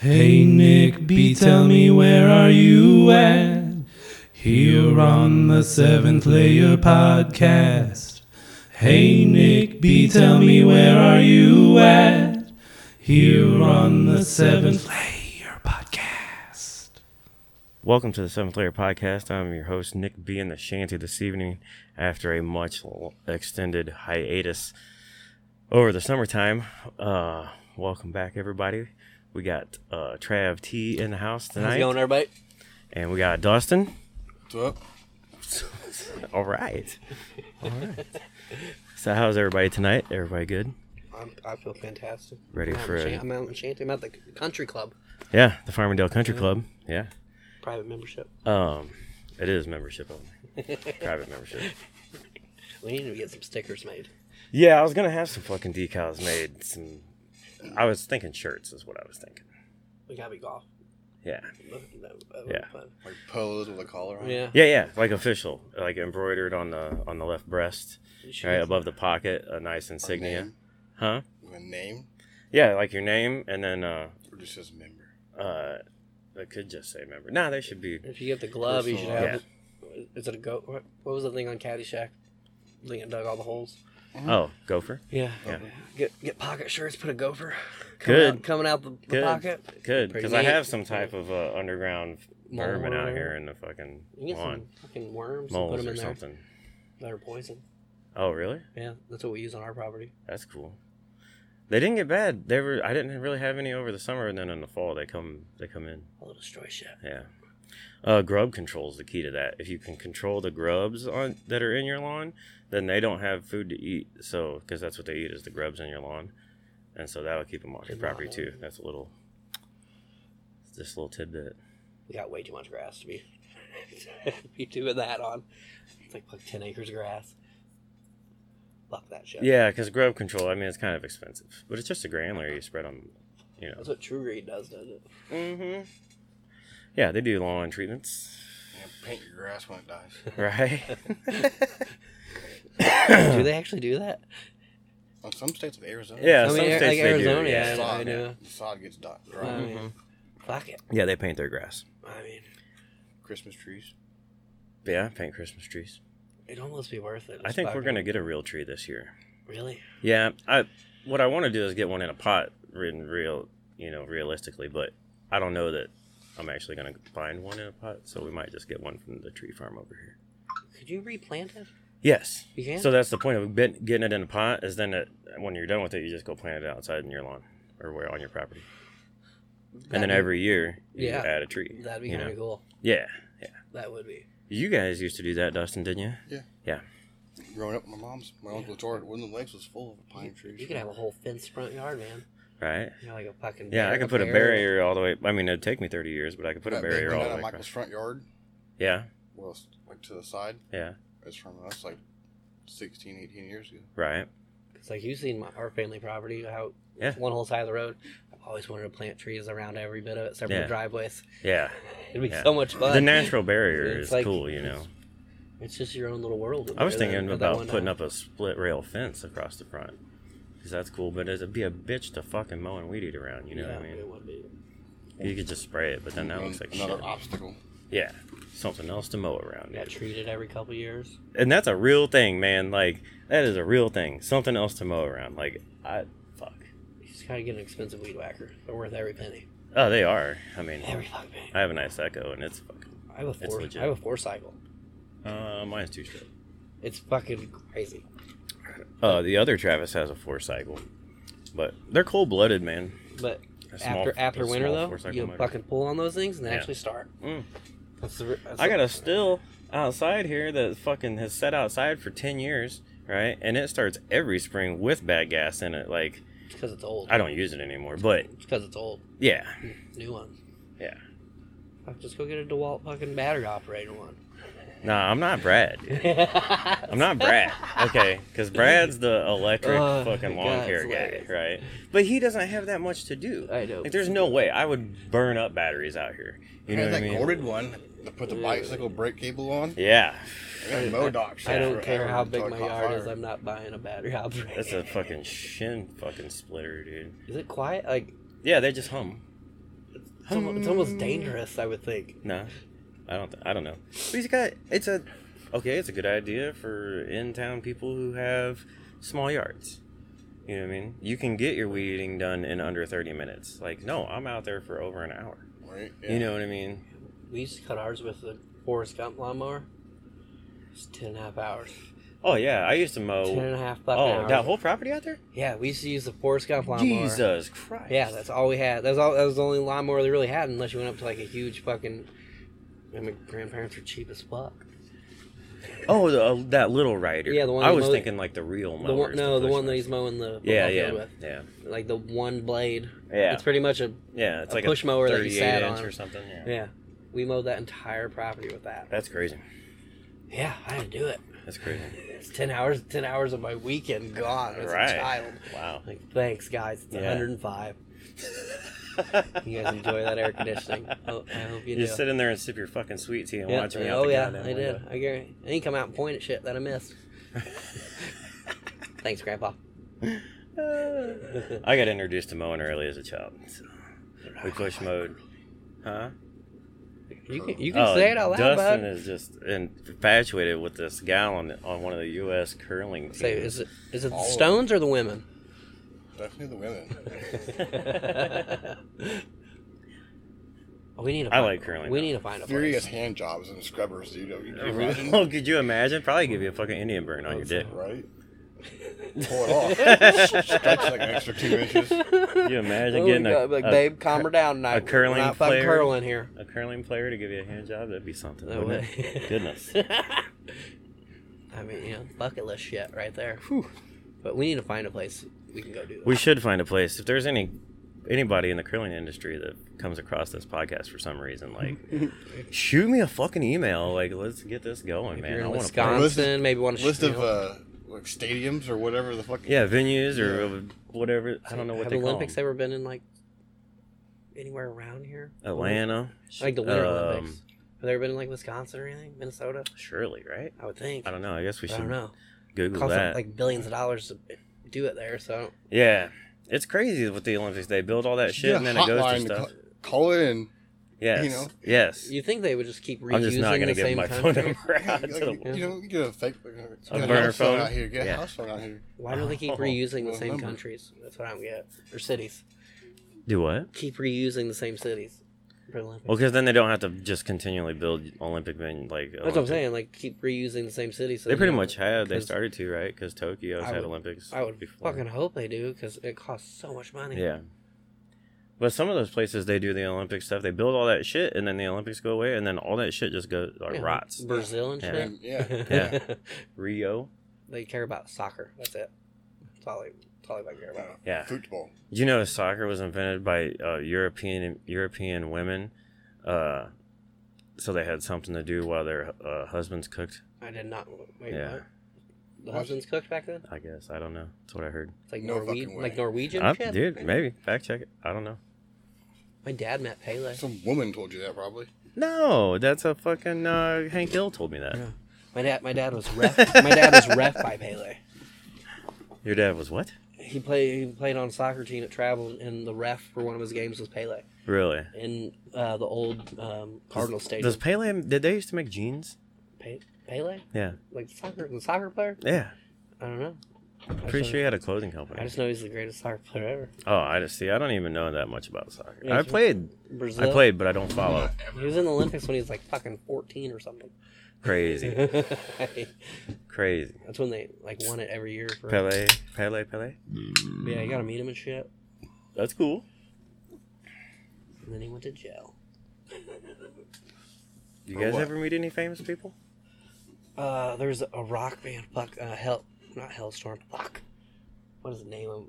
Hey Nick B, tell me where are you at? Here on the Seventh Layer Podcast. Hey Nick B, tell me where are you at? Here on the Seventh Layer Podcast. Welcome to the Seventh Layer Podcast. I'm your host, Nick B. in the shanty this evening after a much l- extended hiatus over the summertime. Uh, welcome back, everybody. We got uh, Trav T in the house How's it tonight. going, everybody? And we got Dustin. What's up? All right. All right. So, how's everybody tonight? Everybody good? I'm, I feel fantastic. Ready I'm for shan- a- I'm out in Shanty. I'm at the country club, Yeah, the Farmingdale Country Club. Yeah. private membership. Um, it is membership only, private membership. We need to get some stickers made. Yeah, I was gonna have some fucking decals made. Some, I was thinking shirts is what I was thinking. We gotta be golf. Yeah, That- that would be Yeah. fun. Like pose with a collar on. Yeah. yeah, yeah, like official, like embroidered on the on the left breast, You should right get- above the pocket, a nice insignia, Name, huh? with a name Yeah, like your name, and then uh, or just his member. uh, I could just say member. Nah, they should be. If you get the glove, you should Personal. have. Is it a go? What, what was the thing on Caddyshack? The thing that dug all the holes. Oh, gopher. Yeah. Yeah. Get get pocket shirts. Put a gopher. Coming Good. Out, coming out the, the Good. pocket. Good, Pretty because I neat. have some type of uh, underground Mole vermin or out whatever. here in the fucking You can get lawn, some fucking worms and put moles them or in there. something. They're poison. Oh, really? Yeah, that's what we use on our property. That's cool. They didn't get bad. They were. I didn't really have any over the summer, and then in the fall they come. They come in. I'll destroy shit. Yeah. Uh, grub control is the key to that. If you can control the grubs on that are in your lawn, then they don't have food to eat. So, because that's what they eat is the grubs in your lawn, and so that'll keep them off your Good property model. too. That's a little, just a little tidbit. We got way too much grass to be be doing that on. It's like, like ten acres of grass. Fuck that shit. Yeah, because grub control. I mean, it's kind of expensive, but it's just a granular you spread on, you know. That's what True Green does, doesn't it? Mm-hmm. Yeah, they do lawn treatments, Yeah, paint your grass when it dies. right? do they actually do that? On some states of Arizona. Yeah, I some mean, states like they Arizona, do. the yeah. Yeah. sod, I know. the sod gets dot dry. I Mm-hmm. mean, fuck it. yeah, they paint their grass. I mean, Christmas trees. Yeah, paint Christmas trees. it'd almost be worth it. I Just think we're fucking- gonna get a real tree this year. really. Yeah, I what I want to do is get one in a pot, written real, you know, realistically. But I don't know that I'm actually gonna find one in a pot, so we might just get one from the tree farm over here. Could you replant it? Yes. You can. So that's the point of bit- getting it in a pot is then it, when you're done with it, you just go plant it outside in your lawn or where on your property, and then every year you Yeah. add a tree. that'd be you kind of know? cool. Yeah. That would be. You guys used to do that, Dustin, didn't you? Growing up, my mom's, my uncle's yard, Woodland Lakes was full of pine trees. You could have a whole fenced front yard, man. Right. You know, like a fucking. Yeah, I bar- could put a barrier all the way. I mean, it'd take me 30 years, but I could put a That big barrier one all down the at way. Michael's Across. front yard. Yeah, Well, it's like to the side. yeah, It's from that's like 16, 18 years ago. right. It's like you've seen my, our family property, how Yeah. one whole side of the road. I've always wanted to plant trees around every bit of it, several Yeah. driveways. Yeah, It'd be Yeah. so much fun. the natural barrier It's is like- cool, you know. It's just your own little world. in I was there that- thinking that about one, putting uh, up a split rail fence across the front, because that's cool. But it'd be a bitch to fucking mow and weed eat around. You know yeah, Mm-hmm. what I mean? It would be. You could just spray it, but then that looks like Another shit. obstacle. Yeah, something else to mow around. You got dude. treated every couple years. and that's a real thing, man. Like that is a real thing. Something else to mow around. Like I fuck. You just gotta get an expensive weed whacker. They're worth every penny. Oh, they are. I mean, Every fucking penny. I have a nice Echo, and it's fucking. I have a It's four. I legit. have a four cycle. Uh, mine's two stroke. It's fucking crazy. Uh, the other Travis has a four cycle, but they're cold blooded, man. But A small- after after a winter small though, four-cycle you motor. fucking pull on those things and they Yeah. actually start. Mm. That's the, that's I got the- a still outside here that fucking has sat outside for ten years, right? And it starts every spring with bad gas in it. Like It's because it's old. I don't use it anymore, but It's because it's old. yeah, New one. yeah. Fuck, Just go get a DeWalt fucking battery operated one. Nah, I'm not Brad. dude. I'm not Brad. Okay, because Brad's the electric Oh, fucking God, lawn care it's guy, hilarious. right? But he doesn't have that much to do. I know. Like, there's no way I would burn up batteries out here. You know I had what I that mean? corded one. I put the bicycle brake cable on. Yeah, I got Modoc shit I don't forever care how until big it my caught yard fire. is. I'm not buying a battery operated. that's a fucking shin fucking splitter, dude. Is it quiet? Like Yeah, they just hum. It's almost, it's Hmm. almost dangerous, I would think. No, I don't. I don't know. But he's got. It's a. Okay, it's a good idea for in-town people who have small yards. You know what I mean? You can get your weed eating done in under thirty minutes. Like, no, I'm out there for over an hour. Right? You know what I mean? We used to cut ours with the Forrest Gump lawnmower. It's ten and a half hours. Oh yeah, I used to mow. Ten and a half bucks an Oh, hour. that whole property out there? yeah, we used to use the Forrest Gump lawnmower. Jesus Christ! Yeah, that's all we had. That was all. That was the only lawnmower they really had, unless you went up to like a huge fucking. I mean, grandparents were cheap as fuck. Oh, the, uh, that little rider. Yeah, the one I that was mowed- thinking like the real mowers. the one, no, the push one that them. he's mowing the football Yeah, field yeah, with, yeah, like the one blade. yeah. It's pretty much a yeah, it's a like push a mower that he 38 sat inch on. or something. Yeah. yeah. We mowed that entire property with that. that's crazy. Yeah, I had to do it. That's crazy. It's ten hours. Ten hours of my weekend gone as Right. a child. Wow. Like, thanks, guys. It's Yeah. 105. You guys enjoy that air conditioning. Oh, I hope you You do. just sit in there and sip your fucking sweet tea and Yeah. watch me out Oh the yeah, goddamn I did. window. I guarantee. I didn't come out and point at shit that I missed. Thanks, Grandpa. I got introduced to mowing early as a child. so we push mowed. Huh? Oh, You can you can say it out loud, Dustin bud. is just infatuated with this gal on, on one of the U.S. curling teams. Say, is it is it the All of them. Stones or the women? Definitely the women. Oh, we need. To I find- like curling, We though. need to find a Furious place. hand jobs and scrubbers, dude. Are you imagine? oh, could you imagine? Probably give you a fucking Indian burn on your dick. Right? Pull it off. Stretch like an extra two inches. Could you imagine Oh, getting my a, God, like, a- babe, calm her down. Tonight. curling We're not fucking player? curling here. a curling player to give you a hand job? That'd be something. That wouldn't would- it? Goodness. I mean, you know, bucket list shit right there. But we need to find a place we can go do that. We should find a place. If there's any anybody in the curling industry that comes across this podcast for some reason, like shoot me a fucking email. Like let's get this going, if man. you're I in wanna play. List Wisconsin, of- maybe want to List of uh, like stadiums or whatever the fuck. Yeah, venues or whatever. I don't know what Have they Olympics call ever been in like anywhere around here? them. Atlanta, like the Winter Um, Olympics. Have they ever been in like Wisconsin or anything? Minnesota? Surely, right? I would think. I don't know. I guess we I should don't know. It Google costs that. like billions of dollars to do it there. So yeah, it's crazy with the Olympics. They build all that Get shit a and then it goes to hotline stuff. ca- Call in. yes, know. yes. you think they would just keep reusing I'm just not the gonna give same my phone country? number out to Like, the you know, you get a fake. A get burner house phone phone? out here. Get Yeah. a house phone out here. Why do they keep Oh, reusing the well, same number. countries? That's what I'm getting. Or cities. do what? Keep reusing the same cities. For Olympics. Well, because then they don't have to just continually build Olympic men like. That's what I'm Olympic- saying. Like, keep reusing the same cities. so They you pretty don't- much have. They 'cause started to, right? Because Tokyo's I had would- Olympics. I would before. fucking hope they do because it costs so much money. Yeah. But some of those places they do the Olympic stuff. They build all that shit, and then the Olympics go away, and then all that shit just goes like Yeah, like rots. Brazil and Yeah. shit. And, yeah. Yeah. Rio. they care about soccer. That's it. That's all they, that's all they care about. Yeah. Football. Do you know soccer was invented by uh, European European women? Uh, so they had something to do while their uh, husbands cooked. I did not. Wait, Yeah. what? The husbands cooked back then? I guess I don't know. That's what I heard. It's like No Norwegian, fucking way. like Norwegian I, shit. dude, maybe fact check it. I don't know. My dad met Pele. Some woman told you that probably. No, that's a fucking uh, Hank Hill told me that. My dad, my dad was ref. my dad was ref by Pele. Your dad was what? He played. He played on a soccer team that traveled, and the ref for one of his games was Pele Really? in uh, the old um, Cardinal Stadium. Does Pele? Did they used to make jeans? Pe- Pele, Yeah, like soccer, the soccer player. yeah. I don't know. I Pretty just- sure he had a clothing I company. just know he's the greatest soccer player ever. Oh, I just see. I don't even know that much about soccer. Yeah, I it's- played. Brazil. I played, but I don't follow. He was in the Olympics when he was like fucking fourteen or something. Crazy, crazy. That's when they like won it every year. For, Pele, Pele, Pele. Yeah, you gotta meet him and shit. That's cool. And then he went to jail. You For guys what? ever meet any famous people? Uh, there's a rock band. Fuck, uh, hell, not Hellstorm. Fuck, what is the name of?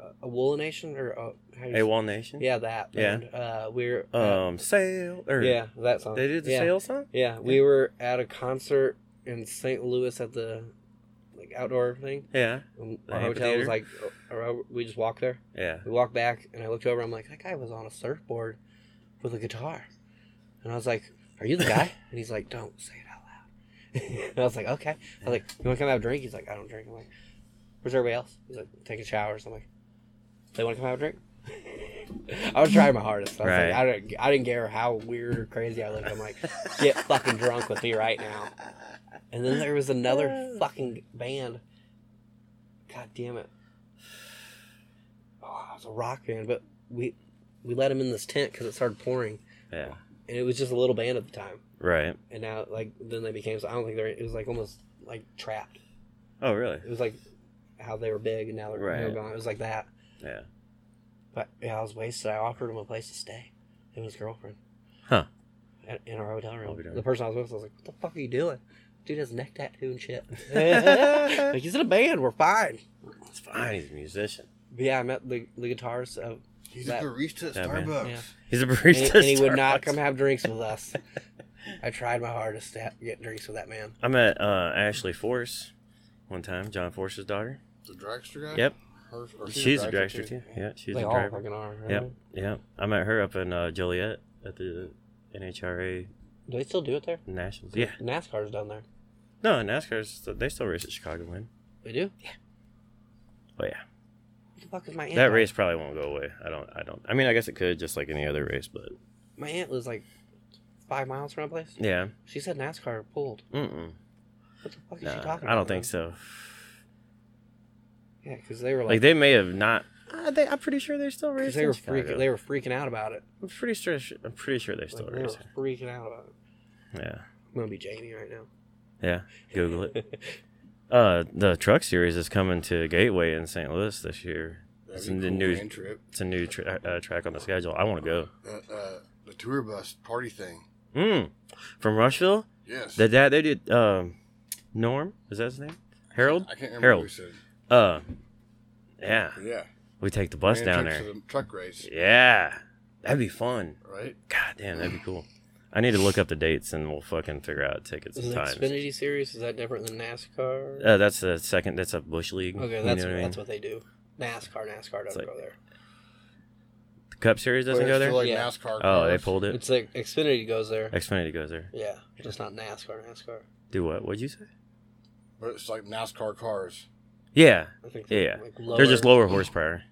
Uh, a Wool Nation or uh, how do you A Wall Nation. Yeah, that. Yeah. band. Uh, we're. Um, Sail or yeah, that song. They did the yeah. Sail song. Yeah, we were at a concert in St. Louis at the like outdoor thing. Yeah, And The Our hotel was amphitheater? like, uh, we just walked there. yeah. We walked back, and I looked over. I'm like, that guy was on a surfboard with a guitar, and I was like, "Are you the guy?" and he's like, "Don't say it out loud." and I was like, "Okay." I was like, "You want to come have a drink?" He's like, "I don't drink." I'm like, "Where's everybody else?" He's like, "Taking showers." I'm like, "They want to come have a drink?" I was trying my hardest. I, was Right. like, I, didn't, I didn't care how weird or crazy I looked. I'm like, get fucking drunk with me right now. And then there was another fucking band. God damn it. Oh, it was a rock band, but we we let them in this tent because it started pouring, Yeah. and it was just a little band at the time. Right. And now, like, then they became. So I don't think they're. It was like almost like trapped. Oh, really? It was like how they were big, and now they're, they're Right. gone. It was like that. Yeah. But yeah, I was wasted. I offered him a place to stay. Him and his girlfriend. Huh. At, in our hotel I'll room. be darned. The person I was with was like, "What the fuck are you doing? Dude has neck tattoo and shit." like he's in a band. We're fine. It's fine. He's a musician. But yeah, I met the the guitarist, uh, He's That- a barista at Yeah, man. Starbucks. Yeah. He's a and, barista. he, and he would not Starbucks. come have drinks with us. I tried my hardest to ha- get drinks with that man. I met uh, Ashley Force one time, John Force's daughter. The dragster guy. Yep. Her, or She's, a dragster too. Yeah, she's they a all driver. fucking are. Right? Yep, yep. I met her up in uh, Joliet at the NHRA Do they still do it there? Nationals. Yeah. NASCAR's down there. No, NASCAR's they still race at Chicagoland. They do. But yeah, What the fuck is my aunt? that like? race probably won't go away. I don't. I don't. I mean, I guess it could, just like any other race. But My aunt lives like five miles from my place. yeah. She said NASCAR pulled. Mm. What the fuck is she Nah, talking about? I don't man? think so. Yeah, because they were like, Like they may have not. Uh, they, I'm pretty sure they're still 'cause racing. they were Chicago. freaking, they were freaking out about it. I'm pretty sure. I'm pretty sure they're still Like, they were racing. freaking out about it. Yeah. I'm gonna be Jamie right now. Yeah. Google it. Uh, the truck series is coming to Gateway in St. Louis this year. That's It's a in the cool new- man trip. It's a new tra- uh, track on the schedule. I want to go. Uh, uh, the tour bus party thing. Mm. From Rushville, Yes. the dad they did. Um, Norm is that his name? Harold. I can't remember Harold. who said. Uh, yeah. Yeah. We take the bus Man down trips there. to the truck race, Yeah, that'd be fun. right? God damn, that'd be cool. I need to look up the dates and we'll fucking figure out tickets Is and the times. Xfinity series is that different than NASCAR? Uh, that's the second. That's a bush league. okay, you that's know what I mean? that's what they do. NASCAR, NASCAR It's doesn't like- go there. the Cup Series doesn't Where go it's there. Like Yeah. NASCAR oh, they cars. pulled it. It's like Xfinity goes there. Xfinity goes there. Yeah, just not NASCAR. NASCAR. Do what? What'd you say? But it's like NASCAR cars. Yeah, I think yeah. like They're just E. lower horsepower.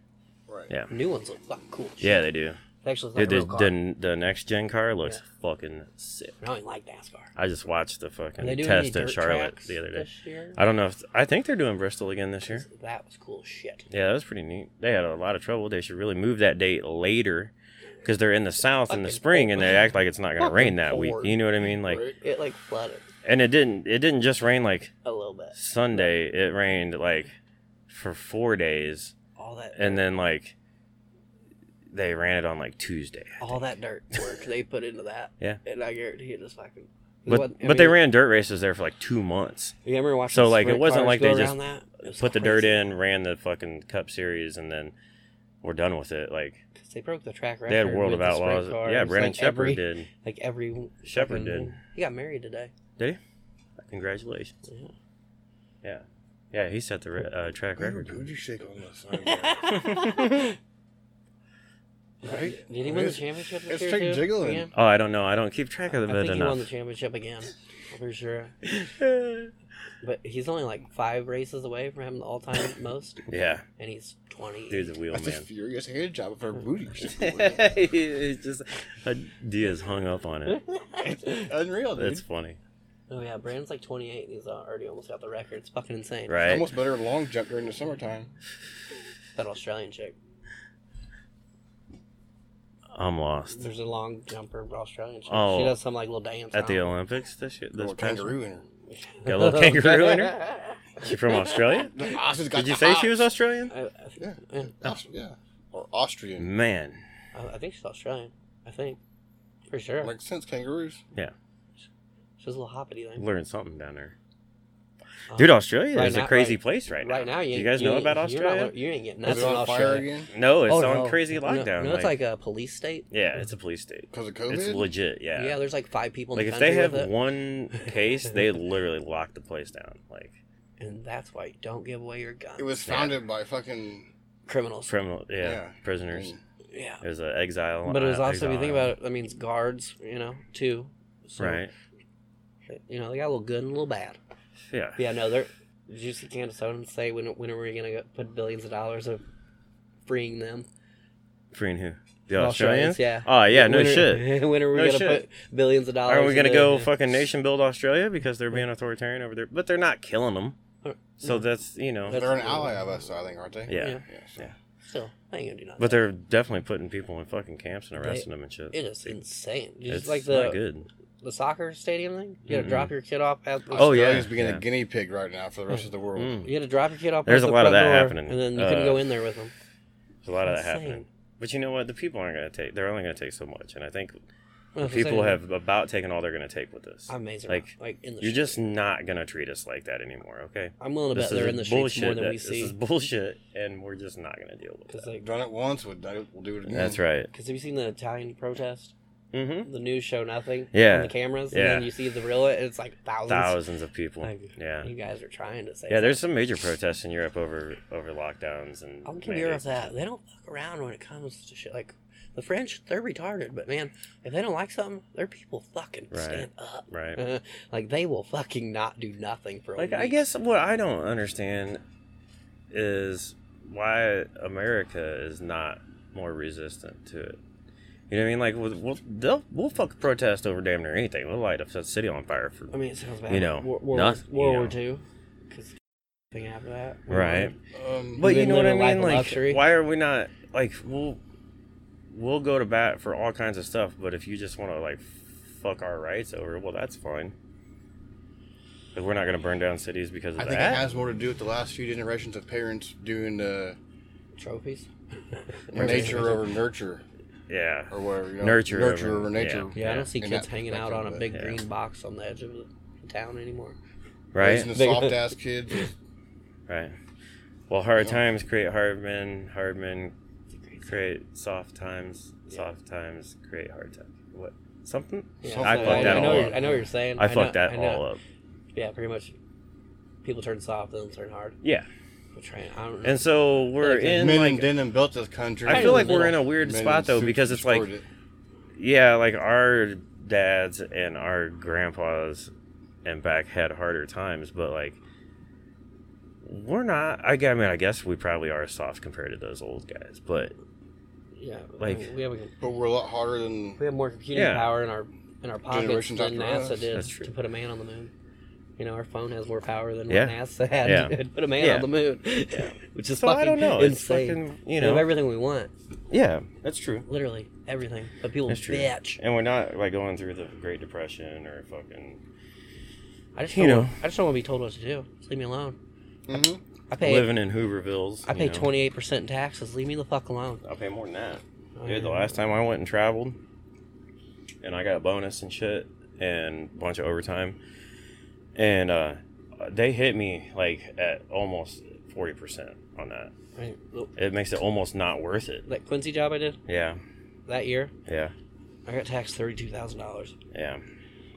Right. Yeah. New ones look fucking cool. as Yeah, shit. they do. They actually look like Dude, a the, real car. the, the next gen car looks fucking sick. I don't even like NASCAR. I just watched the fucking Are they doing any test at dirt Charlotte tracks the other day. This year? I don't know if I think they're doing Bristol again this year. That was cool as shit. Yeah, that was pretty neat. They had a lot of trouble. They should really move that date later because they're in the south in the Fucking spring and they Ford. act like it's not going to Fucking rain that week. Ford. You know what I mean? Like, Right? It like flooded and it didn't. It didn't just rain like a little bit. Sunday. It rained like for four days, All that and then like they ran it on like Tuesday. I think. all that dirt work they put into that. Yeah. And I guarantee it just fucking. But What- I but they mean, ran dirt races there for like two months. You ever watched so, the like, it sprint wasn't cars like they go just around that? It was Put the dirt crazy. in, ran the fucking Cup Series, and then we're done with it. Like 'Cause They broke the track record. they had World with of the sprint Outlaws. cars, Yeah, Brandon like Shepard every, did. Like every Shepard fucking- did. He got married today. Did he? Congratulations. Yeah. Yeah. Yeah, he set the re- uh, track Who record. did you shake on this? right? Did he win the championship this it's year Chuck too? Jiggling. Again? Oh, I don't know. I don't keep track of I the bit think he won the enough. championship again. I'm pretty sure. But he's only like five races away from having the all-time most, yeah, and he's 20. dude's a wheel That's a furious hand job of her booty. or something. man. He's just uh, Diaz hung up on it. Unreal, dude. That's funny, Oh yeah, Brandon's like 28 and he's already almost got the record. It's fucking insane. right? Almost better long jump during the summertime. That Australian chick. I'm lost. There's a long jumper Australian chick. Oh. She does some like little dance. At the huh? Olympics this year, this Little past- kangaroo in her. Got a little kangaroo in her? She from Australia? The Austin's got Did you the say she was hots. Australian? I, I think, Yeah. yeah, Aus- yeah. Or Austrian. Man, I, I think she's Australian. I think. For sure. Like since kangaroos. she's a little hoppity thing. learn something down there, Um, dude. Australia right is a now- crazy right- place right now. Right now, you, Do you guys know ain't- about you're not Australia? lear- you ain't getting Is nothing it in on fire Australia. again? No, it's Oh, on no. crazy lockdown. No, no, it's like a police state. yeah, it's a police state. Because of COVID? It's legit. Yeah. Yeah. there's like five people. like In if the they country have with it, one case, they literally lock the place down. Like and that's why you don't give away your gun. It was founded by fucking. criminals. criminal, yeah, Yeah. prisoners. yeah, It was an exile. but it was uh, also if you exile think island. about it, that means guards. You know, too. So, right? You know, they got a little good and a little bad. Yeah. But yeah, no, they're. Did you see Candace Owens say when when are we gonna go put billions of dollars of freeing them? Freeing who? The Australians, Australians? yeah. Oh yeah, no when are- shit. when are we No gonna shit. put billions of dollars? Are we gonna into- go fucking nation build Australia because they're being authoritarian over there? But they're not killing them, Uh, so that's you know. That's- They're an ally of us, I think, aren't they? Yeah. Yeah. so. Yeah. Still, I ain't gonna do nothing. But they're definitely putting people in fucking camps and arresting them and shit. it is insane. You it's Just like not the good. the soccer stadium thing. You gotta Mhm. drop your kid off at the. Oh, yeah. Australia's being Yeah. a guinea pig right now for the rest of the world. Mm. You gotta drop your kid off. There's at a the lot of front that door, happening. and then you couldn't Uh, go in there with them. There's a lot of that Insane. happening. But you know what? The people aren't gonna take. They're only gonna take so much, and I think Well, if it's people like- have about taken all they're gonna take with this. I'm amazing. like, Like, like in the You're streets. just not gonna treat us like that anymore, okay? I'm willing to bet This they're is in the streets bullshit. more than that- we This is see. bullshit, and we're just not gonna deal with Because that. like, Done it once, we'll do it, we'll do it again. That's right. because have you seen the Italian protest? Mm-hmm. The news show nothing. Yeah. On the cameras, Yeah. and then you see the real it. and It's like thousands. Thousands of people. Like, yeah. You guys are trying to say. Yeah, there's some major protests in Europe over over lockdowns and. I'll give mandates. Europe that. They don't fuck around when it comes to shit. Like the French, they're retarded, but man, if they don't like something, their people fucking Right. stand up. Right. like they will fucking not do nothing for a Like, week. I guess what I don't understand is why America is not more resistant to it. You know what I mean? Like, we'll we'll, they'll, we'll fuck protest over damn near anything. We'll light up the city on fire for. I mean, it sounds bad. You know, Wor- World, noth- World you War know. Two, because thing after that, Right. Um, But you Then know what live I a life mean? of Like, luxury. why are we not like we'll we'll go to bat for all kinds of stuff, but if you just want to like fuck our rights over, well, that's fine. Like, we're not gonna burn down cities because of I think it that. has more to do with the last few generations of parents doing uh, Trophies. nature over nurture yeah, or whatever. You know? Nurture Nurture over- over nature. Yeah, I Yeah. don't see In kids that hanging out on perspective, a but- big Yeah. green box on the edge of the town anymore. right, Raising the Big- soft ass kids. with- right. Well, hard Yeah. times create hard men. Hard men It's a great create soft times. Soft times create hard times. What something? Yeah. Something I like fucked that. that I know, all you're- up. I know what you're saying. I fucked know- that I know. all up. Yeah, pretty much. People turn soft, then turn hard. Yeah, We're trying. I don't know. and so we're Like, in Men like and denim built this country. I Right feel in the like we're middle. in a weird Men in spot though suits because it's like destroyed it. yeah, like our dads and our grandpas and back had harder times, but like we're not. I, gue- I mean, I guess we probably are soft compared to those old guys, but yeah, like- like we have a, but we're a lot harder than we have more computing Yeah. power in our in our pockets Generations than after us. NASA did That's true. to put a man on the moon. You know, our phone has more power than Yeah. what NASA had Yeah. to put a man Yeah. on the moon, which is so fucking I don't know. It's insane. fucking you We have know, everything we want, yeah, that's true. literally everything, but people That's true. bitch. And we're not like going through the Great Depression or fucking I just You don't know. Want, I just don't want to be told what to do. Just leave me alone. Mhm. I pay living in Hoovervilles. I you pay know. twenty eight percent in taxes. Leave me the fuck alone. I pay more than that. Dude, Oh, the last time I went and traveled, and I got a bonus and shit, and a bunch of overtime, and uh, they hit me like at almost forty percent on that. Right. Look, It makes it almost not worth it. That Quincy job I did Yeah, that year, yeah, I got taxed thirty two thousand dollars. yeah.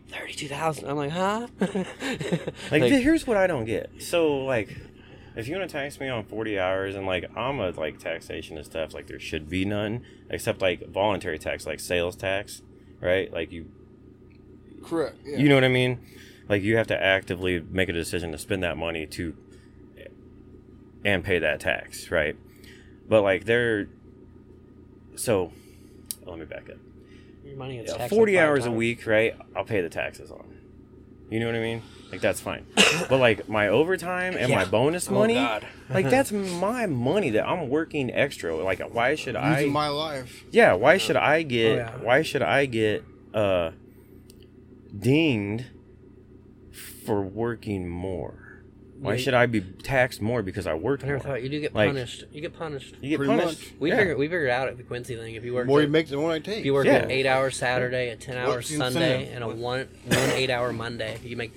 Thirty-two thousand. I'm like, huh? Like, Like, th- here's what I don't get. So like, if you want to tax me on forty hours, and like I'm a like taxation and stuff, like there should be none except like voluntary tax, like sales tax, right? Like you Correct. Yeah. You know what I mean? Like you have to actively make a decision to spend that money to and pay that tax, right? But like they're so let me back up. your money gets Yeah, taxed Forty like five hours a times. week, right? I'll pay the taxes on. You know what I mean? Like that's fine. but like my overtime and my Yeah. bonus Oh, money, God. like that's my money that I'm working extra. Like why should I? Using my life. Yeah, why should I get Oh, yeah. why should I get uh dinged for working more? Why Yeah. should I be taxed more because I worked I never more? thought you do get Like- punished. you get punished. you get Pretty punished. We yeah. figured we figured out at the Quincy thing if you work More you make, the more I take. if you work Yeah. an eight-hour Saturday, a ten-hour What's Sunday, incentive? and a What- one one eight-hour Monday, you make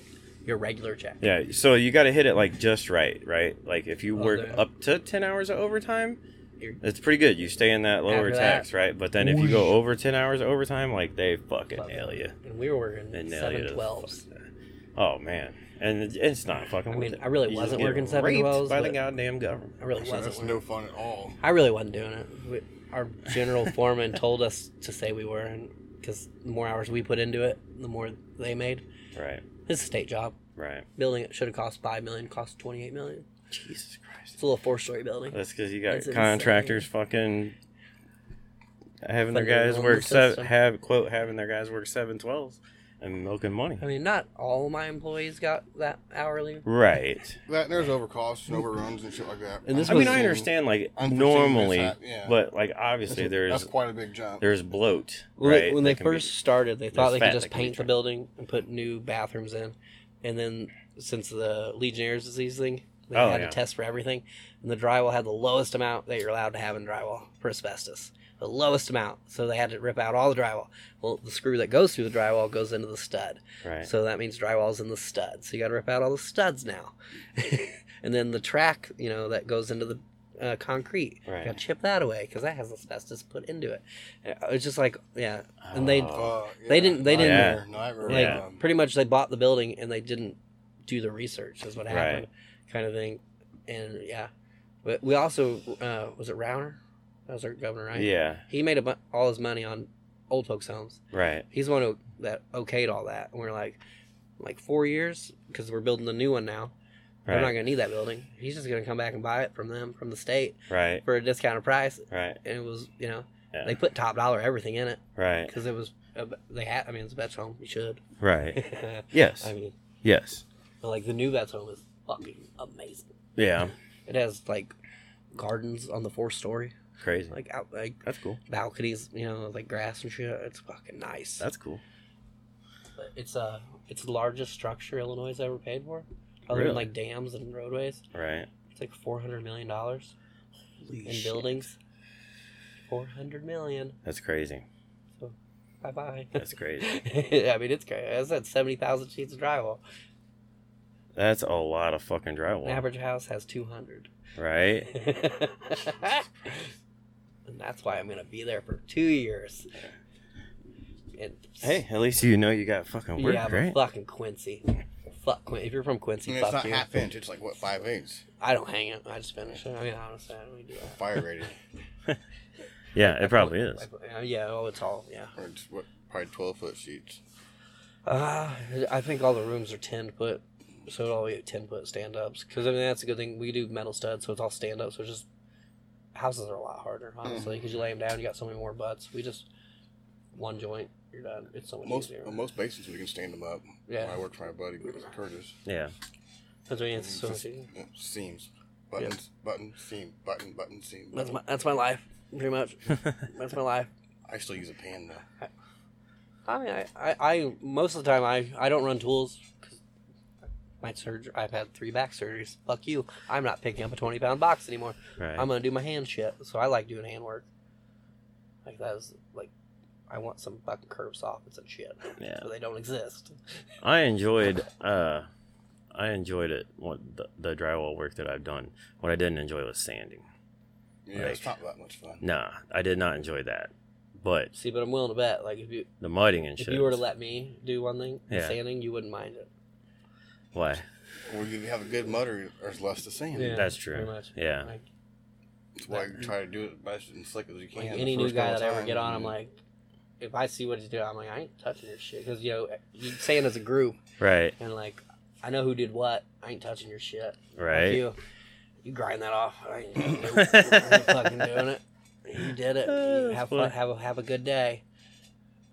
your regular check. yeah, so you got to hit it like just right, right? Like if you Oh, work yeah. up to 10 hours of overtime, You're- it's pretty good. You stay in that lower After that- tax, right? But then if you go over 10 hours of overtime, like they fucking nail you. And we were working They nail you. seven to the twelves. fuck. Oh man. And it- it's not fucking I worth mean, it. I really You just wasn't get working seven raped twelves, by the but- goddamn government. I really So wasn't. that's working. no fun at all. I really wasn't doing it. We, our general foreman told us to say we were, and because the more hours we put into it, the more they made. Right, It's a state job. right. Building it should have cost five million, cost twenty-eight million. Jesus Christ. Uh, It's a little four-story building. That's because you got That's contractors fucking having their Fucking guys loan work seven, system. have quote having their guys work seven twelves and milking money. I mean, not all my employees got that hourly. Right. That and there's overcosts and overruns and shit like that. And this I mean, was I understand like unforeseen normally, mishap, yeah. but like obviously That's there's quite a big jump. there's bloat. When, right, when that they can be- first started, they thought there's they fat could that just can be paint the trapped. building and put new bathrooms in, and then since the Legionnaires disease thing, they Oh, had yeah. to test for everything, and the drywall had the lowest amount that you're allowed to have in drywall for asbestos, the lowest amount. So they had to rip out all the drywall. Well, the screw that goes through the drywall goes into the stud. right. So that means drywall's in the stud. So you got to rip out all the studs now. and then the track, you know, that goes into the uh, concrete. Right. You got to chip that away because that has asbestos put into it. Uh, It's just like, yeah. And they, Oh. Uh, They didn't- they didn't- Nightmare, nightmare, like, Yeah. um, pretty much they bought the building and they didn't do the research, is what Right. happened, kind of thing. And yeah. But we also, uh, was it Rauner? That was our governor, right? Yeah. He made a bu- all his money on old folks' homes. Right. He's the one who that okayed all that. And we're like, like four years because we're building the new one now. we We're not Right. gonna need that building. He's just gonna come back and buy it from them from the state Right. for a discounted price. Right. And it was, you know, Yeah. they put top dollar everything in it Right. because it was a, they had. I mean, it's a vet's home. You should. Right. I Yes. mean, yes. but like the new vet's home is fucking amazing. Yeah. It has like gardens on the fourth story, Crazy. like out like That's cool. balconies, you know, like grass and shit. It's fucking nice. That's cool. But it's uh it's the largest structure Illinois has ever paid for, other Really? than like dams and roadways. Right. It's like four hundred million dollars in buildings. Four hundred million. That's crazy. So bye bye. That's crazy. I mean, it's crazy. That's at seventy thousand sheets of drywall. That's a lot of fucking An drywall. average house has two hundred. Right. and that's why I'm gonna be there for two years. And Hey, at least you know you got fucking work, yeah, but right? fucking Quincy. Fuck, Quin- if you're from Quincy, and it's fuck not you. half inch. It's like what five eighths. I don't hang it. I just finish it. I mean, honestly, I don't do that. Fire rated. Yeah, I it probably put- is. I put- uh, yeah. Oh, it's all. Yeah. or it's what, probably twelve foot sheets. Uh, I think all the rooms are ten foot, so it'll all be ten foot stand ups. Because I mean that's a good thing. We do metal studs, so it's all stand up. So it's just houses are a lot harder, honestly, Mm-hmm. because you lay them down. You got so many more butts. We just one joint. You're done. It's so much Most easier. well, most basements we can stand them up. Yeah. When I worked for my buddy Curtis. Yeah. That's, what I mean, it's so much Just, easier. yeah, seams, buttons, button, seam, button, button, seam. That's button. my that's my life, pretty much. that's my life. I still use a pan though. I mean, I, I, I most of the time I, I don't run tools. 'cause My surgery, I've had three back surgeries. Fuck you. I'm not picking up a 20 pound box anymore. Right. I'm gonna do my hand shit. So I like doing hand work. Like that was like, I want some fucking curb soffits and shit. Yeah. So they don't exist. I enjoyed uh I enjoyed it what the, the drywall work that I've done. What I didn't enjoy was sanding. Yeah, it's Like- not that much fun. Nah, I did not enjoy that. But See, but I'm willing to bet. Like if you the mudding and if shit. you were to let me do one thing, the Yeah. sanding, you wouldn't mind it. why? Well, you have a good mutter, there's less to sand. Yeah. That's pretty true. much. Yeah. Like, That's why you try to do it as best and slick as you can. Like the any new first guy couple that I ever times, get on, and I'm you- like, if I see what he's doing, I'm like, I ain't touching your shit because you know you saying as a group Right, and like I know who did what. I ain't touching your shit. Fuck right. you, you grind that off. I ain't, I ain't fucking doing it. You did it. You Oh, That's have funny. fun. Have a have a good day.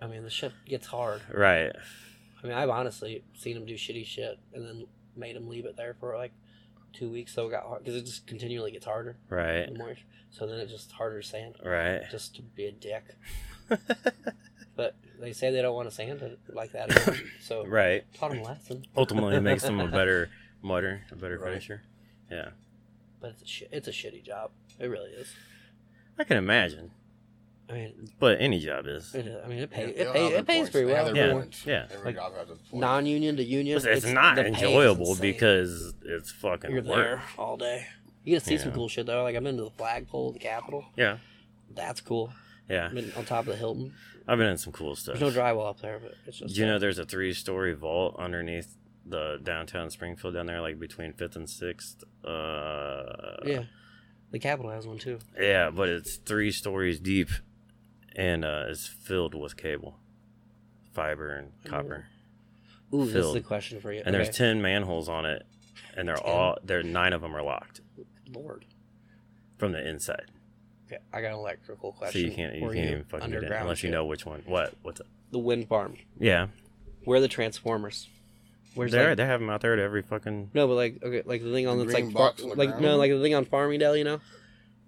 I mean, the shit gets hard. Right. I mean, I've honestly seen him do shitty shit and then made him leave it there for like two weeks, so it got hard because it just continually gets harder. Right. and more. So then it just harder sand Right. just to be a dick. but they say they don't want to sand it like that. Again, so Right. taught them a lesson. Ultimately it makes them a better mudder, a better Right. finisher. Yeah. But it's a, sh- it's a shitty job. It really is. I can imagine. I mean, But any job is. it, I mean, it Yeah, pays. they it, all pay, have their it pays points. pretty They have well. their Yeah. points. Yeah. Every Like, job has its points. Non-union to union. It's, it's not the pay is enjoyable insane. because it's fucking you're work. there all day. You get to see some Yeah. cool shit though. Like I've been to the flagpole, the Capitol. Yeah. That's cool. Yeah. I've been on top of the Hilton. I've been in some cool stuff. There's no drywall up there, but it's Do just. you know there's a three story vault underneath the downtown Springfield down there, like between fifth and sixth? Uh, Yeah. The Capitol has one too. yeah, but it's three stories deep and uh, it's filled with cable, fiber, and copper. Ooh, this is Filled. the question for you. And Okay. there's 10 manholes on it, and they're all, they're nine of them are locked Lord. from the inside. Okay, I got an electrical So question. you can't, you for can't even fucking do that Underground unless you shit. know which one. What? What's up? the wind farm. Yeah, Where are the transformers? Where's they're like, they have them out there at every fucking. no, but like okay, like the thing on The that's like green far, box on the like no, ground? like the thing on Farmingdale, you know?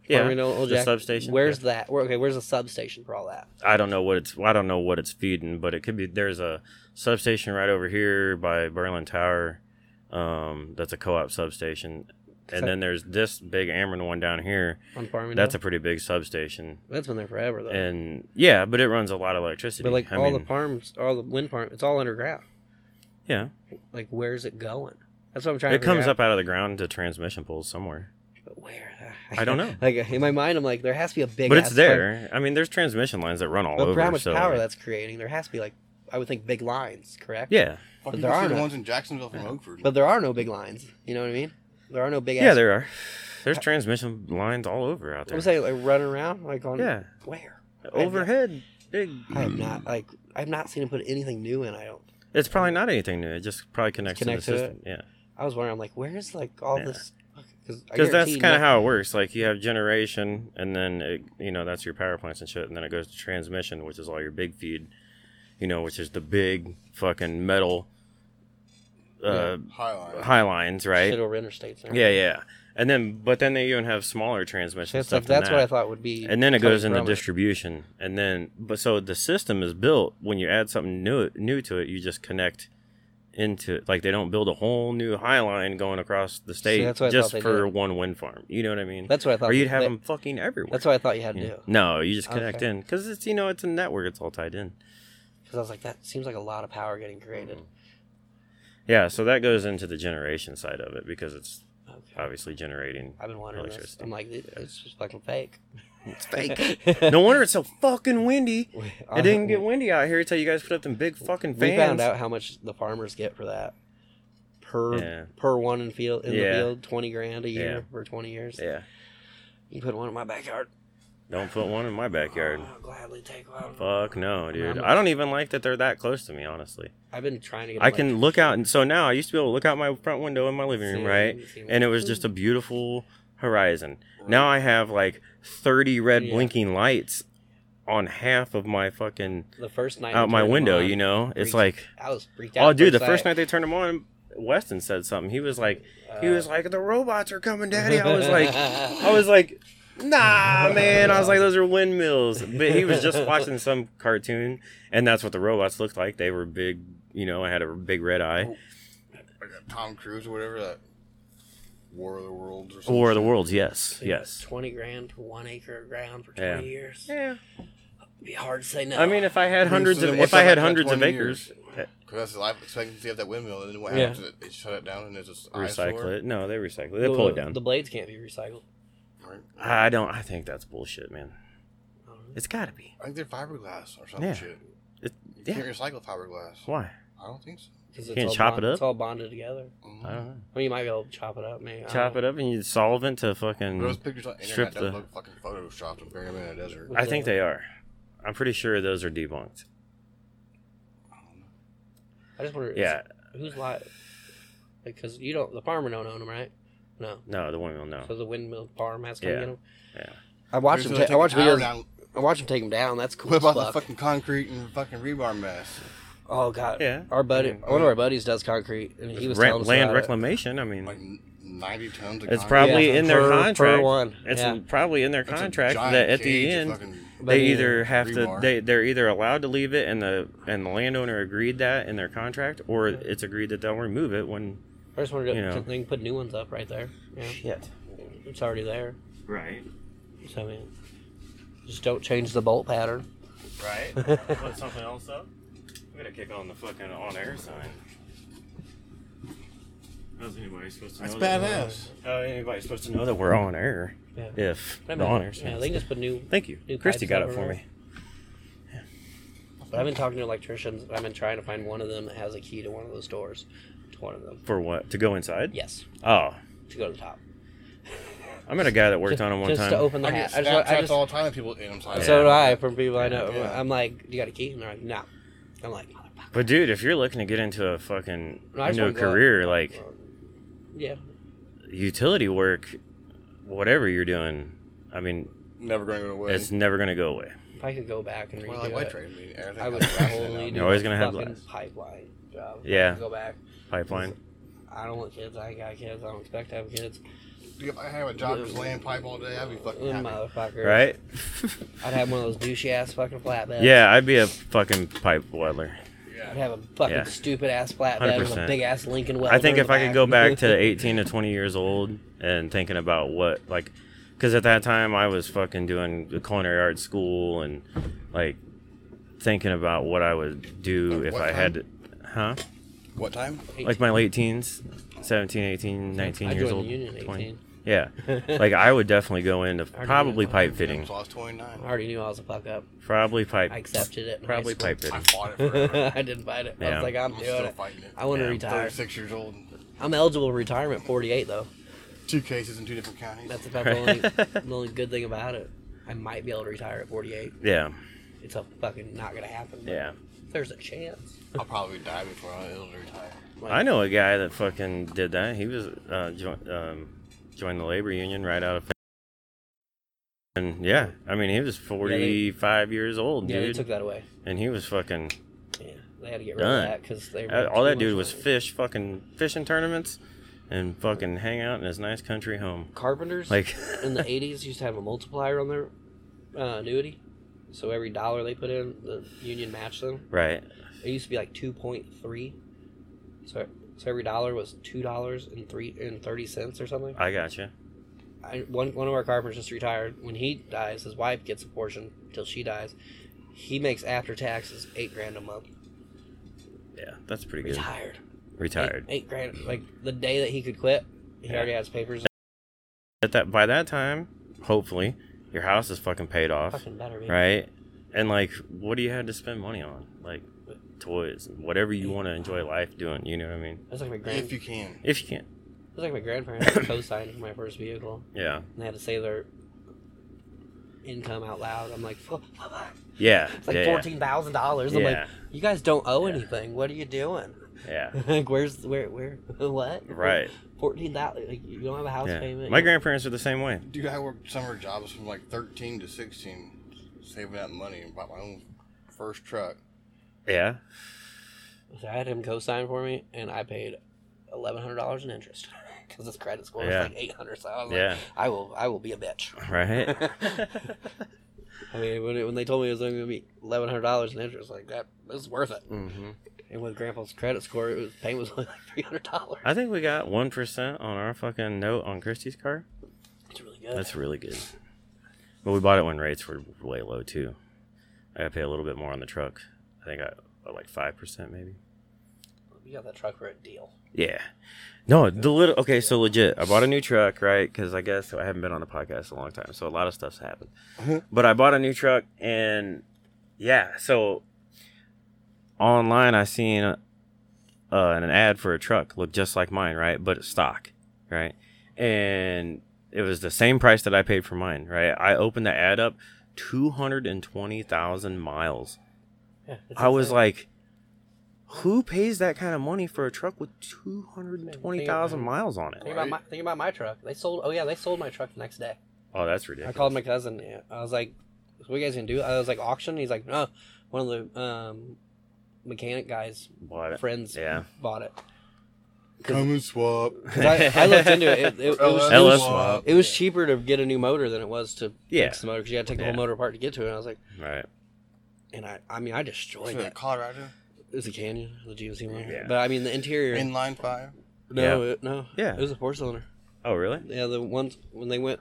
Yeah, Farmingdale, Old the Jack- substation, Where's yeah. that? Where, okay, where's the substation for all that? I don't know what it's I don't know what it's feeding, but it could be there's a substation right over here by Berlin Tower. Um, that's a co-op substation, and So- then there's this big Ameren one down here. On Farmingdale. That's a pretty big substation, that's been there forever though. and yeah, but it runs a lot of electricity. but like I all the mean, farms, all the wind farm, it's all underground. yeah, Like where's it going? That's what I'm trying. it to figure comes out. up out of the ground to transmission poles somewhere. But where? I don't know. like in my mind, I'm like, there has to be a big. but it's ass fucking- there. I mean, there's transmission lines that run all But over. for how much so, power like, that's creating, there has to be like, I would think big lines, correct? yeah, Fucking there you see are the no- ones in Jacksonville from Oakford. But there are no big lines. You know what I mean? There are no big. yeah, ass- there are. There's transmission lines all over out there. I'm saying like running around like on. Yeah, Where? overhead. Big. I have Mm. not like I've not seen him put anything new in. I don't. It's probably not anything new. It just probably connects connects to to the system. Yeah, I was wondering. I'm like, where's like all Yeah. this? Because because that's kind of how it works. Like you have generation, and then it, you know that's your power plants and shit, and then it goes to transmission, which is all your big feed. You know, which is the big fucking metal uh, Highline. high lines, right? shit over interstates. and Yeah, everything. yeah. And then, but then they even have smaller transmission That's stuff. like than that's what that. I thought would be. and then it coming goes into from it. distribution and then but so the system is built when you add something new new to it you just connect into it like they don't build a whole new high line going across the state that's what I just thought they for did. one wind farm you know what i mean That's what I thought. or you'd they- have they- them fucking everywhere That's what I thought you had to Yeah. do. no you just connect Okay. in because it's you know it's a network it's all tied in Because I was like, that seems like a lot of power getting created. yeah so that goes into the generation side of it because it's Okay. obviously generating I've been wondering this. Electricity. I'm like, it- it's just fucking fake. it's fake no wonder it's so fucking windy it didn't get windy out here until you guys put up them big fucking We fans found out how much the farmers get for that per Yeah. per one in field in Yeah. the field, twenty grand a year for twenty years. yeah You put one in my backyard. Don't put one in my backyard. I'll gladly take one. Fuck no, dude. I'm- I don't even like that they're that close to me, honestly. I've been trying to get. I can look out, and so now I used to be able to look out my front window in my living room, right? And it was just a beautiful horizon. Now I have like 30 red Yeah. blinking lights on half of my fucking the first night out my window, you know? It's freaks- like, I was freaked out. oh, dude, the first night they turned them on, Weston said something. He was like, he Uh. was like, the robots are coming, daddy. I was like, I was like, nah, man. I was like, those are windmills. But he was just watching some cartoon, and that's what the robots looked like. They were big, you know, I had a big red eye. Tom Cruise or whatever that War of the Worlds or something. War of the Worlds, yes, yes. twenty grand to one acre of ground for Yeah. twenty years. Yeah. It'd be hard to say no. I mean, if I had I mean, hundreds so of then if what's I up had after hundreds of 20 acres, eh. Because that's the life expectancy of that windmill, and then what Yeah. happens? It, it shut it down, and it's just recycle eyesore, it. No, they recycle it. They pull it down. The blades can't be recycled. Right? I don't. I think that's bullshit, man. I don't know. It's gotta be. I think they're fiberglass or some Yeah. shit. It- You yeah. can't recycle fiberglass. Why? I don't think so. 'Cause it's Can't all chop bond- it up? It's all bonded together. Mm. I don't know. I mean, you might be able to chop it up, maybe. Chop it up and you solvent to fucking. Those pictures on the Strip internet that the- look fucking photoshopped and buried them in a desert. I think they are. I'm pretty sure those are debunked. I just wonder. Yeah. Who's li Because you don't. The farmer don't own them, right? No. No, the windmill. No. So the windmill farm has to come Yeah. get them. Yeah. I watched Dude, him. so they Ta- take I watched the tower videos. down, I watched him take them down. That's cool. Whip as out the fuck. fucking concrete and fucking rebar mess. Oh god. Yeah. Our buddy, Yeah. one of our buddies, does concrete, and he was Ra- telling us land about it. reclamation. I mean, Like n- 90 tons of It's concrete. probably Yeah. in their Per- per contract. one. It's Yeah. probably in their That's a contract giant that at cage the of end fucking- But they yeah, either have to rebar. they they're either allowed to leave it and the and the landowner agreed that in their contract or it's agreed that they'll remove it when I just wanted to you know. they can put new ones up right there. Yeah. shit. It's already there. Right. So I mean, just don't change the bolt pattern. Right. Put something else up. We gotta kick on the fucking on air sign. How's anybody supposed to That's know that we're on- badass. How anybody supposed to know that we're on air? Yeah. If I the mean, on air yeah, sign. they can just put new. Thank you. new Christy pipes got up it for everywhere. me. But I've been talking to electricians. and I've been trying to find one of them that has a key to one of those doors, to one of them. For what? To go inside? Yes, Oh. to go to the top. I met a guy that worked on it one just time. to open the I get hatch. I just, I Snapchats just- all the time of people in them. signs. So do I from people I know. Yeah. I'm like, you got a key? And they're like, no. I'm like, motherfucker. But dude, if you're looking to get into a fucking No, I just into a wanna go out. career like Yeah. utility work, whatever you're doing, I mean, never going to go away. It's never gonna go away. If I could go back and redo well, like white it, trade. I mean, everything I would has a rationale. totally do You're always a gonna have fucking less. pipeline job. If I Yeah. could Go back. Pipeline. I don't want kids. I ain't got kids. I don't expect to have kids. Mm, If I have a job just laying pipe all day, I'd be fucking happy. Motherfucker. Right? I'd have one of those douchey ass fucking flatbeds. Yeah, I'd be a fucking pipe welder. I'd have a fucking Yeah. stupid ass flatbed with a 100%. big ass Lincoln welder. I think in if the I could go back to 18 to 20 years old and thinking about what, like, because at that time I was fucking doing the culinary arts school and, like, thinking about what I would do if What I time? had to, huh? What time? Like my late teens, 17, 18, 19 I years joined the old. union at 20. 18. Yeah. like, I would definitely go into already probably did. pipe Yeah, fitting. so I was 29. I already knew I was a fuck up. Probably pipe. I accepted it. in high Probably school. pipe fitting. I fought it forever. I didn't fight it. I Yeah. was like, I'm, I'm doing still it. fighting it. I want to Yeah. retire. 36 years old, and I'm eligible for retirement 48 though. two cases in two different counties. That's about the only, the only good thing about it. I might be able to retire at 48. Yeah. It's a fucking not gonna happen. but Yeah. if There's a chance. I'll probably die before I'm able to retire. Like, I know a guy that fucking did that. He was uh, join, um, joined the labor union right out of. And yeah, I mean he was forty five years old, Yeah, they dude, took that away. and he was fucking. Yeah, they had to get rid Done. of that because they. uh, were All too that dude much was money. fish, fucking fishing tournaments, and fucking hang out in his nice country home. carpenters. Like, in the 80s used to have a multiplier on their uh, annuity. So every dollar they put in, the union matched them. right? It used to be like 2.3. So, so every dollar was two dollars and three and thirty cents or something. I gotcha. I, one one of our carpenters just retired. When he dies, his wife gets a portion till she dies. He makes after taxes eight grand a month. Yeah, that's pretty good. Retired. Retired. Eight, eight grand. Like the day that he could quit, he Yeah. already has papers. At that by that time, hopefully, your house is fucking paid off. Fucking better. Be. right? And like, what do you have to spend money on? Like, toys, and whatever you want to enjoy life doing. You know what I mean? That's like my grand. If you can. If you can, That's like my grandparents co-signed for my first vehicle. yeah, and they had to say their income out loud. I'm like, "Fuck, yeah, it's like yeah, fourteen thousand dollars. I'm Yeah. like, you guys don't owe Yeah. anything. What are you doing? yeah, like, where's where where what? yeah. right. Fourteen thousand. Like, you don't have a house Yeah. payment. My You- grandparents are the same way. Dude, I worked summer jobs from like 13 to 16, saving that money and bought my own first truck. Yeah, So I had him co-sign for me, and I paid eleven hundred dollars in interest because his credit score Yeah. was like eight hundred. So I was Yeah. like, I will, I will be a bitch. right. I mean, when, it, when they told me it was only going to be eleven hundred dollars in interest, like that, it was worth it. hmm And with Grandpa's credit score, it was payment was only like three hundred dollars. I think we got one percent on our fucking note on Christie's car. It's really good. That's really good. But we bought it when rates were way low too. I got to pay a little bit more on the truck. I think I like five percent maybe. You got that truck for a deal. Yeah. No, the little okay, so legit. I bought a new truck, right? Because I guess I haven't been on the podcast in a long time, so a lot of stuff's happened. But I bought a new truck, and yeah, so online I seen uh, an ad for a truck looked just like mine, right? But it's stock, right? And it was the same price that I paid for mine, right? I opened the ad up, two hundred and twenty thousand miles. Yeah, it's I was insane. like, who pays that kind of money for a truck with 220,000 miles on think it? about my think about my truck. They sold. Oh yeah, they sold my truck the next day. Oh, that's I ridiculous. called my cousin. yeah. I was like, "What are you guys gonna do?" I was like, "Auction." He's like, "No, one of the um, mechanic guys, Bought it. friends, Yeah. bought it." Come and swap. 'Cause I, I looked into it. It, it, it was, Oh, it, LS was, swap. it was cheaper to get a new motor than it was to Yeah. fix the motor because you had to take the Yeah. whole motor apart to get to it. And I was like, Right. and I, I mean, I destroyed So, that. Colorado, It was a Canyon, the GMC one. Yeah. But I mean, the interior. inline five. no, it, no. Yeah. It was a four cylinder. Oh, really? Yeah, the ones when they went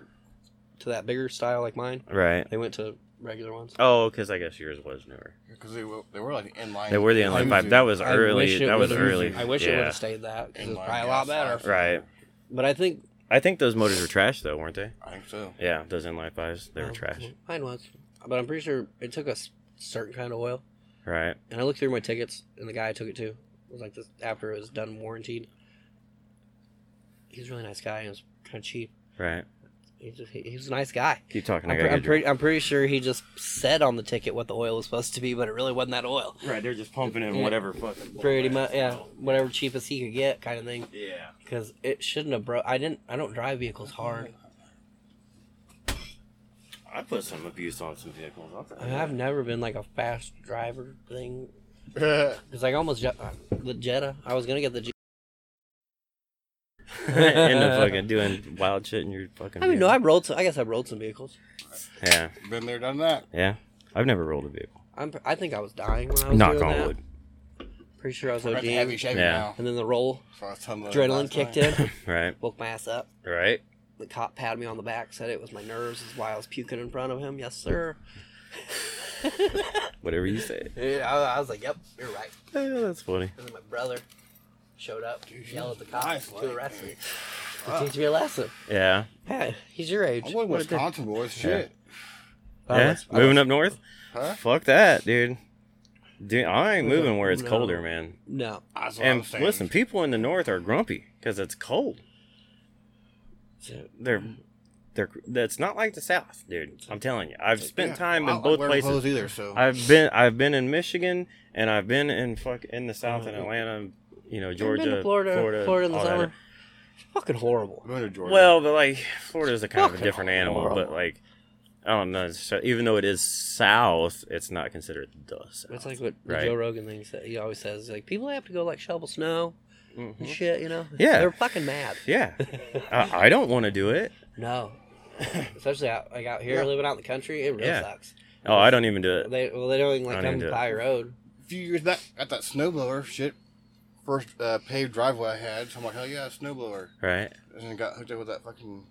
to that bigger style like mine, Right. they went to regular ones. Oh, because I guess yours was newer. Because they were, they were like inline. They were the inline five. That was I early. wish it That was would've- early. I wish it would yeah. have stayed that because Inline it's probably a lot gas better. five. Right. But I think I think those motors were trash though, weren't they? I think so. Yeah, those inline fives, they were Oh, trash. well, Mine was, but I'm pretty sure it took us certain kind of oil. Right. And I looked through my tickets, and the guy I took it to was like this after it was done warranted. He's a really nice guy. He was kind of cheap. Right. He, just, he, he was a nice guy. Keep talking. I I'm, gotta pre- I'm, get your- pretty, I'm pretty sure he just said on the ticket what the oil was supposed to be, but it really wasn't that oil. Right. They're just pumping in Yeah. whatever fucking. Pretty much, yeah, whatever cheapest he could get, kind of thing. Yeah. Because it shouldn't have broke. I didn't. I don't drive vehicles hard. I put some abuse on some vehicles. I'll tell I you. mean, I've never been like a fast driver thing. That's Cause like almost Je- uh, the Jetta. I was gonna get the. G- End up fucking doing wild shit in your fucking. I mean, no, vehicle. I rode. Some, I guess I rode some vehicles. Yeah, Been there, done that. yeah. I've never rolled a vehicle. I'm. I think I was dying when I was Knock doing on that. wood. Pretty sure I was We're at the heavy ODing. shaving Yeah. now. And then the roll So I was telling the- adrenaline last night. kicked in, Right. woke my ass up. Right. The cop patted me on the back, said it was my nerves, is why I was puking in front of him. Yes, sir. Whatever you say. Yeah, I, I was like, yep, you're right. Yeah, that's funny. And then my brother showed up, Dude, yelled at the she's cops nice, to like- arrest me. Wow. To teach me a lesson. Yeah. Hey, he's your age. Oh, I'm going Wisconsin, boys. Shit. I yeah. was- Uh, I Moving was- up north. Huh? Fuck that, dude. Dude, I ain't Moving moving up where it's north. colder, man. No. That's what I'm And saying. listen, people in the north are grumpy because it's cold. So, They're they're that's not like the south, dude. I'm telling you. I've spent Yeah, time I in don't both wear places. clothes either, so Oh, I've been I've been in Michigan and I've been in fuck in the south in Oh. Atlanta, you know, I've Georgia, been to Florida, Florida, in the all that. summer. It's fucking horrible. I've been to Georgia. Well, but like Florida's a kind of a Fucking different animal, but horrible. like I don't know. So even though it is south, it's not considered the south. It's like what the Right. Joe Rogan thing said. He always says, like, people have to go, like, shovel snow Mhm. and shit, you know? Yeah. They're fucking mad. Yeah, I, I don't want to do it. No. Especially out, like out here, Yeah. living out in the country, it really Yeah. sucks. Oh, I don't even do it. They well, they don't even I like don't come do it. by road. a few years back, at that snowblower shit, first uh, paved driveway I had, so I'm like, hell yeah, snowblower. Right, And then got hooked up with that fucking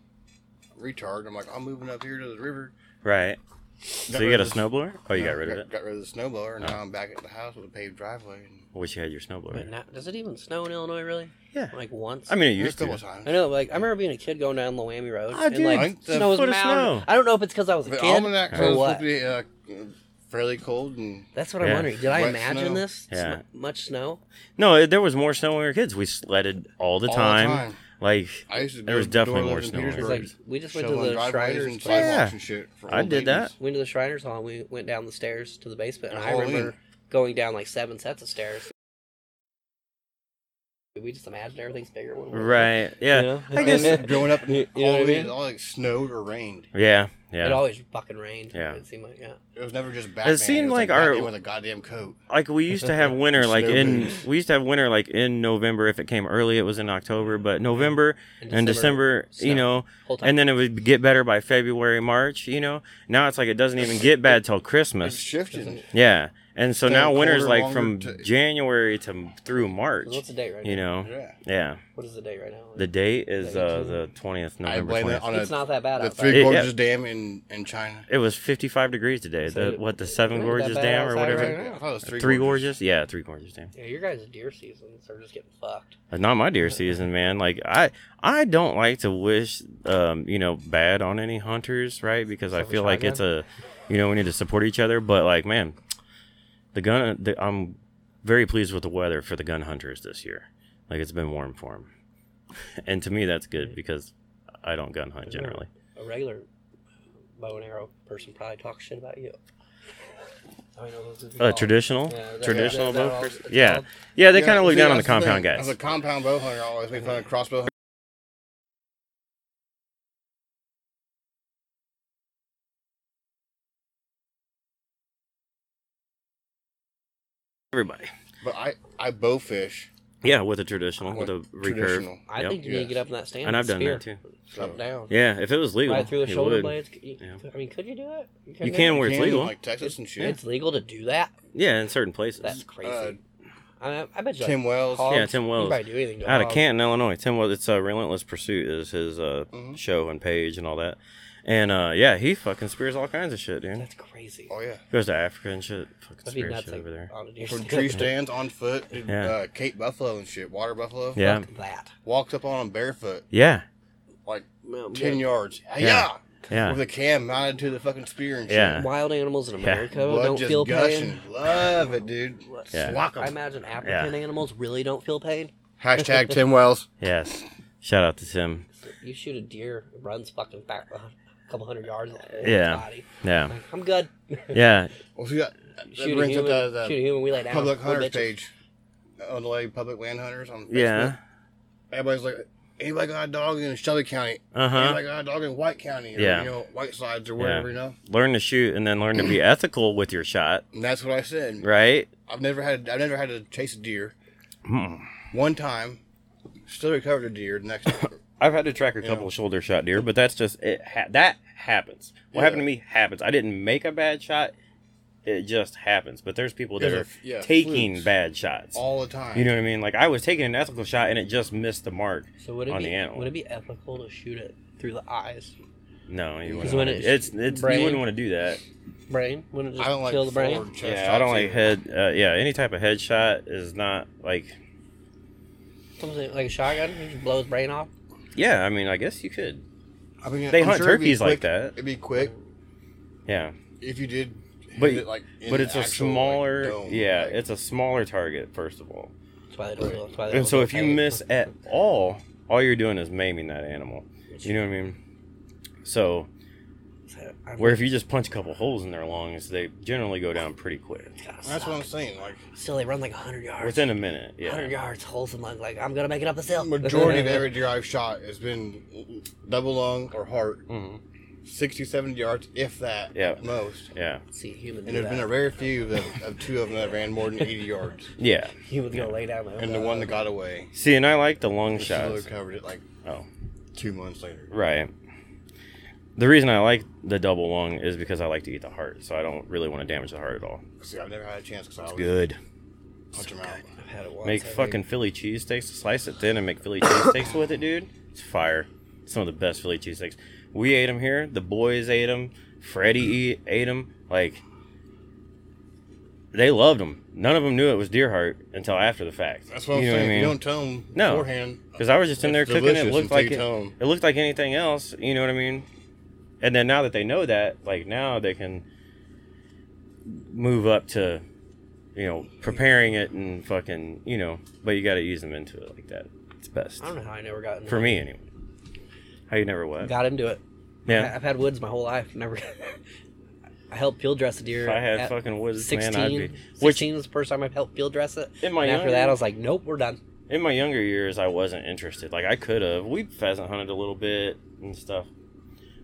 retard. I'm like, I'm moving up here to the river. right. So Got you rid got a of the- snowblower? Oh, you got rid of got, it. Oh. Got rid of the snowblower, and now I'm back at the house with a paved driveway. And I wish you had your snowblower. But now, does it even snow in Illinois really? Yeah. Like once? I mean, it There's used a couple to. times. I know. Like I remember being a kid going down Loamy Road. Ah, dude, and, like, like the snow was foot of mountain. snow. I don't know if it's because I was a The kid almanac or says what. it's supposed to be uh, fairly cold, and That's what I'm Yeah. wondering. Did I Wet imagine snow. this? Sm- Yeah. much snow. No, it, there was more snow when we were kids. We sledded all the All the time. time. Like I used to there go was to definitely Doyle more Living snow. when we were Petersburg. Like kids. we just went to shoveling the driveways Shriners. and sidewalks Yeah. and shit. For I old did that. ladies. Went to the Shriners Hall. and We went down the stairs to the basement, and On I remember Halloween. going down like seven sets of stairs. We just imagine everything's bigger when we were Right. Yeah. You know? I guess. And growing up, You- you know all what I it- mean? all like snowed or rained. Yeah. It Yeah. always fucking rained. Yeah. It seemed like yeah. It was never just Batman. seemed was like our- Batman with a goddamn coat. Like we used to have winter, like Snow in boots. we used to have winter, like in November. If it came early, it was in October. But November In and December, snow. you know, Whole time. and then it would get better by February, March. You know, now it's like it doesn't even get bad till It's Christmas. shifting. Yeah, and so So now winter's colder, like longer from to- January to through What's March. the date right now? You know, Yeah. yeah. What is the date right now? The date is uh, the twentieth, I November blame it twentieth. on it's a, not that bad the outside. Three Yeah. Gorges Dam in, in China. It was fifty-five degrees today. So The it- what the Seven it ain't Gorges that bad Dam or outside whatever. right now. I thought it was Three, gorges. yeah, three gorges. Damn, yeah, your guys' deer seasons are just getting fucked. That's not my deer season, man. Like I, I don't like to wish, um, you know, bad on any hunters, right? Because I Silver feel like it's a, you know, we need to support each other. But like, man, the gun. The, I'm very pleased with the weather for the gun hunters this year. Like it's been warm for them, and to me that's good because I don't gun hunt generally. A regular bow and arrow person probably talks shit about you. I mean, those would be Uh, called- traditional, Yeah, that- traditional that- that bow. all- person- it's Yeah, called- yeah. They kind of look see, down on the that's thing. compound As guys. a compound bow hunter, I always make fun of crossbow hunters. Everybody. But I, I bow fish. Yeah, with a traditional, with a With recurve. traditional. I Yep. think you need to Yes. get up in that stand. And I've with done a that spear. too. So, Up down. Yeah, if it was legal, Right through the you shoulder would. blades. c- You, Yeah. I mean, could you do it? You can you where it's can, legal. Like Texas and shit. It's legal to do that. yeah, in certain places. That's crazy. Uh, I, mean, I bet you. Tim like, Wells. hogs, Yeah, Tim you Wells. probably do anything to a out of hog. Canton, Illinois. Tim was it's uh, Relentless Pursuit is his uh, Mm-hmm. show and page and all that. And uh, yeah, he fucking spears all kinds of shit, dude. That's crazy. Oh, yeah. Goes to Africa and shit. Fucking That'd be spears nuts. shit Like, uh, over there. on a deer From stand. tree stands on foot. and, Yeah. Uh, Cape Buffalo and shit. Water Buffalo. Yeah, Fuck that. Walked up on them barefoot. yeah, Like Well, yeah. 10 yards. Yeah. With yeah. a cam mounted to the fucking spear and shit. Yeah. Wild animals in Yeah. America Blood don't just feel gushing. pain. Love it, dude. Yeah. Swack 'em. I imagine African animals really don't feel pain. Hashtag Tim Wells. Yes. Shout out to Tim. You shoot a deer, it runs fucking back a couple hundred yards. the whole Yeah. Body. Yeah, Like, I'm good. yeah, Well, Oh, see that, that shoot, a brings human, up the, the shoot a human, we lay down. public We're hunters bitches. page. Illinois public land hunters on Facebook. yeah. Everybody's like, anybody got a dog in Shelby County? Uh huh. Anybody got a dog in White County? Or, Yeah. You know, White Sides or whatever, Yeah. you know? Learn to shoot and then learn to be ethical with your shot, And that's what I said. right? I've never had I've never had to chase a deer. Hmm. One time, still recovered a deer the next time. I've had to track a Yeah. couple of shoulder shot deer, but that's just it. Ha- that happens. What Yeah. happened to me happens. I didn't make a bad shot. It just happens. But there's people that There's a- are yeah, taking flukes. bad shots. all the time. You know what I mean? Like I was taking an ethical shot and it just missed the mark. So would it On be the animal. would it be ethical to shoot it through the eyes, No, you wouldn't. Because when Wanna, it's it's it's you brain- wouldn't want to do that. brain? Wouldn't it just I don't like kill the brain? forward chest Yeah, I don't shots like either. head. Uh, yeah, any type of head shot is not like. Something like a shotgun, you just blow his brain off. Yeah, I mean, I guess you could. I mean, They I'm hunt sure it'd be turkeys like quick- that. It'd be quick Yeah, if you did. hit But- it, like, in but the it's a actual, like, smaller. dome, yeah, like- it's a smaller target first of all. That's why they don't. That's why they And don't so go if you pay. miss at all, all you're doing is maiming that animal. You know what I mean? So I've- where if you just punch a couple holes in their lungs, they generally go down pretty quick, God, That's suck. what I'm saying. Like Still, they run like hundred yards. within a minute. Yeah. hundred yards, holes in lung. Like I'm gonna make it up this hill. majority of every deer I've shot has been double lung or heart, hmm 60, 70 yards, if that, Yeah. most. Yeah. See, humans. And do there's been a that. rare few of, them- of two of them that ran more than 80 yards, Yeah. humans gonna lay down. and the one that got away, See, and I like the lung we still shots. recovered it like Oh, two months later. right. The reason I like the double lung is because I like to eat the heart, so I don't really want to damage the heart at all. See, I've never had a chance because I always Good. punch them out. I've had it once. Make I think. fucking Philly cheesesteaks, slice it thin, and make Philly cheesesteaks with it, dude. It's fire. Some of the best Philly cheesesteaks. We ate them here. The boys ate them. Freddie eat, ate them. Like, they loved them. None of them knew it was deer heart until after the fact. That's what I'm you know saying. You What I mean? don't tell them No. beforehand. Because I was just in there It's cooking. It delicious looked until like you it, tell 'em. it looked like anything else. You know what I mean? And then now that they know that, like now they can move up to, you know, preparing it and fucking, you know. But you got to ease them into it like that. It's best I don't know how I never got into for it. me anyway. How you never what? Got into it. I- Yeah. I've had woods my whole life. Never. I helped field dress a deer. If I had at fucking woods, 16, man, I'd be. Which 16 was the first time I helped field dress it. in my and after younger- that, I was like, nope, we're done. in my younger years I wasn't interested. Like I could have. We pheasant hunted a little bit and stuff,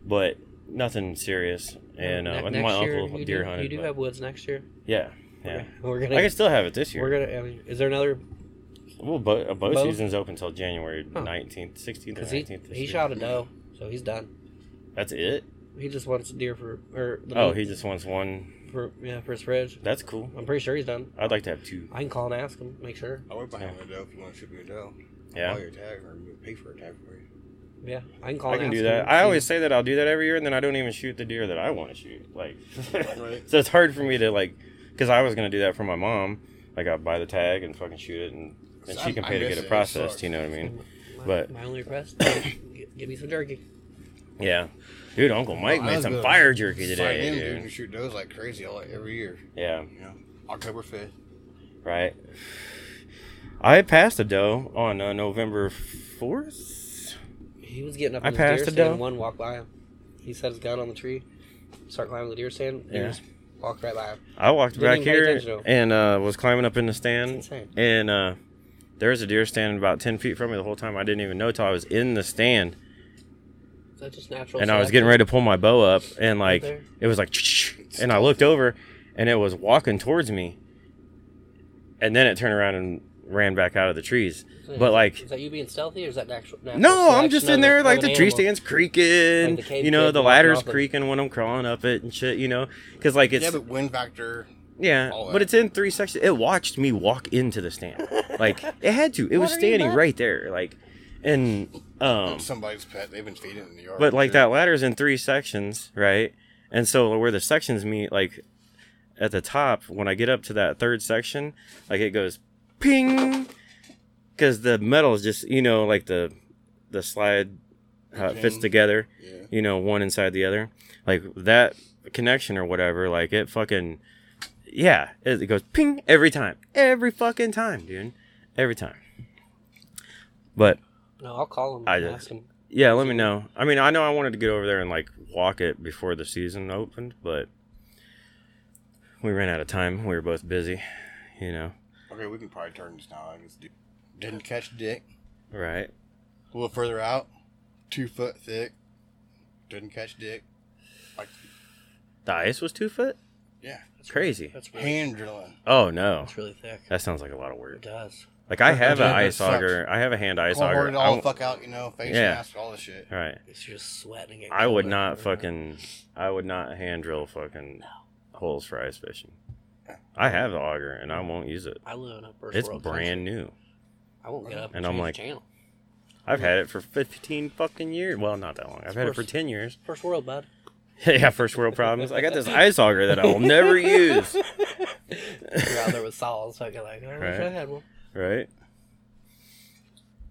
but nothing serious. And, uh, Ne- and my year, uncle you deer do, hunted. You do but- have woods next year. yeah, yeah. We're gonna. I can still have it this we're year. gonna. I mean, is there another? Well, bo- a bow Bow? season's open until January Huh. nineteenth, sixteenth, or Cause he nineteenth. he shot a doe, so he's done. That's it. He just wants a deer for or the Oh, he meat just wants one. for yeah for his fridge. That's cool. I'm pretty sure he's done. I'd like to have two. I can call and ask him, make sure. I went behind yeah. if you want to shoot me a doe. Yeah. I'll your tag or pay for a tag for you. Yeah, I can call. I and can ask do him, that. I see. always say that I'll do that every year, and then I don't even shoot the deer that I want to shoot. Like, Right. so it's hard for me to like, because I was gonna do that for my mom. Like, I buy the tag and fucking shoot it, and and she I'm- can I pay to miss get it. it It processed. sucks. You know what I mean? My, but- my only request, get, get me some jerky. Yeah. Dude, Uncle Mike Well, I made was some gonna fire jerky Sign today, in, dude. dude. You shoot does like crazy all every year. Yeah. You know, October fifth. Right. I passed a doe on uh, November fourth. He was getting up. I in his deer passed a stand, doe. One walked by him. He set his gun on the tree, start climbing the deer stand. Yeah. Yeah. Just walked right by him. I walked Didn't back even pay attention here to and uh, was climbing up in the It's stand, insane. and uh, there was a deer standing about ten feet from me the whole time. I didn't even know till I was in the stand, Is that just natural? and I was getting ready to pull my bow up, and like there. it was like, and I looked over, and it was walking towards me, and then it turned around and ran back out of the trees. selection? But like Is that you being stealthy or is that natural? natural No, I'm selection just of in there, of like an the tree animal? stands creaking, Like the cave you know, kid the walking ladder's off it. creaking when I'm crawling up it and shit, you know, because like it's yeah, yeah, but wind factor. but, all that. it's in three sections. It watched me walk into the stand, like it had to. It was What are you standing nuts? right there, like, and um, Somebody's pet. They've been feeding it in the yard. but like Sure. that ladder's in three sections, right? And so where the sections meet, like at the top, when I get up to that third section, like it goes ping, because the metal is just you know like the the slide how it fits Ping. together, Yeah. you know, one inside the other, like that connection or whatever, like it fucking yeah, it, it goes ping every time, every fucking time, dude, every time. But No, I'll call him. I I and just- ask him. yeah, let me know. I mean, I know I wanted to get over there and like walk it before the season opened, but we ran out of time. We were both busy, you know. Okay, we can probably turn this now. I guess. Didn't catch dick. Right. A little further out, two foot thick, didn't catch dick. Like, The ice was two foot. yeah, It's crazy. That's really, hand drilling. Oh no, that's really thick. that sounds like a lot of It work. does. Like I have an That ice sucks. auger. I have a hand ice auger. Cold-hearted I all won't- the fuck out, you know, face Yeah. mask, all this shit. all right. It's just sweating. and I would covered not everywhere. fucking. I would not hand drill fucking holes for ice fishing. I have the auger and I won't use it. I live in a first It's world brand new. country. I won't get up And and, I'm change like- channel. I've had it for 15 fucking years. Well, not that long. I've had it for First- 10 years. First world, bud. yeah, first world problems. I got this ice auger that I will never use. You're out there with saws, fucking like, I wish I Right. had one. Right?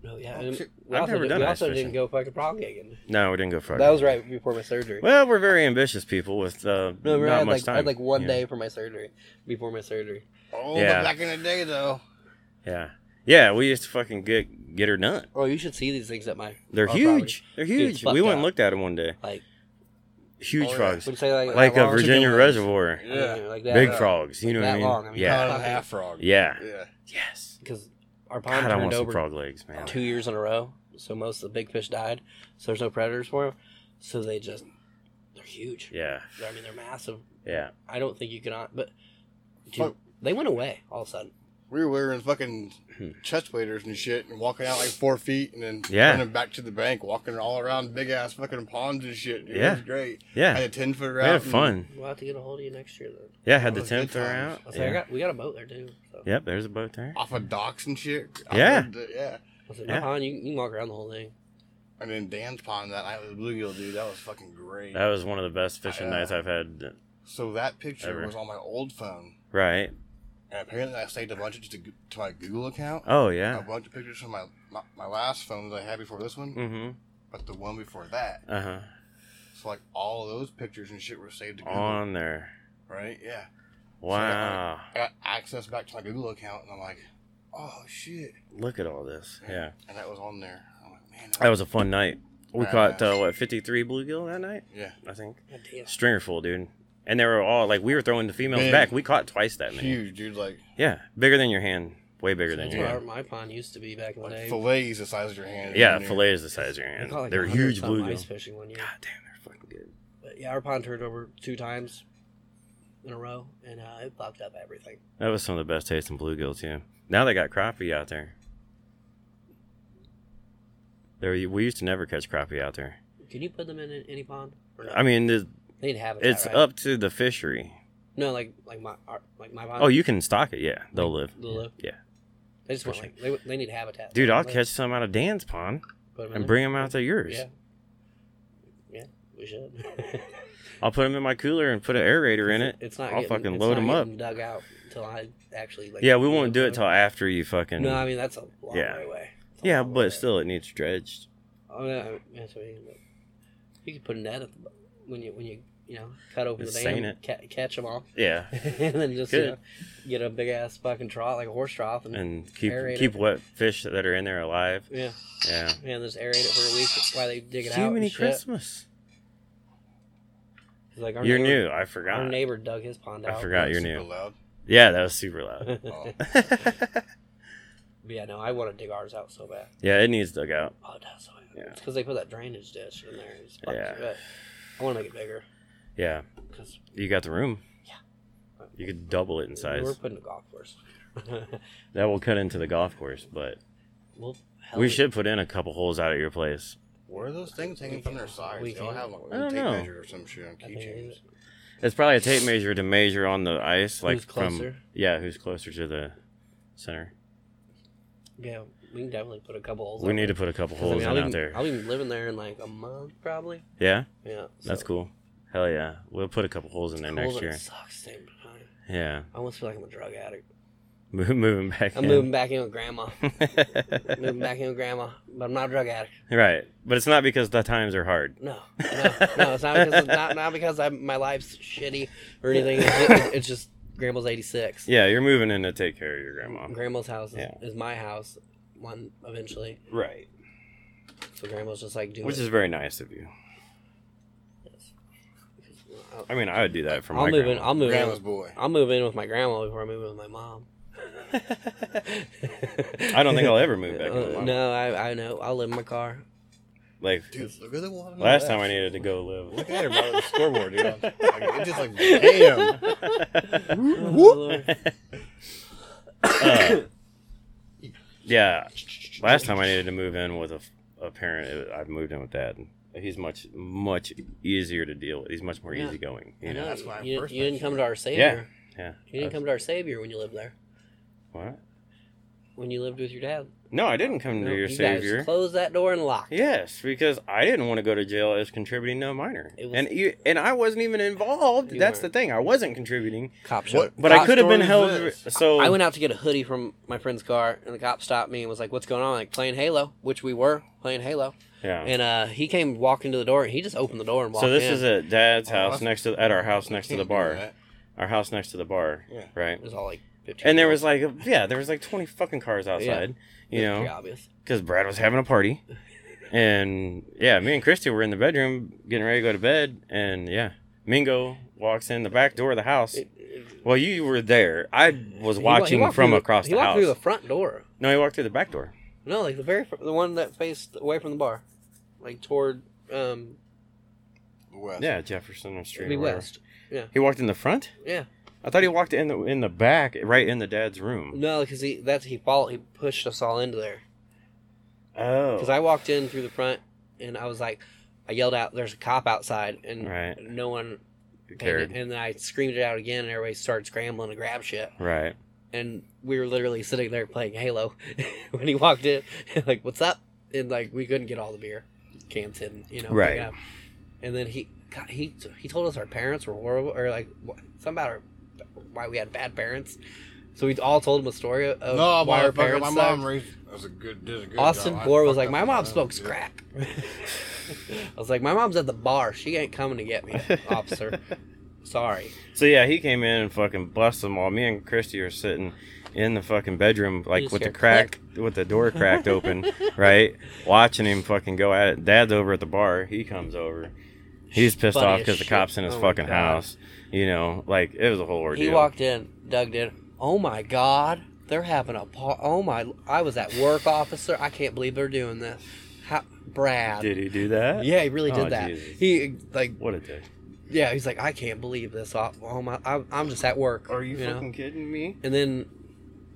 No, yeah. Oh, and shit. we I've also never did- done We ice also fishing. didn't go fucking prong gigging. No, we didn't go far. That was right before my surgery. Well, we're very ambitious people with uh, No, remember, not I had much like time. I had like one Yeah. day for my surgery, before my surgery. Oh, Yeah. but back in the day, though. Yeah. Yeah, we used to fucking get get her done. Oh, you should see these things at my They're Oh, huge. They're huge. fucked We went up. and looked at them one day. like. Huge Oh, yeah. frogs. Would you say like Like that a long? Virginia chicken legs. reservoir. Yeah. Yeah, like that Big long. frogs. You know That what I mean? long, I mean, yeah. Pound and a half frog. Yeah. Yeah. Yes. because our pond God, I want turned some over frog legs, man. two years in a row, so most of the big fish died. So there's no predators for them, so they just they're huge. Yeah. I mean, they're massive. Yeah. I don't think you can, uh, but dude, Fuck. they went away all of a sudden. We were wearing fucking chest waders and shit and walking out like four feet and then Yeah. running back to the bank, walking all around big ass fucking ponds and shit. Dude. Yeah. It was great. I Yeah. had a 10 foot We route. had and- fun. We'll have to get a hold of you next year then. Yeah, had the Those good 10th around. times. I was like, I Yeah. got, we got a boat there too. So. Yep, there's a boat there. Off of docks and shit. I Yeah. loved it, yeah. I was like, Yeah. my pond, you, you can walk around the whole thing. And then Dan's pond that night with bluegill, dude. That was fucking great. That was one of the best fishing uh, Yeah. nights I've had. so that picture Ever. was on my old phone. Right. And apparently I saved a bunch of to, to my Google account. Oh A yeah. bunch of pictures from my, my, my last phone that I had before this one, Mm-hmm. but the one before that. Uh huh. So like all of those pictures and shit were saved to Google. On there. Right? Yeah. Wow. I got access back to my Google account, and I'm like, oh shit. Look at all this. Yeah. And that was on there. I'm like, man. That was a fun night. We Yeah. caught uh, what 53 bluegill that night, yeah, I think. God damn. Stringerful, dude. And they were all like we were throwing the females Big. back. We caught twice that many. huge, dude. Like, Yeah, bigger than your hand. Way bigger than That's your what our, hand. my pond used to be back in the like day. fillets the size of your hand. Yeah, And fillet is the size of your We hand. caught, like, They're 100 huge something bluegill. Ice fishing one year. God damn, they're fucking good. But yeah, our pond turned over two times in a row, and uh, it popped up everything. That was some of the best tasting bluegill too. Now they got crappie out there. There, we used to never catch crappie out there. Can you put them in any pond? Or no? I mean, the, they need habitat. it's right? up to the fishery. No, like like my our, like my pond. Oh, you can stock it. Yeah, they'll live. They'll live? Yeah, they just for want like they, they need habitat. dude, I'll Like, catch some out of Dan's pond put 'em in and there. bring them out to yours. Yeah, yeah, we should. I'll put them in my cooler and put an aerator in it. It's not. I'll getting, fucking it's load not 'em up. getting Dug out until I actually like. yeah, we get won't do it them. till after you fucking. No, I mean that's a long Yeah. way away. It's a yeah, long but way. still, it needs dredged. I mean, I- that's what I mean, but you could put a net at the, bo- when you when you you know cut open Just the seine dam, it. ca- catch them all, Yeah, and then just Could. you know, get a big ass fucking trough like a horse trough, and, and keep Aerator. keep what fish that are in there alive. yeah, Yeah. and just aerate it for a week while they dig it out. Too and many shit. Christmas. 'Cause, Like our You're neighbor, new. I forgot. Our neighbor dug his pond I out. forgot you're super new. loud. Yeah, that was super loud. Oh. But yeah, no, I want to dig ours out so bad. yeah, it needs dug out. Oh, it does so bad. Yeah. It's because they put that drainage ditch in there. It's fucking Yeah. shit. I want to make it bigger Yeah, because you got the room. Yeah. You could double it in uh, we're size. putting a golf course. That will cut into the golf course, but well, hell, we should put in a couple holes out at your place. Where are those things hanging from their sides? We They all can- have like I don't a tape know. measure or some shit on I think it keychains. is. It's probably a tape measure to measure on the ice, like Who's closer? from yeah, who's closer to the center. Yeah, we can definitely put a couple holes. We out need to there. put a couple 'Cause, I holes mean, in I'll out be, there. I'll be living there in like a month probably. yeah, Yeah, that's so- cool. Hell yeah, we'll put a couple holes in there Cool, next but it year. sucks. Same time. Yeah, I almost feel like I'm a drug addict. Mo- moving back. I'm in. moving back in with grandma. moving back in with grandma, but I'm not a drug addict. right, but it's not because the times are hard. No, no, no. It's not because it's not, not because I'm, my life's shitty or anything. It's just, it's just grandma's 86. Yeah, you're moving in to take care of your grandma. Grandma's house is, Yeah. is my house, one eventually. Right. So grandma's just like doing. Which is very nice of you. I mean, I would do that for I'll my move in. grandma. I'll move Grandma's in. boy. I'll move in with my grandma before I move in with my mom. I don't think I'll ever move back. into Uh, mine. no, I, I know. I'll live in my car. Like Dude, look at the one. on the last time I left. needed to go live. Look at it, bro. The scoreboard, dude. Like, it's just like, damn. Oh, Uh, Yeah, last time I needed to move in with a, a parent, it, I moved in with dad. And he's much much easier to deal with. He's much more Yeah. easygoing. You I know, know. that's why I you, first you didn't met come you. to our Yeah. savior. Yeah. Uh, You didn't come to our savior when you lived there. What? When you lived with your dad. No, I didn't come to No, your you savior. Guys closed that door and locked. Yes, because I didn't want to go to jail as contributing to a minor, It was- and you, and I wasn't even involved. You That's weren't. the thing; I wasn't contributing, Cop showed. but I Cop- could have been story held. is this? So I went out to get a hoodie from my friend's car, and the cop stopped me and was like, "What's going on?" Like playing Halo, which we were playing Halo. yeah. And uh, he came walking to the door, and he just opened the door and walked so this in. is at dad's Oh, house that's- next to at our house next to the Can't do bar, that. our house next to the bar, Yeah. right? It was all like fifteen. And there was like yeah, there was like twenty fucking cars outside, you pretty know, obvious. because Brad was having a party, and yeah, me and Christy were in the bedroom getting ready to go to bed, and yeah, Mingo walks in the back door of the house. Well, you were there. I was He wa- he watching walked from through across He the walked house. through the front door. No, he walked through the back door. No, like the very fir- the one that faced away from the bar, like toward um West. Yeah, Jefferson Street. the or whatever. west. Yeah, He walked in the front. yeah. I thought he walked in the in the back, right in the dad's room. No, because he that's he followed. He pushed us all into there. Oh, Because I walked in through the front, and I was like, I yelled out, "There's a cop outside!" And Right. no one cared. And then I screamed it out again, and everybody started scrambling to grab shit. right. And we were literally sitting there playing Halo when he walked in. like, what's up? And like, we couldn't get all the beer cans hidden, you know. pick Right. up. And then he, God, he, he told us our parents were horrible, or like, wh- something about our, why we had bad parents. So we all told him a story of No, why my, our fucking- parents. my sucked. mom raised. That's a good. Did a good Austin job. I Bohr was fucked like, up "My with mom that. smokes Yeah. crack." I was like, "My mom's at the bar. She ain't coming to get me, officer. Sorry." So yeah, he came in and fucking busted them all. Me and Christy are sitting in the fucking bedroom, like just with the hear crack, with the door cracked open, right? Watching him fucking go at it. Dad's over at the bar. He comes over. He's pissed Funny off as because the shit. cops in his Oh my fucking God. house. You know, like it was a whole ordeal. He walked in. Doug did. Oh my God, they're having a par. Oh my, I was at work, officer. I can't believe they're doing this. How, Brad. Did he do that? Yeah, he really did Oh, that. Jesus. He like, What a dick. yeah, he's like, I can't believe this. Oh oh my, I, I'm just at work. know? kidding me? And then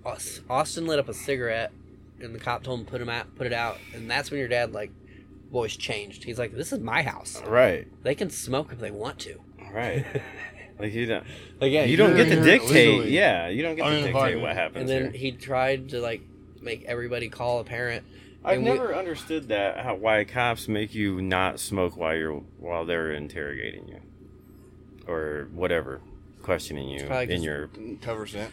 Aus- Austin lit up a cigarette, and the cop told him put him out, put it out, and that's when your dad like voice changed. He's like, "This is my house. Right. They can smoke if they want to." Right. like you don't Like, yeah, you don't you're get to here dictate. illegally. Yeah, you don't get to dictate Uninvited. what happens. And then here. he tried to like make everybody call a parent. I've and we- never understood that how, why cops make you not smoke while you're while they're interrogating you or whatever questioning you probably in 'cause- your Cover scent.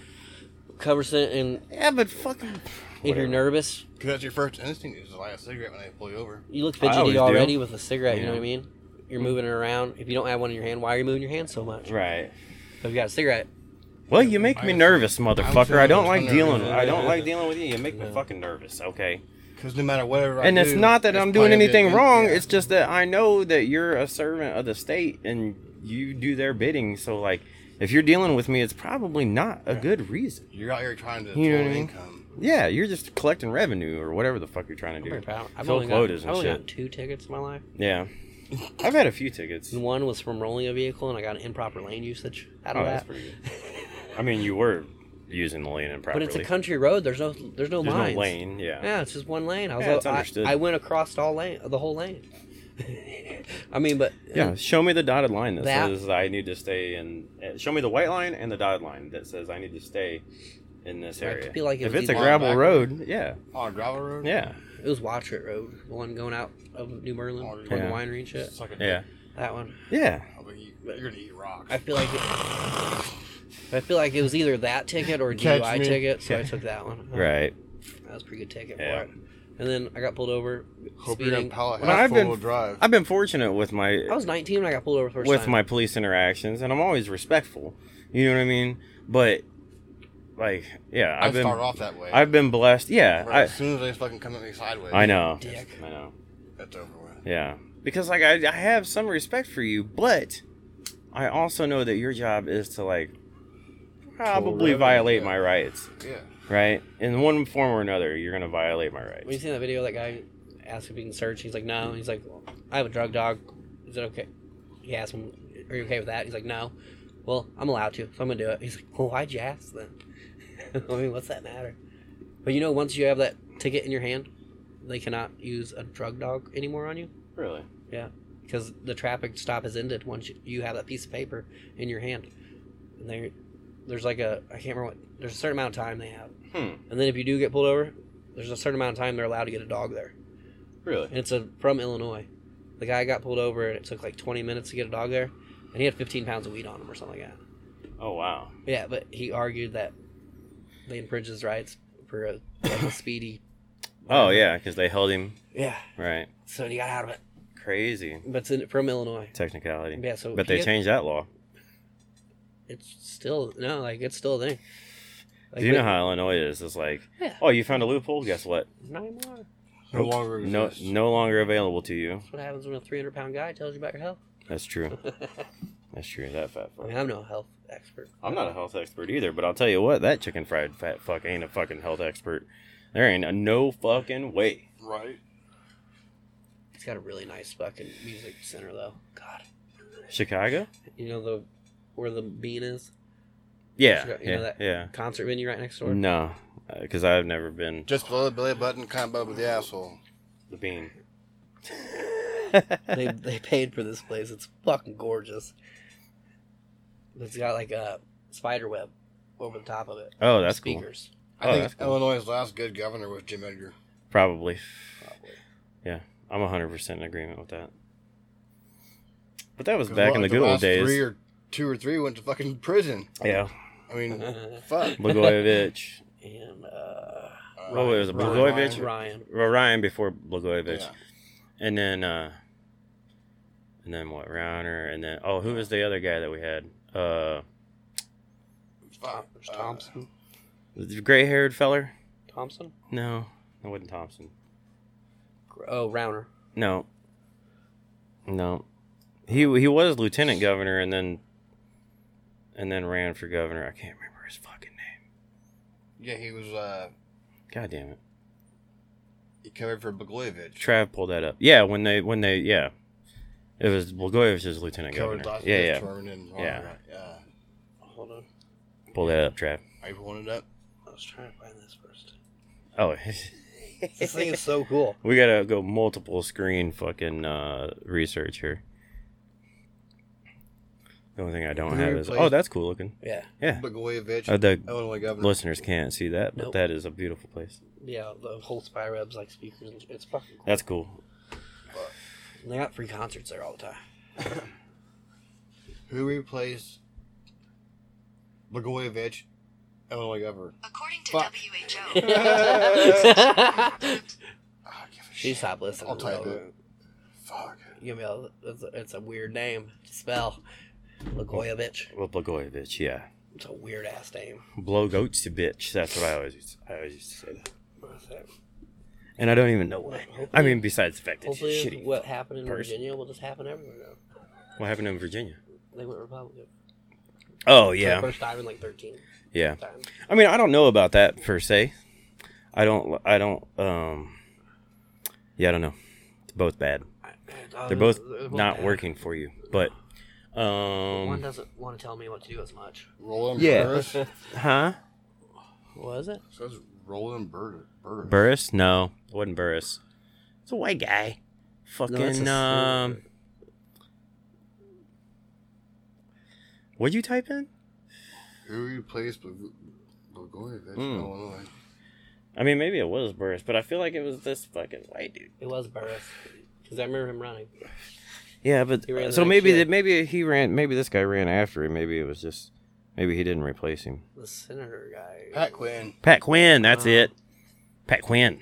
covers it, and yeah but fucking if you're nervous, Because that's your first instinct is to light a cigarette when they pull you over. you look I always fidgety do. already with a cigarette. You know Yeah. what I mean? You're moving it around. If you don't have one in your hand, why are you moving your hand so much? right If you got a cigarette, well you make me nervous motherfucker I don't like I'm dealing feeling- I don't like dealing with you you make me fucking nervous okay Because no matter whatever. I and it's do, not that it's I'm doing probably a anything good- wrong. yeah. It's just that I know that you're a servant of the state and you do their bidding. So like, if you're dealing with me, it's probably not a good reason. you're out here trying to You know pull what I mean? income. Yeah, you're just collecting revenue or whatever the fuck you're trying to I'm do. pretty proud. I've Fill only, got, quotas I've and only shit. got two tickets in my life. Yeah, I've had a few tickets. And one was from rolling a vehicle, and I got an improper lane usage out Oh, of that's that. pretty good. I mean, you were using the lane But improperly. it's a country road. There's no there's no There's lines. no lane. Yeah. Yeah, it's just one lane. I was Yeah, it's I- understood. I, went across all lane, the whole lane. I mean, but Yeah, show me the dotted line that, That- says I need to stay in. uh, Show me the white line and the dotted line that says I need to stay in this Right, area. I feel like it if was it's a either- gravel Back- road, yeah, On a gravel road. yeah, it was Watchert Road, the one going out of New Berlin Oh, yeah. toward the winery and shit. Suck a dick. Oh, yeah, That one. yeah. I'll be- You're gonna eat rocks. I feel like it, I feel like it was either that ticket or a Catch DUI me. ticket, so I took that one. Right. That was a pretty good ticket Yeah. for it. And then I got pulled over Hope you're speeding. in Palo Well, I've Alto. been- Four wheel drive. I've been fortunate with my I was 19 when I got pulled over first with time. my police interactions, and I'm always respectful. You know what I mean? But like, yeah, I I've been start off that way. I've been blessed. Yeah, Where I as soon as they fucking come at me sideways, I know. Dick. I know. That's over with. Yeah, because like I, I have some respect for you, but I also know that your job is to like probably revenue, violate yeah. my rights. Yeah. right? In one form or another, you're gonna violate my When you rights. seen that video, that guy asked if he can search. He's like, no. He's like, I have a drug dog. Is it okay? He asked him, are you okay with that? He's like, no. Well, I'm allowed to, so I'm gonna do it. He's like, well, why'd you ask then? I mean, what's that matter? But you know, once you have that ticket in your hand, they cannot use a drug dog anymore on you Really? because the traffic stop has ended once you- you have that piece of paper in your hand. And there, there's like a I can't remember what there's a certain amount of time they have, Hmm. and then if you do get pulled over, there's a certain amount of time they're allowed to get a dog there. Really? And it's a, from Illinois. The guy got pulled over, and it took like 20 minutes to get a dog there, and he had 15 pounds of weed on him or something like that. Oh wow. Yeah, but he argued that they infringed his rights for a, like a speedy. Oh yeah, because they held him Yeah, right. so he got out of it. Crazy But it's in, from Illinois. technicality. Yeah, so But he they got- changed that law. It's still no, like it's still a thing. Like, Do you know we- how Illinois is? It's like, Yeah. oh, you found a loophole. Guess what? Nine more. No longer No, exists. no longer available to you. That's what happens when a 300 pound guy tells you about your health. That's true. I That's true. That fat fuck. mean, I'm no health expert. I'm not a health expert either, but I'll tell you what, that chicken fried fat fuck ain't a fucking health expert. There ain't a no fucking way. Right? It's got a really nice fucking music center though. God, Chicago? you know the where the bean is Yeah. Chicago, you yeah. know that yeah. concert venue right next door. No, because I've never been Just below the belly button combo with the asshole. the bean. they they paid for this place. It's fucking gorgeous. It's got like a spider web over the top of it. oh, that's cool. Speakers. I Oh, that's think cool. Illinois' last good governor was Jim Edgar. Probably. Yeah, I'm 100% in agreement with that. But that was back in the Like, good old last days. Three or two or three went to fucking prison. Yeah. I mean, fuck. Blagojevich. and uh, Oh, it was a Ryan. Blagojevich? Ryan. Well, Ryan before Blagojevich. Yeah. And then uh and then what, Rauner and then oh who was the other guy that we had? Uh Fuck. There's Thompson. the gray haired feller? Thompson. No. It wasn't Thompson. Oh, Rauner. No. No. He he was lieutenant governor and then and then ran for governor. I can't remember his fucking name. Yeah, he was. uh God damn it. He covered for Blagojevich. Trav pulled that up. Yeah, when they when they yeah. It was Blagojevich's lieutenant Covered governor. last Yeah, yeah. term and then Ron- Yeah. yeah. Hold on. Pull that up, Trav. Are you pulling it up? I was trying to find this first. Oh, This thing is so cool. We gotta go multiple screen fucking uh, research here. The only thing I don't Who have is oh, replaced- that's cool looking. Yeah. Yeah, Blagojevich, uh, the Illinois governor. listeners can't see that, but Nope. that is a beautiful place. Yeah, the whole spy web's like speakers. And shit. It's fucking cool. That's cool. And they got free concerts there all the time. Who replaced Blagojevich, Illinois governor? According to Fuck. WHO, Ah, give a she shit. stopped listening. I'll type though. it. Fuck. You know, it's a, it's a weird name to spell. Blagojevich. Well, Blagojevich, yeah, It's a weird ass name. blow goats to bitch. That's what I always used. I always used to say that, Hopefully, and I don't even know why. I mean, besides the fact that it's shitty. what happened in person. Virginia will just happen everywhere now. What happened in Virginia? They went Republican. Oh For the yeah, first time in like 13 yeah. times. I mean, I don't know about that per se. I don't. I don't. Um. Yeah, I don't know. It's both bad. uh, They're both not working for you, but. One Um. doesn't want to tell me what to do as much. Roland Yeah. Burris. It Huh? Was it? says Roland Bur- Burris. Burris? No, it wasn't Burris. It's a white guy. that's Fucking a- um. What'd you type in? Who replaced Blag- Blagojevich, Mm. Illinois? I mean, maybe it was Burris, but I feel like it was this fucking white dude. It was Burris. Because I remember him running. Yeah, but He ran the so next maybe year. that maybe he ran. Maybe this guy ran after him. Maybe it was just. Maybe he didn't replace him. Uh. The senator guy. Pat Quinn. Pat Quinn. That's Wow. it. Pat Quinn.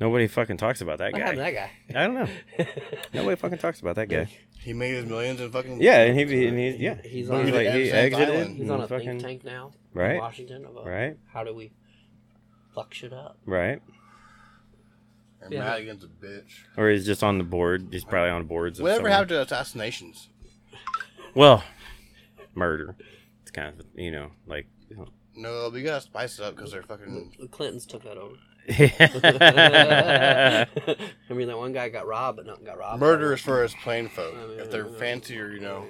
Nobody fucking talks about that What guy. happened to that I don't know. guy? Nobody fucking talks about that guy. He made his millions in fucking. Yeah, and he, and he yeah. He's He was on- like he Absinthe exited. Island. He's and on a fucking, think tank now. In Right. Washington. About Right. How do we fuck shit up? Right. And Yeah. Madigan's a bitch. Or he's just on the board. He's probably on boards. of Whatever someone. happened to assassinations? Well, murder. It's kind of you know like. you know. No, but you gotta spice it up because they're fucking. The Clintons took that over. I yeah, mean, that one guy got robbed, but not got robbed. Murder as far as plain folk. I mean, If they're fancier, you know.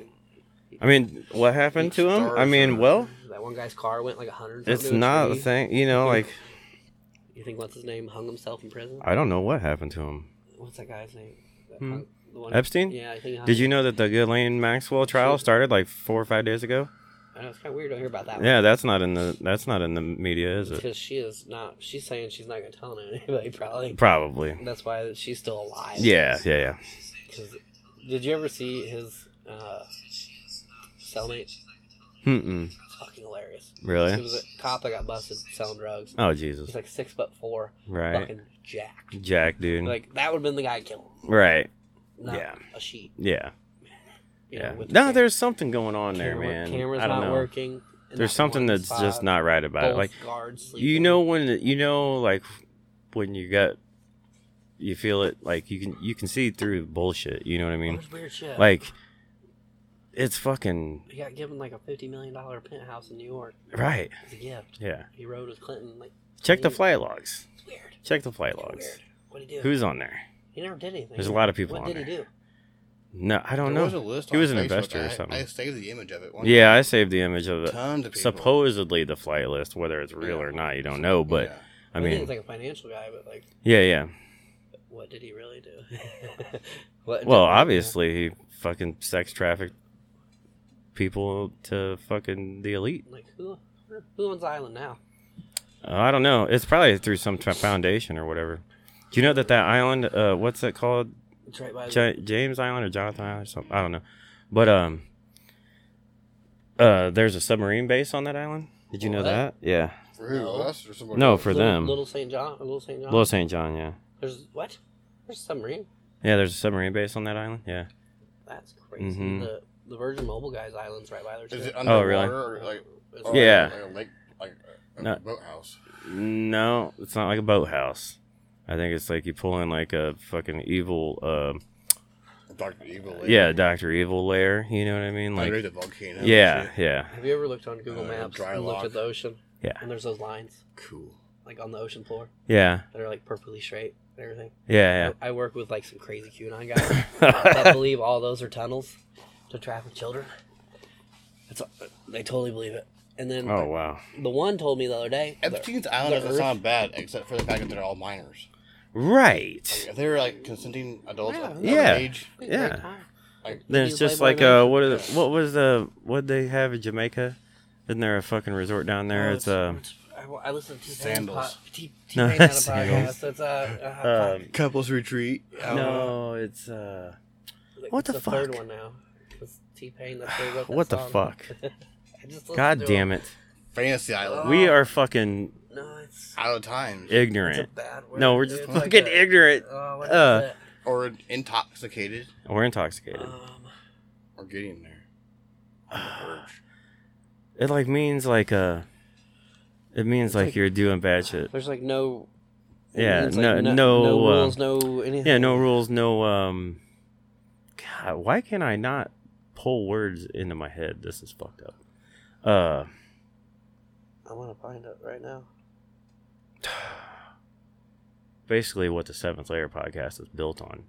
I mean, what happened to him? I mean, well, That one guy's car went like a hundred. and it's something to a not a tree. thing. You know, like You think what's his name hung himself in prison? I don't know what happened to him. What's that guy's name? That Hmm. hung- the one- Epstein? Yeah, I think. he hung Did you know that the Ghislaine Maxwell trial started like four or five days ago? I know it's kind of weird to hear about that. Yeah, that's not in the that's not in the media, is it? because she is not. She's saying she's not gonna tell anybody. Probably. Probably. That's why she's still alive. Yeah, yeah, yeah. 'Cause- Did you ever see his uh, cellmate? Mm-mm. It's fucking hilarious. He Really? was a cop that got busted selling drugs. Oh He's Jesus! like six foot four, Right, Mm-hmm. fucking jacked. Jack, dude. Like that would have been the guy killing, him, Right. not Yeah. a sheep. Yeah. you know, Yeah. with the No, cam- there's something going on there, camera- man. Camera's I don't not know. working. and There's not in something one that's just spot, not right about it. both Like guards you sleeping. know when you know like when you got you feel it like you can you can see through bullshit. You know what I mean? There's weird shit. Like it's fucking he got given like a fifty million dollar penthouse in New York right. as a gift. Yeah. He rode with Clinton. Like Check the flight logs. it's weird. Check the flight It's logs. Weird. What did he do? Who's on there? he never did anything. There's a lot of people What on did he do? No, I don't There was a know. list He on was an Facebook. investor or I- something. I saved the image of it. One Yeah, I saved the image of time. it. Tons of people. supposedly the flight list whether it's real Yeah. or not you don't know but Yeah. i think mean he's like a financial guy, but like, yeah yeah what did he really do? what well obviously he fucking sex trafficked people to fucking the elite Like who? Who owns the island now? Uh, i don't know it's probably through some t- foundation or whatever do you know that that island uh what's it called It's right by J- james island or jonathan island or something i don't know but um uh there's a submarine base on that island did you know What? that yeah For who? No. Us or somebody? no else? for Little- them Little Saint John. Little Saint John. little st john yeah There's what? There's a submarine. yeah there's a submarine base on that island yeah That's crazy. Mhm. The the Virgin Mobile guys island's right by their Is ship. it underwater really? or like? uh, It's or Oh, right- Yeah. Like, a lake, like a No. boathouse. No, it's not like a boathouse. I think it's like you pull in like a fucking evil, um A Dark evil. Lake. yeah, Doctor Evil lair. You know what I Oh, mean? Like Like, the volcano. and yeah, shit. yeah, Have you ever looked on Google Uh, Maps dry and lock. looked at the ocean? Yeah. And there's those lines Cool. like on the ocean floor yeah, that are like perfectly straight and everything. yeah, I, I work with like some crazy QAnon guys that yeah. believe all those are tunnels to traffic children. That's they totally believe it. And then oh wow, the one told me the other day. Epstein's Island the doesn't Earth- sound bad, except for the fact that they're all minors. right? If they were like consenting adults Yeah, of yeah. age, Yeah. like Then Use it's just Playboy like uh, Mansion. what is what was the what they have in Jamaica? Isn't there a fucking resort down Oh, there? It's uh, I, I listen to Sandals. T-Pain's po- T- No, T-Pain had a sandals. podcast. It's uh, uh, um, couples retreat. no, it's uh, Like, What it's the third fuck? one now. T Pain. That What the fuck? god damn it, Fantasy Oh. Island. we are fucking No, it's, Out of time. it's a ignorant. bad word. No, we're dude. just It's like fucking a- ignorant. Oh, what is Uh, Or intoxicated. We're it? intoxicated. Um, Or getting there. Urge. It like means like uh it means like, like- you're doing bad shit. there's like no. Yeah, it's no- like no, no uh, rules, no anything. Yeah, no rules, no um God, why can I not pull words into my head? This is fucked up. Uh I want to find it right now. basically what the seventh layer podcast is built on.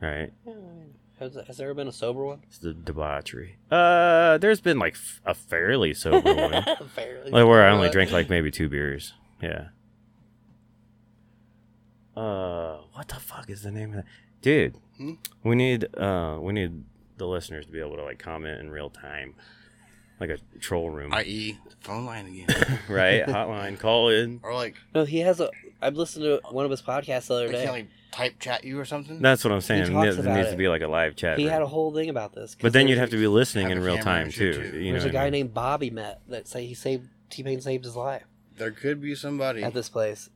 Right? Yeah, I mean, has, has there ever been a sober one? It's the debauchery. Uh there's been like f- a fairly sober one. Fairly. Like where I only Uh, drank like maybe two beers. Yeah. Uh, what the fuck is the name of that, dude? Hmm? We need uh, we need the listeners to be able to like comment in real time, like a troll room, I.e. E. phone line again. right? Hotline, call in. or like, No, he has a. I've listened to one of his podcasts the other they can't day. like type chat you or something. That's what I'm saying. It talks needs, about needs it. to be like a live chat. He room. had a whole thing about this. 'cause but then there's- you'd have to be listening Have in a real camera time and shit, too. too. You know There's a what guy I mean? named Bobby met that say he saved T Pain saved his life There could be somebody. at this place.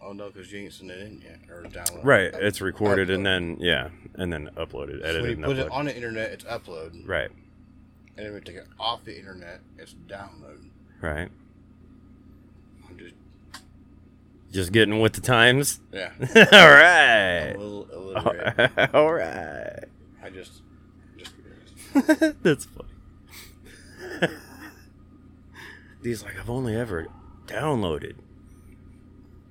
oh no, because you ain't sent it in yet or download. Right, Up- it's recorded and then upload. yeah, and then uploaded, So when edited, you and put it uploaded. on the internet, it's upload. Right, And then we take it off the internet, it's download. right. I'm just Just getting with the times. yeah. All I'm right. a little illiterate. All right. I just just That's funny. these like I've only ever downloaded.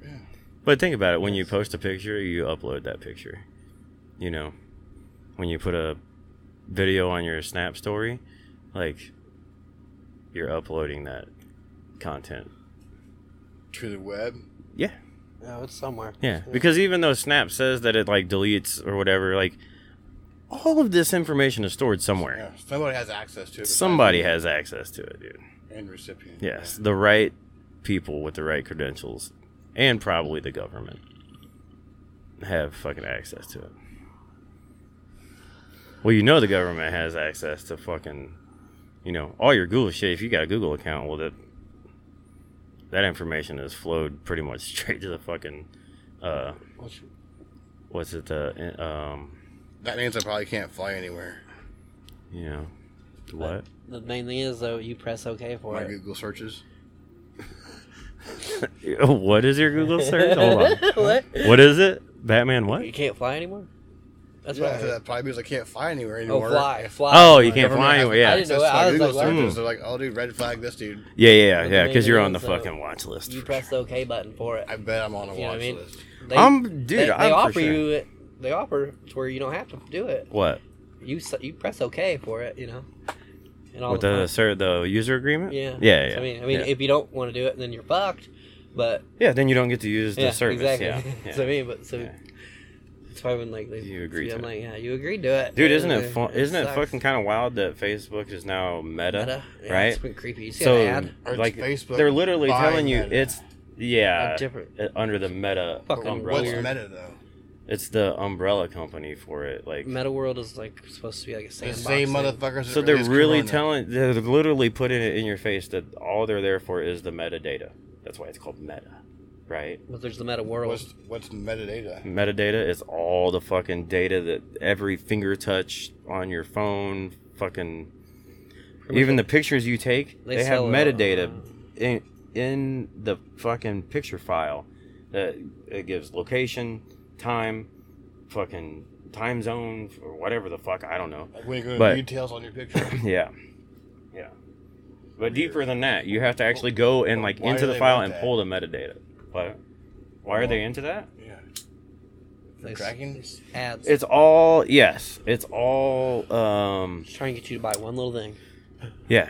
Yeah. But think about it. When you post a picture, you upload that picture. You know, when you put a video on your Snap story, like you're uploading that content. To the web. Yeah. No, it's somewhere. Yeah, because even though Snap says that it like deletes or whatever, like all of this information is stored somewhere. Yeah. Somebody has access to it. besides Somebody you has access to it, dude. And recipient. Yes, the right people with the right credentials and probably the government have fucking access to it. Well, you know the government has access to fucking, you know, all your Google shit. If you got a Google account, well, that that information has flowed pretty much straight to the fucking, uh, Which- what's it the um, That means I probably can't fly anywhere. you know, the what? The main thing is though, you press OK for My it. Google searches. what is your Google search? Hold on. what? What is it? Batman what? You can't fly anymore. That's yeah, what I so heard. that probably means I can't fly anywhere Oh, anymore. fly, fly. Oh, you Like, can't fly anywhere. Yeah. I didn't know it. That's I my was Google like, what? searches. They're like, oh, dude, red flag this dude. Yeah, yeah, yeah. the Because you're on the main thing is, uh, fucking watch list. You press the OK button for it. I bet I'm on a You know what I watch mean? list. They, I'm dude. they, I'm they for offer sure. you it. They offer to where you don't have to do it. what You s- you press OK for it, you know. And all with the, the fun. sir the user agreement? yeah yeah, yeah. So, I mean, I mean, yeah. if you don't want to do it, then you're fucked. But Yeah, Then you don't get to use the yeah, service. exactly. Yeah, so I yeah. mean, but so Yeah. it's probably when like they, You agreed I'm to it. like, yeah, you agreed to it, dude, isn't Yeah, it fun? Isn't it sucks. fucking kind of wild that Facebook is now Meta, Meta? Yeah, right? It's been creepy. You see so, So an Or it's like Facebook they're literally buying telling you Meta. it's yeah ad? different. uh, under the Meta Fucking umbrella. What's Weird. Meta though? It's the umbrella company for it. Like Meta World is like supposed to be like a The sandbox. same thing. motherfuckers. so that they're released really Corona. telling they're literally putting it in your face that all they're there for is the metadata. That's why it's called Meta, right? But there's the Meta World. What's what's metadata? Metadata is all the fucking data that every finger touch on your phone, fucking Pretty even the much pictures you take, They they, have sell it, metadata uh, in in the fucking picture file that it gives location, time, fucking time zone or whatever the fuck, I don't know. Like when you go into But- details on your picture. Yeah. Yeah. But deeper than that, you have to actually go and like Why into do the they file want and that? pull the metadata. But why are they into that? yeah. For there's- tracking. there's ads. It's all yes. It's all um Just trying to get you to buy one little thing. yeah.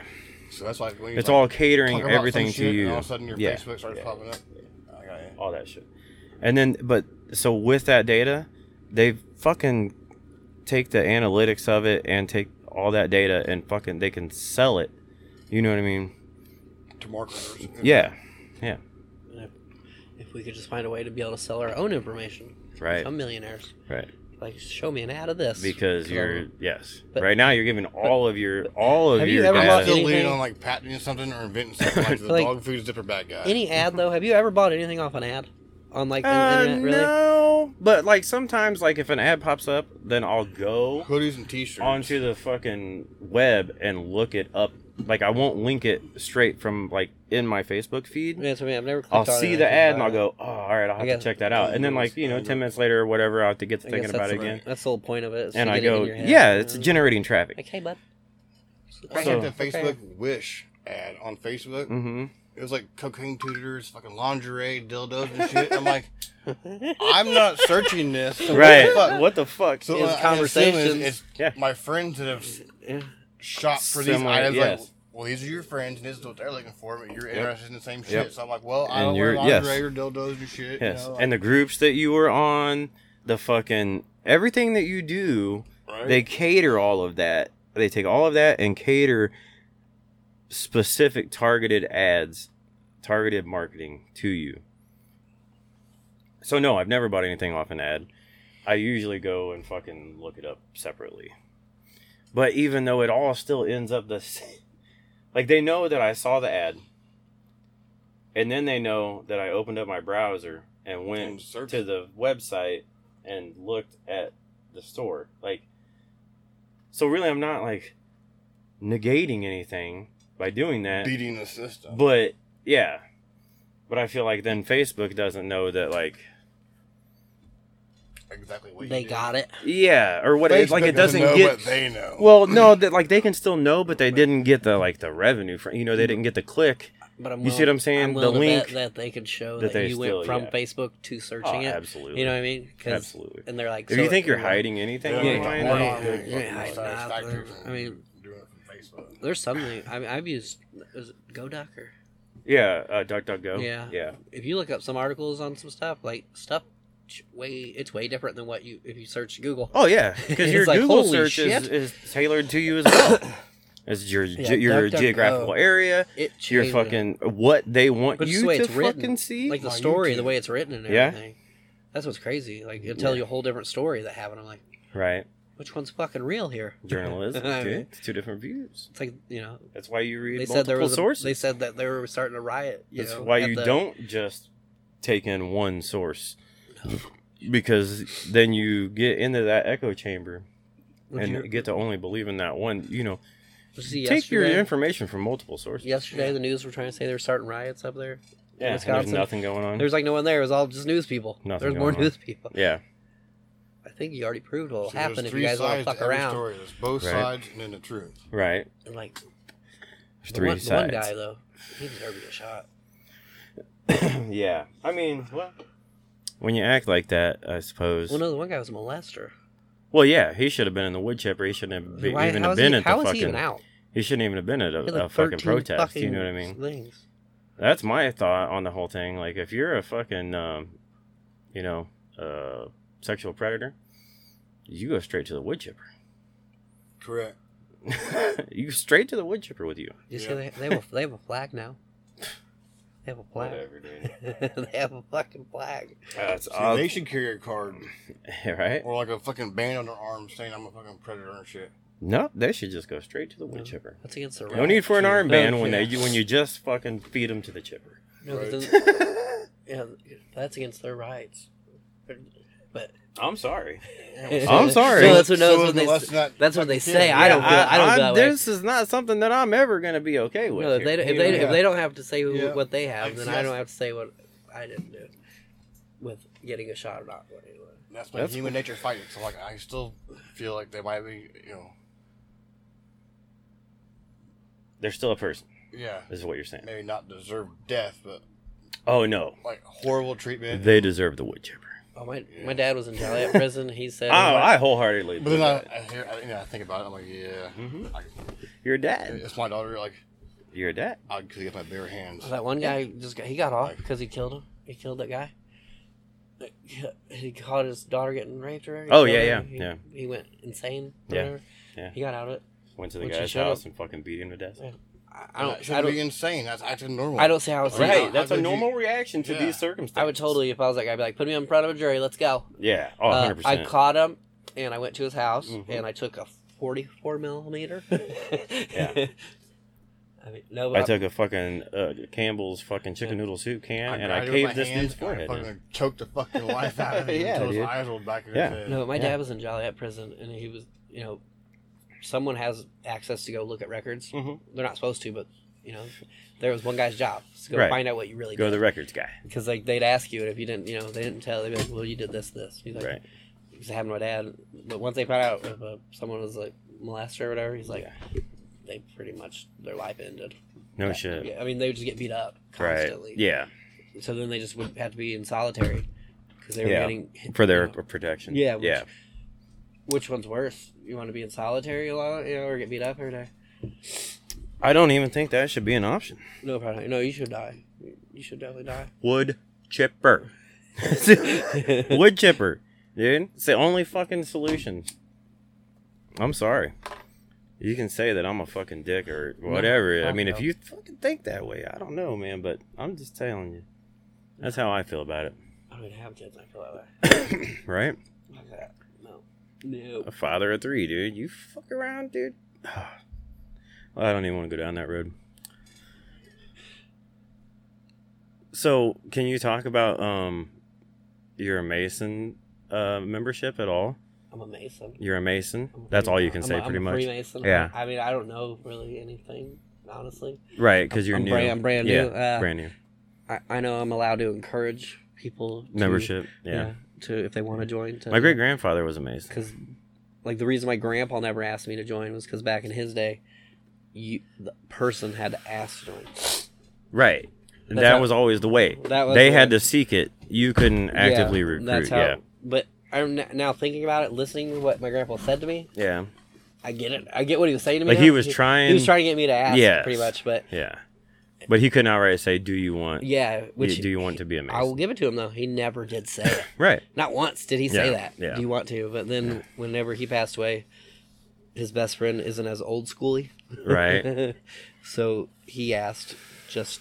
So that's why when you It's like, all talk catering about some everything to shit, you. And all of a sudden your yeah. Facebook starts Yeah. popping up. I oh, got it. all that shit. And then, but so with that data, they fucking take the analytics of it and take all that data and fucking they can sell it. You know what I mean? Mm-hmm. To marketers. Yeah, And If, if we could just find a way to be able to sell our own information, right, some millionaires right. like show me an ad of this Because 'Cause you're I'm- yes. But- right now, you're giving all of your all of Have you your ever I'm Yeah. not data. still leaning Anything- on like patenting something or inventing something like the Like, dog food zipper bag guy. any ad though. Have you ever bought anything off an ad on like the Uh, internet? Really? No, but like sometimes, like if an ad pops up, then I'll go. hoodies and t-shirts. onto the fucking web and look it up. Like I won't link it straight from like in my Facebook feed. Yeah, so, I mean, I've never. clicked I'll on it see or the anything, ad but and I'll go, oh, all right, I'll have guess- to check that out. And then like you know, ten minutes later or whatever, I will have to get to I guess thinking about that's it the- again. That's the whole point of it. is to And I get it in go, your head. yeah, it's Uh, generating traffic. Like, hey, bud. I So- hit the Facebook Wish ad on Facebook. Mm-hmm. It was like cocaine tutors, fucking lingerie, dildos and shit. I'm like, I'm not searching this. so what the Right. fuck? What the fuck? So It was what I assume is conversations. It's Yeah. my friends that have Yeah. shot for these Similar, items. Like, yes. well, these are your friends, and this is what they're looking for, but you're Yep. interested in the same shit. Yep. So I'm like, well, I And don't wear you're- yes. lingerie or dildos and shit. Yes. You know, and the groups that you were on, the fucking everything that you do, right? they cater all of that. They take all of that and cater specific targeted ads, targeted marketing to you. So no, I've never bought anything off an ad. I usually go and fucking look it up separately. But even though it all still ends up the same, like they know that I saw the ad, and then they know that I opened up my browser and And went searched. to the website and looked at the store. Like, so really, I'm not like negating anything by doing that. beating the system. But yeah, but I feel like then Facebook doesn't know that like exactly what you They do. got it. yeah or what it's like Facebook it doesn't know get what they know. well no that like they can still know but they didn't get the like the revenue from you know they didn't get the click But I'm You see what I'm saying? The willing to bet link that they could show that that, they you still- went from yeah. Facebook to searching Oh, it. absolutely. You know what I mean? 'Cause- Absolutely. And they're like, If so you think you're like, hiding anything Yeah, online, yeah, like, yeah. yeah, Yeah, yeah, it's I- not- I- it's not- I mean- doing it from Facebook. There's something. I mean, I've used is it GoDocker. yeah, uh, DuckDuckGo. Yeah. yeah. If you look up some articles on some stuff, like stuff ch- way it's way different than what you if you search Google. Oh yeah, because It's your like, Google holy search shit. is, is tailored to you as well. It's your ge- Yeah, your DuckDuckGo. geographical area, It your changed it. fucking what they want But it's the you way to it's written. fucking see. like the Oh, you story, the can't. way it's written and Yeah? everything. That's what's crazy. Like it'll tell Yeah. you a whole different story that happened. I'm like, right, which one's fucking real here? journalism. I dude. mean, It's two different views. It's like you know, That's why you read they multiple said there was a, sources. They said that they were starting a riot. You That's know, why at you the- don't just take in one source, because then you get into that echo chamber Would and you- get to only believe in that one. You know, would you see take your yesterday- information from multiple sources. Yesterday, the news were trying to say they were starting riots up there. Yeah, and there's Wisconsin. nothing going on. There's like no one there. It was all just news people. Nothing There's more going on. news people. yeah, I think you already proved what will See, happen there's if you three guys want to sides fuck to every around. Story. There's both Right. sides and then the truth. right. And like There's the three one, the one sides. guy though, he deserved to get shot. yeah. I mean, well, when you act like that, I suppose. Well, Well, no, the one guy was a molester. yeah, he should have been in the wood chipper. He shouldn't have be, Why, even how have is he- been at how the is fucking. he even out? he shouldn't even have been at a, He had, like, a fucking 13 protest. you know what I fucking mean? Things. That's my thought on the whole thing. Like, if you're a fucking, um, you know, uh, sexual predator, you go straight to the wood chipper. Correct. you go straight to the wood chipper with you. You see, Yeah. they, they, have a, they have a flag now. They have a flag. dude. they have a fucking flag. That's See, they should carry a card right? or like a fucking band on their arm saying I'm a fucking predator and shit. No, they should just go straight to the wood Yeah. chipper. That's against the No need for an armband when yeah. they when you just fucking feed them to the chipper. No, but Right. then- yeah, that's against their rights. But I'm sorry. I'm sorry. No, that's what, no, So that's what they. let's not that's what they fucking say. kid. I don't feel. I, don't feel that way. This is not something that I'm ever gonna be okay with. No, if they, here. don't- if, they, Yeah. if they don't have to say who, Yeah. what they have, then I Exactly. don't have to say what I didn't do with getting a shot or not. What it was. That's my That's- human nature fighting. So like, I still feel like they might be, you know, They're still a person. yeah, Is what you're saying? maybe not deserve death, but Oh no, like horrible treatment. they deserve the wood chipper. Oh, my, my dad was in Joliet prison. He said, Oh, I wholeheartedly. but then I, I, hear, I, you know, I think about it. I'm like, yeah, Mhm. like, You're a dad. it's my daughter. Like, You're a dad. I could get my bare hands. that one guy just got, he got off because he killed him. He killed that guy. He caught his daughter getting raped or Oh, he yeah, killed yeah, her. He- yeah. He went insane. Yeah, Yeah, whatever. yeah. He got out of it. Went to the Which you guy's should've- house and fucking beat him to death. Yeah. I, I I don't. I should be don't. insane. That's acting normal. I don't say I was. Right. Right. That's a normal reaction to these circumstances. I would totally, if I was that guy, I'd be like, put me in front of a jury. Let's go. Yeah. Oh, Uh, 100%. I caught him, and I went to his house, Mhm. and I took a 44 millimeter. Yeah. I mean, no, I but took a fucking uh, Campbell's fucking chicken noodle soup can and I grabbed it with my caved this hands, dude's and forehead. I in. fucking choked the fucking life out of him Yeah, until dude. his eyes rolled back in Yeah. his head. no, but my Yeah. dad was in Joliet prison, and he was, you know, someone has access to go look at records. Mhm. They're not supposed to, but you know, there was one guy's job is to go Right. find out what you really Go to did. the records guy. Because like they'd ask you, and if you didn't, you know, they didn't tell, they'd be like, "Well, you did this, this." He's like, Right. Because it happened to my dad. But once they found out if uh, someone was like molester or whatever, he's like, they pretty much their life ended. No Yeah, shit. yeah, I mean, they would just get beat up Right. constantly. Yeah. So then they just would have to be in solitary because they were Yeah. getting For their you know, protection. Yeah, which- Yeah. which one's worse? You want to be in solitary a lot, you know, or get beat up every day? I don't even think that should be an option. No, probably. not. No, you should die. You should definitely die. Wood chipper. Wood chipper, dude. It's the only fucking solution. I'm sorry. You can say that I'm a fucking dick or whatever. I fuck mean, if no. you fucking think that way, I don't know, man, but I'm just telling you. That's how I feel about it, I don't even have kids. I feel that way. right? Like that. No. No. A father of three, dude. You fuck around, dude. I don't even want to go down that road. So, can you talk about um your Mason uh, membership at all? I'm a Mason. You're a Mason. I'm a That's all you Freemason. can say, I'm a- I'm pretty a much. Freemason. Yeah. I mean, I don't know really anything, honestly. Right, because you're I'm new. brand- I'm brand new, Yeah, uh, brand new I, I know I'm allowed to encourage people to, membership. Yeah. to if they want to join. To, My great grandfather was a Mason. because like the reason my grandpa never asked me to join was because back in his day, you the person had to ask to join. Right. That's that how- was always the way. That was they the had way. to seek it. You couldn't actively Yeah, recruit. That's how. yeah. But I'm n- now thinking about it, listening to what my grandpa said to me. Yeah. I get it. I get what he was saying to me. Like, now. he was trying- He was trying to get me to ask. Yes. pretty much. But Yeah. But he couldn't outright say, "Do you want? yeah, which do you want to be a I will mason?" give it to him though. He never did say it. Right. Not once did he say Yeah, that. yeah. Do you want to? But then, whenever he passed away, his best friend isn't as old schooly, Right. so he asked just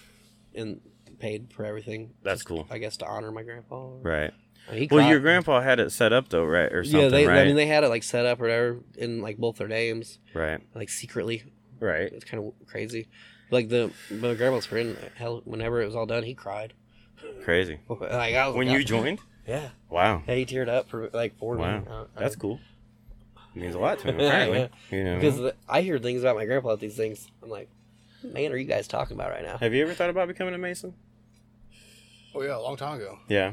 and paid for everything. That's just, cool. I guess to honor my grandpa. or- Right. I mean, he Well, cried. your grandpa had it set up though, right, or something, yeah, they. right? I mean, they had it like set up or whatever in like both their names, right. like secretly. Right. It's kind of crazy. Like the my grandma's friend, hell, whenever it was all done, he cried. Crazy. Like, I was When like, you joined? yeah, Wow. yeah, he teared up for like four minutes. Uh, Wow. That's cool. Means a lot to him, apparently. You know. Because the- I hear things about my grandpa at these things. I'm like, man, are you guys talking about right now? Have you ever thought about becoming a mason? Oh yeah, a long time ago. Yeah.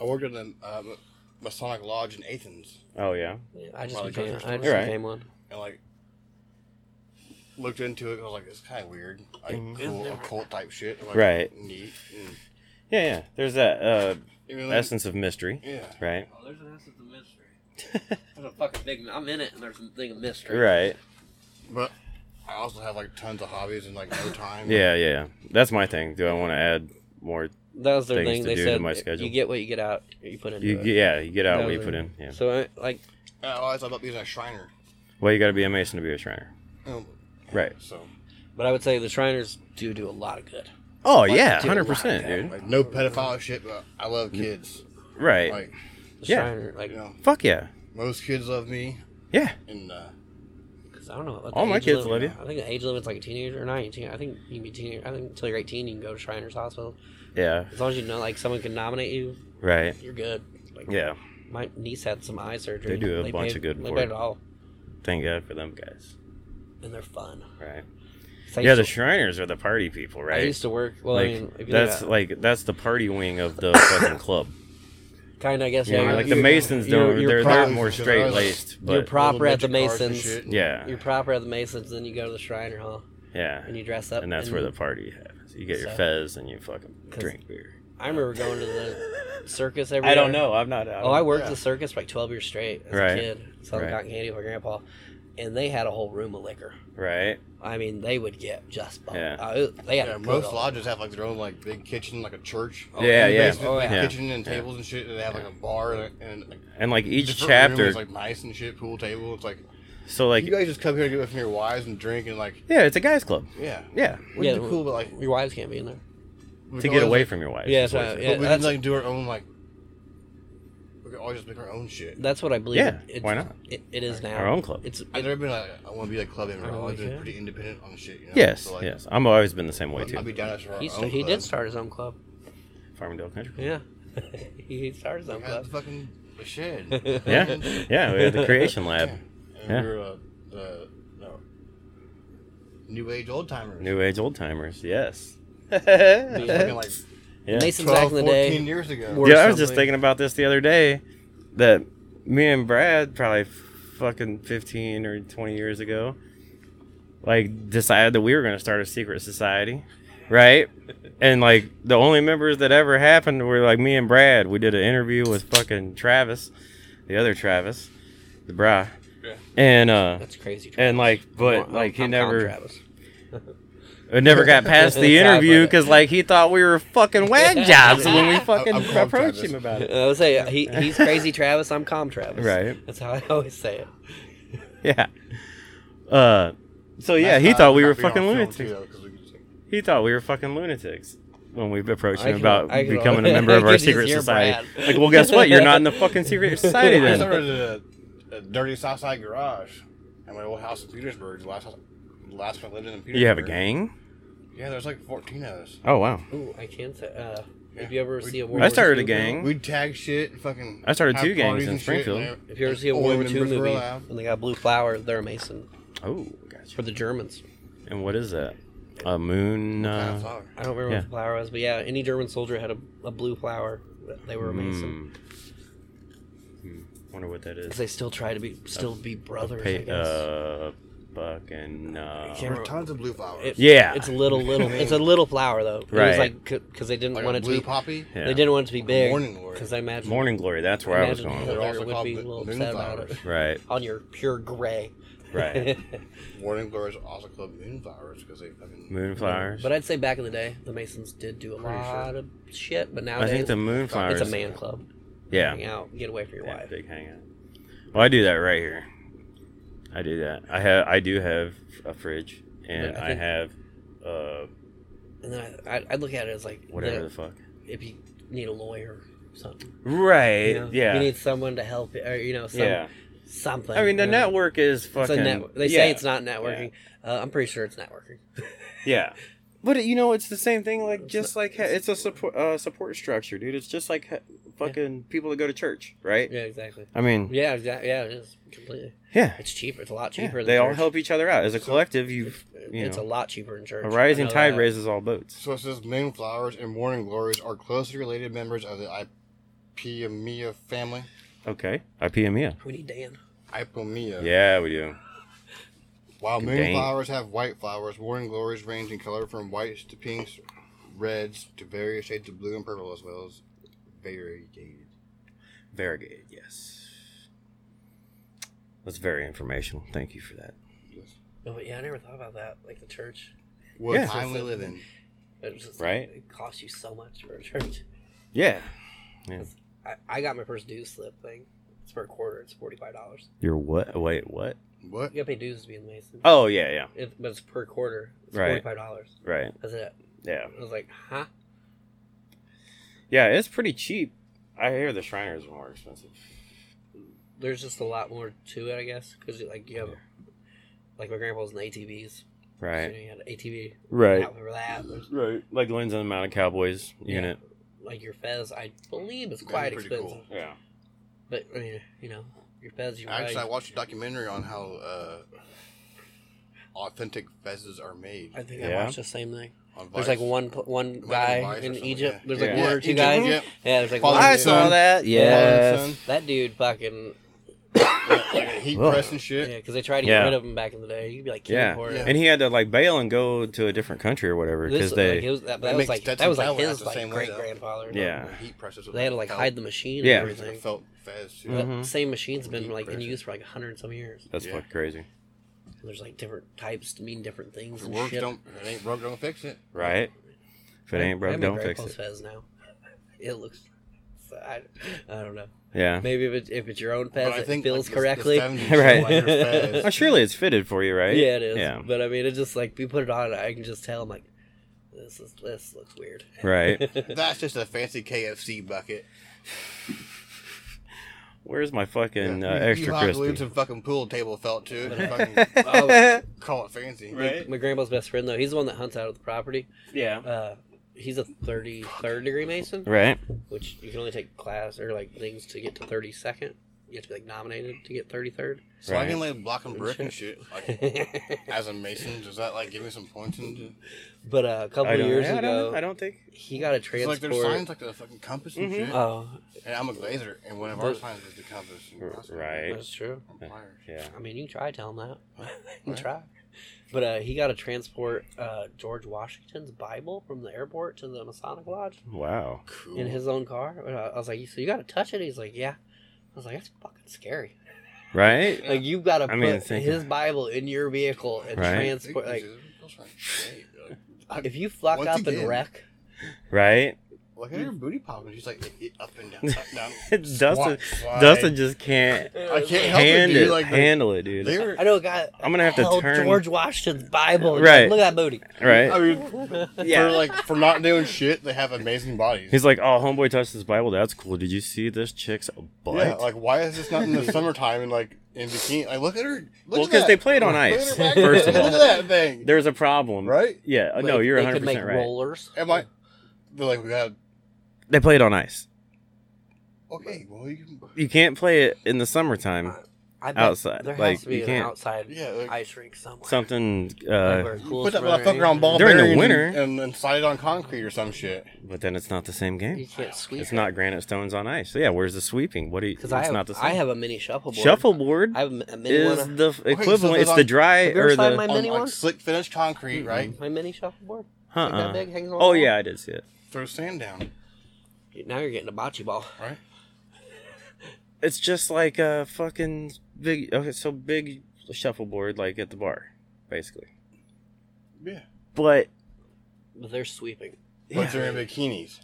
I worked at the um, Masonic Lodge in Athens, Oh yeah. I just Well, became, Joseph I just You're right. became one. and like looked into it. I was like, it's kind of weird, like Mhm. cool occult type shit. I'm like, Right. Neat. And Yeah, yeah. There's that uh, even then- essence of mystery, Yeah. right? Oh, there's an essence of mystery. there's a fucking big. I'm in it, and there's a thing of mystery. Right. But I also have like tons of hobbies and like no time. Yeah, yeah. That's my thing. Do I want to add more? That was their Things thing. to They do to said my you- schedule. you get what you get out. You put into You, it. yeah, you get out That what you was put it. in. Yeah. So I- like I always thought about being a Shriner. Well, you got to be a mason to be a shriner. Um, Right. So But I would say the Shriners do do a lot of good. Oh Like, yeah, do a lot hundred of percent, that. dude. Like no pedophile shit, but I love kids. right. Like The Yeah. Shriner, like, you know, Fuck yeah. most kids love me, Yeah. and uh, 'cause I don't know. what the All my age kids limit- love I think the age limit's like a teenager or not even a teenager. I think you can be a teenager. I think until you're 18, you can go to Shriners Hospital. Yeah. As long as you know, like, someone can nominate you, Right. you're good. Like, Yeah. My niece had some eye surgery. They do a bunch paid- of good They for paid it. it all, Thank God for them guys. and they're fun. Right. So I yeah, used the to- Shriners are the party people, I right? used to work. Well, like I mean, if you that's that's like that's the party wing of the fucking club. kind of, I guess. Yeah, Yeah, like you're, the Masons you're- don't. you're they're proper- they're more straight laced, you're but proper at the little midget cars and Masons. shit. yeah, You're proper at the Masons, then you go to the Shriner Hall yeah, and you dress up. and that's where the party happens. You get your So- fez and you fucking 'Cause- drink beer. I remember going to the circus every. I don't year. know. I'm not. Oh, I worked yeah. the circus for like 12 years straight as Right. a kid, selling Right. cotton candy with my grandpa, and they had a whole room of liquor. right. I mean, they would get just bumped. Yeah. Uh, it- they had Yeah, a most good- lodges have like their own like big kitchen, like a church. Yeah, and yeah. basement, Oh, like, yeah. Kitchen and tables and shit. And they have like a bar and, and like, And like each different chapter, room is, like nice and shit. Pool table. It's like, so like you guys just come here to get away from your wives and drink and like yeah, it's a guys club. yeah. Yeah, Which Yeah, is cool, but like Your wives can't be in there. we to can get always, away like, from your wife. Yeah, is so, what it is. yeah. But we can that's- like do our own like. We can always just make our own shit. That's what I believe. Yeah, it- why not? It, it is now. Our own club. It's I've never been like I want to be like club member. I I've don't always like been it. pretty independent on shit. You know? Yes, So, like, yes. I'm always been the same way I'd too. be down for our he, own sta- he club. did start his own club. Farmingdale Country. Yeah, he started his own We had the club. fucking the shed. Yeah, yeah. We had the creation lab, Yeah. And Yeah. we were uh, the no, new age old timers. new age old timers. Yes. Fucking like Yeah. Masons 12, back in the 14 day. years ago. were- or Yeah, I was just something. thinking about this the other day that me and Brad probably f- fucking 15 or 20 years ago like decided that we were going to start a secret society, right? And like the only members that ever happened were like me and Brad. We did an interview with fucking Travis, the other Travis, the bra. Yeah. And uh That's crazy. and like Travis. but I'm- like he I'm never calling Travis. it never got past the Sorry about interview that. because like he thought we were fucking wag jobs when we fucking I'm calling approached Travis. him about it. I would say uh, he, he's crazy Travis. I'm calm Travis. Right. That's how I always say it. Yeah. Uh, so yeah, That's he not- thought we not were being on fucking film, lunatics. too, though, 'cause we could just, like, He thought we were fucking lunatics when we approached I him can- about I can- becoming a I member of can our just secret hear society. Brad. Like, well, guess what? You're not in the fucking secret society I then. started a, a dirty Southside garage at my old house in Petersburg. The last house, the last one I lived in, in Petersburg. You have a gang? Yeah, there's like 14 of us. Oh wow. Ooh, I can't say. Uh, Yeah. If you ever We- see a I World War started a II film- gang. We'd tag shit and fucking. Hmm? I started have two gangs parties in and shit, Springfield. and If you ever see a World Only War II members were movie allowed. and they got blue flowers, they're a Mason Oh, gotcha. for the Germans. And what is that? A moon? I Uh, thought- I don't remember Yeah. what the flower was, but yeah, any German soldier had a, a blue flower. They were a Mason. hmm. Wonder what that 'Cause is. They still try to be still be brothers. I Pa- guess. uh, fucking uh, no. Can't- There were tons of blue flowers. It- Yeah. it's a little, little. It's a little flower though. It was Right. like because they didn't like want a it to blue be. poppy. Yeah. They didn't want it to be big. morning glory. Because I imagine Morning glory. That's where I was imagine going. Hitler They're also would called be a mo- little moon upset about flowers. it. Right. On your pure gray. Right. Morning glories are also called moonflowers because they fucking. Moonflowers. But I'd say back in the day, the Masons did do a lot of shit. But I nowadays, think the moonflowers. it's a man club. Yeah. Hang out, get away from your Yeah, wife. Big hangout. Well, I do that right here. I do that. I have. I do have a fridge, and But I I, think- have uh And then I, I, I look at it as like whatever the- the fuck. if you need a lawyer or something. Right. you know? yeah. You need someone to help you, or you know, some, yeah. something. I mean, the you know? network is It's fucking. a network. They yeah, say it's not networking. Uh, I'm pretty sure it's networking. Yeah. But you know, it's the same thing. Like, just not- like it's a support uh, support structure, dude. It's just like fucking people that go to church, right? Yeah, exactly. I mean, Yeah, exactly. Yeah, it is completely. yeah. It's cheaper. It's a lot Yeah, cheaper. than they all church. help each other out as a collective. You, It's, you it's a know, lot cheaper in church. a, rising I know tide that. raises all boats. So it says moonflowers and morning glories are closely related members of the Ipomoea family. Okay, IPMEA. We need Dan. Ipomoea. Yeah, we do. While Good dang. moonflowers have white flowers, morning glories range in color from whites to pinks, reds to various shades of blue and purple, as well as variegated. Variegated, yes. That's very informational. Thank you for that. Yes. No, but yeah, I never thought about that. Like the church, What Yeah. time we live in? it was just, Right. It costs you so much for a church. Yeah, I, I got my first dues slip thing. It's for a quarter. It's forty five dollars. you're what? Wait, what? What? You gotta pay dues to be in the Mason. Oh yeah, yeah, It, but it's per quarter. It's Right. forty five dollars. right, That's it. yeah, I was like, huh? yeah. It's pretty cheap. I hear the Shriners are more expensive. There's just a lot more to it, I guess, because like you have, like my grandpa was in ATVs. So, you, know, Right, you had an ATV. right, Out for that. There's, right. Like the Lindsay and the Mountain Cowboys unit. like your Fez, I believe is That'd be quite pretty expensive. cool. Yeah, But I mean, you know, your Fez, you Actually, I ride. watched a documentary on how uh, authentic fezzes are made. I think Yeah. I watched the same thing. on There's Vice. like one pl- one It might have been guy Vice or in something, Egypt. yeah. There's Yeah. like one Yeah, or two Egypt, guys. Egypt. Yeah, there's like Father one. and I or son. two- saw that. Father Yes. and son. That dude fucking Like a heat Ugh. press and yeah, shit. because they tried to get Yeah. rid of him back in the day. You'd be like, Yeah. yeah, for Yeah. it. And he had to like bail and go to a different country or whatever This, uh, because like, they. it was, that, That that was makes like Stetson that was like Fowler act his the like same way, great though. grandfather. Yeah. The Heat presses. they had to like felt- hide the machine. Yeah. and it's like a everything. felt fez. too. That Mhm. same machine's been Deep like in pressure. use for like a hundred and some years. That's Yeah. fucking crazy, There's like different types to mean different things. If it and works, shit. don't. If it ain't broke, don't fix it. right? If it I- ain't I broke, have don't my fix grandpa's it. Fez now. It looks. I, I don't know. Yeah. Maybe if, it, if it's your own Fez, But I it think feels like, the- the correctly. 70s Right. wider fez. Oh, surely it's fitted for you, right? Yeah, it is. Yeah, But I mean, it's just like you put it on, I can just tell. I'm like, this is this looks weird. right. That's just a fancy KFC bucket. Where's my fucking Yeah. uh, You- you extra have to leave crispy? some fucking pool table felt too. and fucking Oh, call it fancy. Right. my grandpa's best friend though, he's the one that hunts out of the property. Yeah. Uh, he's a 33rd degree Mason, Right. which you can only take class or like things to get to 32nd. You have to be like nominated to get 33rd. So I can like block and brick and shit. Like but as a mason, does that like give me some points? Into... uh, a couple I don't, years yeah, I don't- ago, I don't think. he got a It's transport. like there's signs like the fucking compass and Mhm. shit. oh, and I'm a glazer, and one of our signs is the compass. And R- that's- right. that's true. I'm fired. Yeah. I mean, you can try telling that. you can Right. try. But uh, he got to transport uh, George Washington's Bible from the airport to the Masonic Lodge Wow. Cool. in his own car. And I I was like, "So you got to touch it?" He's like, "Yeah." I was like, "That's fucking scary. Right. Like you got to I put mean, think- his Bible in your vehicle and Right. transport." Like, Like, if you fuck Once up again. and wreck, Right. look at her booty popping. She's like it- it up and down, up and down. Dustin. Squat, Dustin just can't I can't help hand it, dude. it. Like the- handle it, dude. they were. I know a guy. I'm gonna have to held turn- George Washington's Bible. and Right. Look at that booty. I Right. mean, Yeah. for like for not doing shit, they have amazing bodies. He's like, oh, homeboy touched his Bible. That's cool. Did you see this chick's butt? Yeah, like why is this not in the summertime and like in bikini? Like look at her. Look well, at because that. they played on Look at ice. her back- First of look all, at that thing. there's a problem. Right? Yeah. uh, But no, you're they 100 could make percent right. rollers. Am I? They're like we got. They played on ice. Okay, well you can. You can't play it in the summertime. I bet outside. There has Like, to be you an can't- outside Yeah, like- ice rink somewhere. something. Uh, Where it's You cool put that as motherfucker on ball During the bearings winter. and, and, and slide it on concrete or some shit. but then it's not the same You game. can't sweep. It's not granite stones on ice. So yeah, where's the sweeping? What do you? It's because I have, not the same. I have a mini shuffleboard. shuffleboard I have a mini is one. the equivalent. so it's they're the on- dry Have you ever or tried the. my On mini like one. slick finished concrete, Mm-hmm. right? My mini shuffleboard. Huh. Like that big hangs on the oh wall. yeah, I did see it. Throw sand down, Now you're getting a bocce ball. right? It's just like a fucking big. Okay, so big shuffleboard like at the bar, basically. Yeah. But But they're sweeping. But they're in bikinis.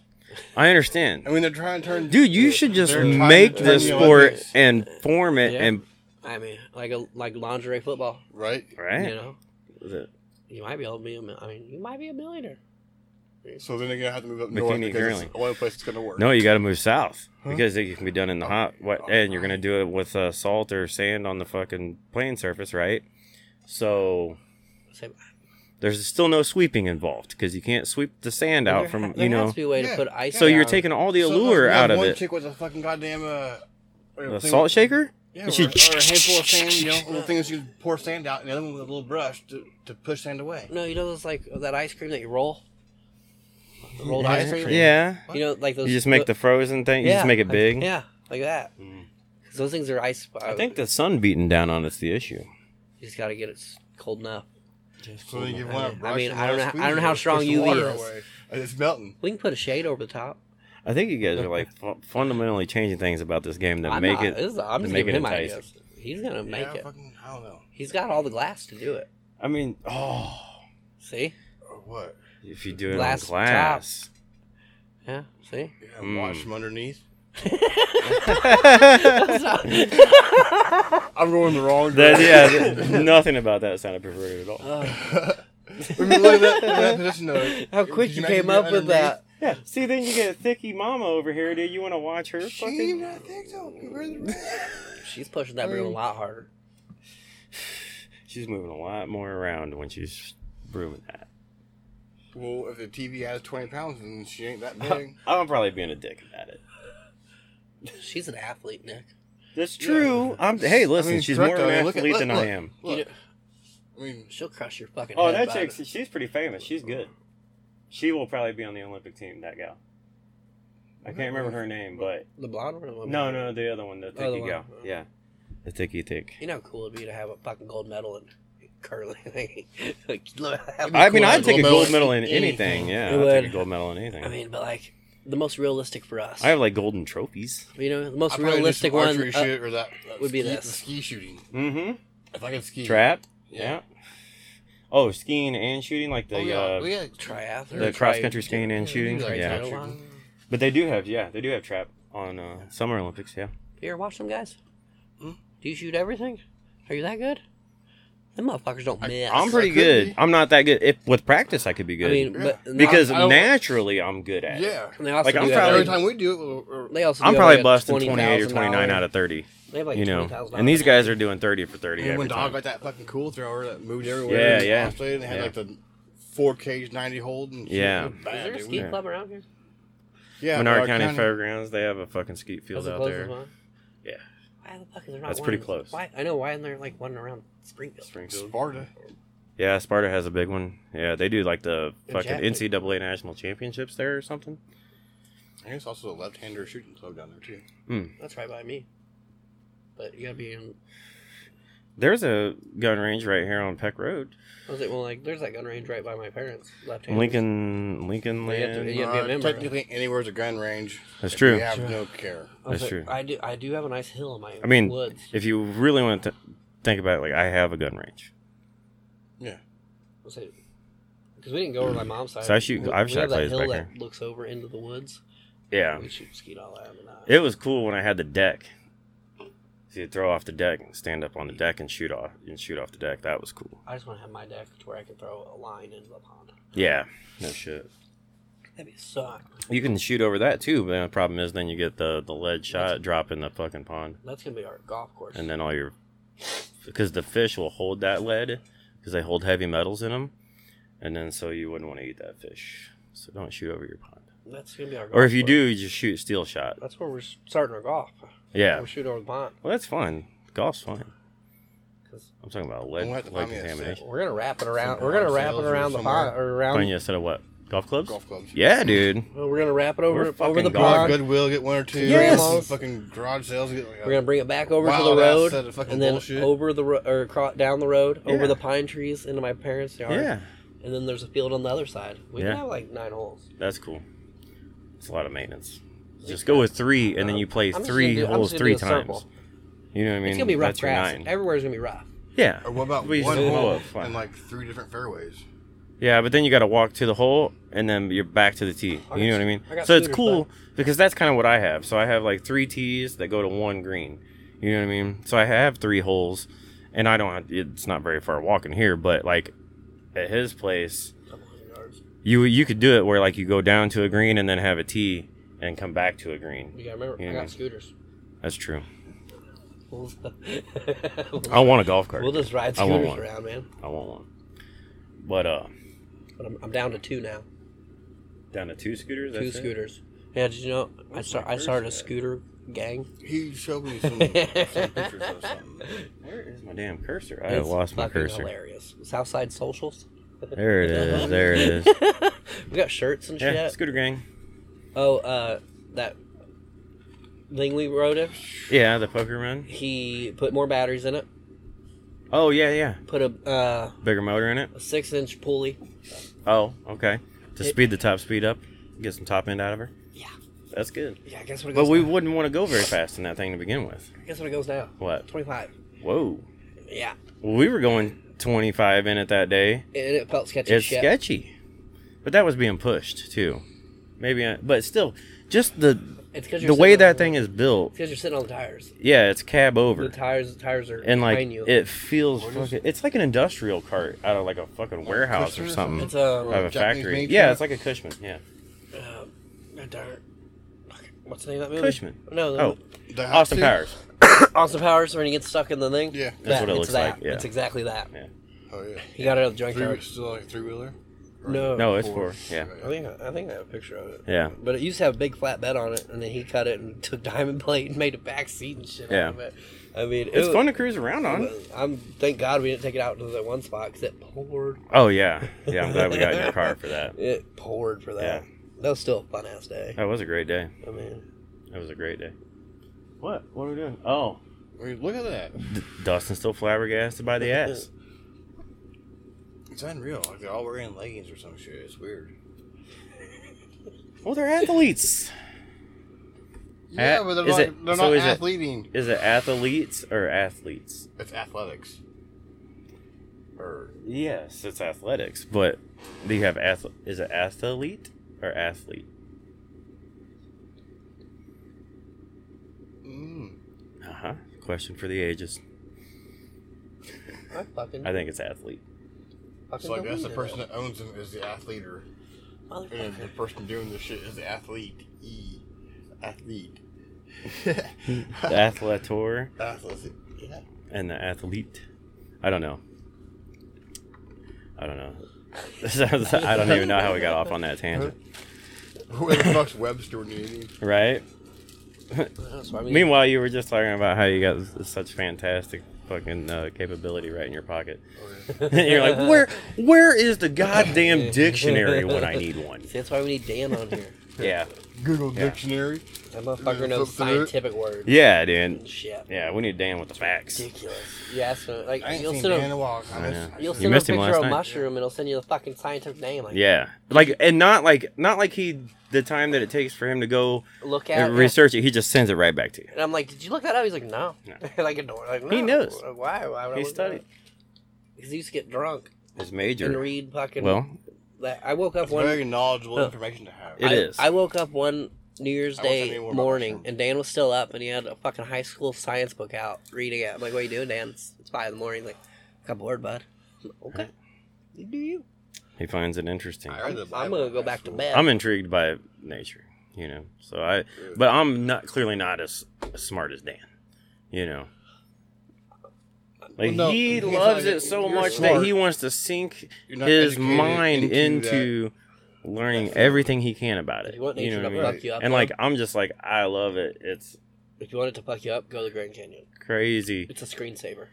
I understand. I mean, they're trying to turn. Dude, you should just They're trying to make turn this the sport Olympics. and form it Yeah. and I mean, like a like lingerie football. Right? You right. know, The you might be able to be. A, mil- I mean, you might be a millionaire. So then they're going to have to move up north Bikini because it's curling. the only place it's going to work. No, you got to move south because it can be done in the hot. What, and you're gonna do it with uh, salt or sand on the fucking plane surface, right? So Say, there's still no sweeping involved because you can't sweep the sand there out ha- from there you know. has to be a way to Yeah. put ice. So you're down. taking all the So, look, allure uh, we have out of one it. chick with a fucking goddamn. Uh, or The thing- salt shaker. Yeah, or, And or she- a handful of sand, you know, little things you pour sand out, and the other one with a little brush to, to push sand away. No, you know those like that ice cream that you roll. The rolled ice cream. Yeah. You know, like those. You just make the frozen thing. You just make it like- big. yeah, like that. Mm. 'Cause those things are ice. uh, I think the sun beating down on it's the issue. you just gotta get it s- cold enough. So they give one a mean, brush I mean, and I one don't a know- I squeeze don't know to how push strong the you water is. away. And It's melting. We can put a shade over the top. I think you guys are like fu- fundamentally changing things about this game to I'm make not, it. This is, I'm to just make giving it him enticing. ideas. He's gonna make yeah, it. fucking, I don't know. He's got all the glass to do it. I mean, oh, See? Or what? if you do it Glass glass top. on glass. Yeah. See? Yeah, Mm. wash them underneath. I'm going the wrong That, direction. yeah, th- nothing about that sounded perverted at all. Uh, I mean, look at that, look at that position though. How quick Could you imagine came being up with underneath? that? yeah, see, then you get a thicky mama over here. Do you want to watch her She ain't even got thick though. Where's the- She's pushing that broom a lot harder. She's moving a lot more around when she's brewing that. Well, if the TV has 20 pounds, then she ain't that big. I'm probably being a dick about it. She's an athlete, Nick. That's true. I'm. Hey, listen, I mean, she's correct, more of though. an Look at- athlete look- than I look. am. Look, You- I mean, She'll crush your fucking Oh, head. that by chick's it. she's pretty famous. She's good. She will probably be on the Olympic team. That gal. I can't remember her name, but The blonde one? no, no, the other one, the Other thicky one. gal. Yeah, the thicky thick. You know how cool it'd be to have a fucking gold medal in curling? like, look, that'd be I mean, cool. I'd take a Gold gold medal medal in anything. Yeah, You I'd take a would. gold medal in anything. I mean, but like, the most realistic for us. I have like golden trophies. you know, the I most probably do realistic some one. archery uh, shoot or that uh, would be ski, this. ski shooting. Mm-hmm. If I could ski, Trap. Yeah. Yeah. Oh, skiing and shooting, like the Oh, yeah, uh, we had triathlon. the cross country skiing and shooting. like Yeah, that. but they do have yeah, they do have trap on uh, Summer Olympics. Yeah. You ever watch them guys? Hmm? Do you shoot everything? Are you that good? Them motherfuckers don't miss. I'm pretty could good. be. I'm not that good. If with practice, I could be I good. mean, Yeah. but because I- I don't- naturally, I'm good at it. Yeah. and they also like, do I'm have, probably- Every like- time we do it, we'll- we'll- they also I'm do probably like a busting 28 $20,000 or 29 out of 30. They have like you know, $20,000 and these guys are doing 30 for 30 And every when Dog time. got that fucking cool thrower that moved everywhere. Yeah, and yeah. oscillated And they had Yeah. like the four cage ninety hold. And shit. Yeah. It was Is bad, there a dude. ski Yeah. club around here? Yeah, Menard Menard County, Fairgrounds, they have a fucking skeet field That's the out closest there. one. Yeah. Why the fuck is there not That's one pretty in- close. Why I know why isn't there like one around Springfield? Springfield. Sparta. Yeah, Sparta has a big one. Yeah, they do like the fucking Exactly. NCAA national championships there or something. I guess also a left-hander shooting club down there too. That's right by me. But you gotta be in. There's a gun range right here on Peck Road, I was like, well, like there's that gun range right by my parents. Left hand. Lincoln, Lincoln Well, you have to- Land. you have to be a member, right? Uh, technically, anywhere's a gun range. That's If true. You have no care. I was That's like, true. I do. I do have a nice hill in my. I mean, woods. if you really want to think about it, like I have a gun range. Yeah. Because we didn't go over to my mom's side. So I shoot- We- I've we shot have that clays hill back that here. looks over into the woods. Yeah, We shoot skeet all out and uh, that. It was cool when I had the deck. So you throw off the deck and stand up on the deck and shoot off and shoot off the deck. That was cool. I just want to have my deck to where I can throw a line into the pond. Yeah. No shit. That'd be suck. You can shoot over that too, but the problem is then you get the the lead shot drop in the fucking pond, That's gonna be our golf course. and then all your because the fish will hold that lead because they hold heavy metals in them, and then so you wouldn't want to eat that fish. So don't shoot over your pond. That's gonna be our. Golf Or if you course. do, you just shoot steel shot. that's where we're starting our golf. Yeah. We're shooting over the pond. Well, that's fun. Golf's fine. 'Cause- I'm talking about I'm gonna have lead, to lead find me a set. contamination. We're gonna wrap it around. Some We're gonna garage wrap it sales or around the somewhere. pond, or around. Find you a set of what? Golf clubs? Golf clubs. Yeah, dude. Well, We're gonna wrap it over We're over fucking the gone. Go to pond. Goodwill, get one or two. Yes. Some Fucking garage sales. Get like a, We're gonna bring it back over to the Wild ass road, set of fucking and then bullshit. over the ro- or across, down the road, Yeah. over the pine trees into my parents' yard. Yeah, And then there's a field on the other side. We Yeah. can have like nine holes. that's cool. It's a lot of maintenance. Just go with three, and then you play Uh, I'm just three gonna do- I'm holes just three gonna do a times. circle. You know what I mean? It's gonna be rough That's your grass. nine. Everywhere's gonna be rough. yeah. Or what about We one just go hole up, fine. and like three different fairways? Yeah, but then you got to walk to the hole, and then you're back to the tee. I You know got- what I mean? I got So it's scooters, cool because that's kind of what I have. So I have like three tees that go to one green. You know what I mean? So I have three holes, and I don't. It's not very far walking here, but like at his place, you you could do it where like you go down to a green and then have a tee and come back to a green. You gotta remember, Yeah. I got scooters. That's true. We'll, I want a golf cart. we'll just ride I want scooters one. around, man. I want one. But uh, But I'm, I'm down to two now. down to two scooters. two that's it? scooters. Yeah, did you know I start, I started a scooter gang? He showed me some, some pictures of something. Where is my damn cursor? I It's lost my fucking cursor. Hilarious. Southside socials. There it is. There it is. We got shirts and Yeah, shit. Scooter Gang. Oh, uh, that thing we rode in. Yeah, the poker run. He put more batteries in it. Oh yeah, yeah. Put a uh, Bigger motor in it. a six inch pulley. Oh, okay. To It- speed the top speed up, get some top end out of her. Yeah. That's good. Yeah, guess what it goes. But we now? wouldn't want to go very fast in that thing to begin with. guess what it goes now. What? Twenty five. Whoa. Yeah, Well, we were going 25 in it that day. and it felt sketchy. as It's shit. sketchy, but that was being pushed too. Maybe, I, but still, just the It's 'cause you're the way sitting on that the- thing is built. Because you're sitting on the tires. Yeah, it's cab The over. tires, the tires are And like behind you. it feels What is- fucking, it's like an industrial cart out of like a fucking warehouse or something. It's uh, a, Out of a Japanese factory. made Yeah, truck? it's like a Cushman. Yeah, um, a darn. fuck, What's the name of that movie? Cushman. No, Oh, no. The hot Austin tub- Powers. Austin Powers when he gets stuck in the thing. Yeah. That's what it it's looks that. like, yeah. It's exactly that. Yeah. Oh yeah. He got out of the junkyard. Three, still like three wheeler. No. No, it's four. Yeah, I think I think I have a picture of it. Yeah. But it used to have a big flat bed on it, and then he cut it and took diamond plate and made a back seat and shit Yeah. out of it. I mean, it it's was- fun to cruise around on. I'm thank God we didn't take it out to that one spot because it poured. Oh yeah, yeah. I'm glad we got in your car for that. It poured for that. That was still a fun ass day. That was a great day. I mean, That was a great day. What? What are we doing? Oh, Wait, look at that. D- Dustin's still flabbergasted by the ass. It's unreal. Like they're all wearing leggings or some shit. It's weird. Well, Oh, they're athletes. Yeah, At- but they're is not, it- they're so not is it- athleting. Is it athletes or athletes? It's athletics. Or Yes, it's athletics, but do you have ath? Is it athlete or athlete? mm, Uh huh. Question for the ages. I fucking. I think it's athlete. fucking so I guess the deleted person it. that owns them is the athlete, or and the Motherfucker. person doing this shit is the athlete. E, athlete. The athletor athlete. Yeah. and the athlete. I don't know. I don't know. I don't even know how we got off on that tangent, Who the fuck's Webster needing? right? That's what I mean. Meanwhile, you were just talking about how you got s- such fantastic fucking uh, capability right in your pocket. You're like, where, where is the goddamn dictionary when I need one? See, that's why we need Dan on here. Yeah, Google Yeah. Dictionary. That motherfucker knows Flip through it. scientific words. yeah, dude. Shit. Yeah, we need Dan with the facts. Ridiculous. You ask him, like, I ain't you'll seen send Dan in a him, while. I I miss- know. I You you'll still- send him a missed him picture last of a night. mushroom, and it'll send you the fucking scientific name. Like, Yeah, like, and not like, not like he the time that it takes for him to go look at and it. research it. He just sends it right back to you. And I'm like, did you look that up? He's like, no. No. like, ignore. Like, He no. knows. Why? Why would I He look studied. Because he used to get drunk His and major. read fucking. Well, that- I woke up It's one. very knowledgeable Huh. information to have. It I, is. I woke up one New Year's I wish I Day knew more about morning, mushrooms. and Dan was still up, and he had a fucking high school science book out, reading it. I'm like, what are you doing, Dan? It's, it's five in the morning. He's like, I got bored, bud. I'm like, okay. You do you. he finds it interesting. I read the I'm Bible going to in go high back to school. bed. I'm intrigued by nature, you know. So I, but I'm not clearly not as, as smart as Dan, you know. Like Well, no, he he's not loves gonna- it so you're much that smart. he wants to sink You're not his educated mind into into, learning everything he can about it. If you want you nature know what I to mean? fuck you up, and though, like I'm just like I love it. It's If you want it to fuck you up, go to the Grand Canyon. Crazy. It's a screensaver.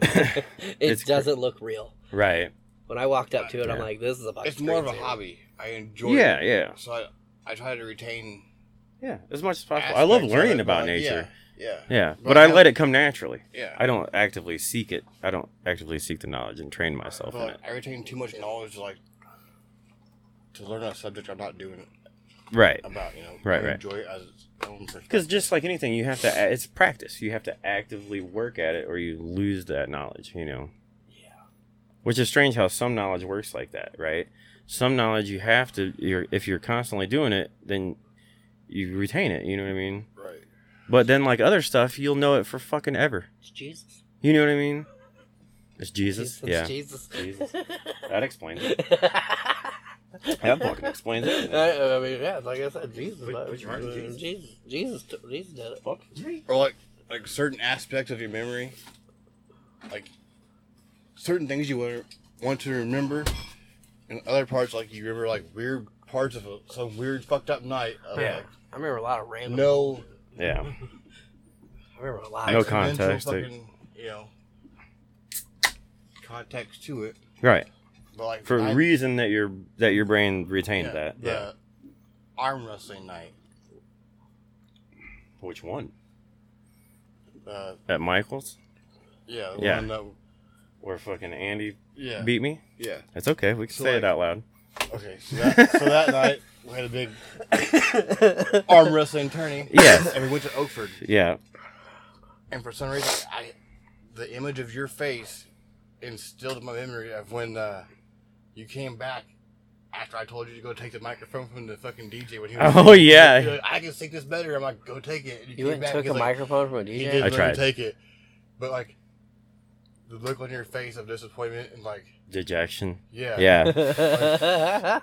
it It's cr- doesn't look real. Right. When I walked up to it, I'm Yeah. like, "This is a fucking." It's more of a screensaver. hobby. I enjoy Yeah, it. yeah. So I, I try to retain. Yeah. As much as possible. I love aspects of learning it, about but, nature. Yeah. Yeah. Yeah. But I let it come naturally. yeah. I don't actively seek it. I don't actively seek the knowledge and train myself but in it. like, I retain too much knowledge, like to learn a subject I'm not doing Right. about. You know, Right, I right. Enjoy it as its own Because perspective. just like anything, you have to. a- It's practice. You have to actively work at it, or you lose that knowledge. You know. Yeah. Which is strange how some knowledge works like that, right? Some knowledge you have to. You're if you're constantly doing it, then you retain it. You know what I mean? Right. But then like other stuff, you'll know it for fucking ever. It's Jesus. You know what I mean? It's Jesus. It's yeah. Jesus. Jesus. That explains it. That that fucking explains it. I, I mean, yeah, like I said, Jesus. Put- uh, put your heart in Jesus. Jesus. Jesus. t- Jesus did it. Fuck. Or like like certain aspects of your memory, like certain things you want want to remember, and other parts like you remember like weird parts of a, some weird fucked up night. Of, Yeah. Like, I remember a lot of random. no. Yeah. I remember a lot. No of accidental context, like- Fucking, you know. Context to it, Right. but like For I- a reason that your that your brain retained that. the arm wrestling night. Which one? Uh, At Michaels, yeah. the Yeah. one that- where fucking Andy yeah. beat me. yeah. It's okay. We can So, say like- it out loud. Okay. So that, so that night we had a big arm wrestling tourney. Yes. And we went to Oakford, Yeah. and for some reason, I the image of your face instilled in my memory of when uh, you came back. After I told you to go take the microphone from the fucking DJ when he was Oh, yeah. You're like, I can sing this better. I'm like, go take it. And You went and came back, took he's a like, microphone from a He DJ. did I let tried. me take it, but like the look on your face of disappointment and like Dejection. yeah, Yeah.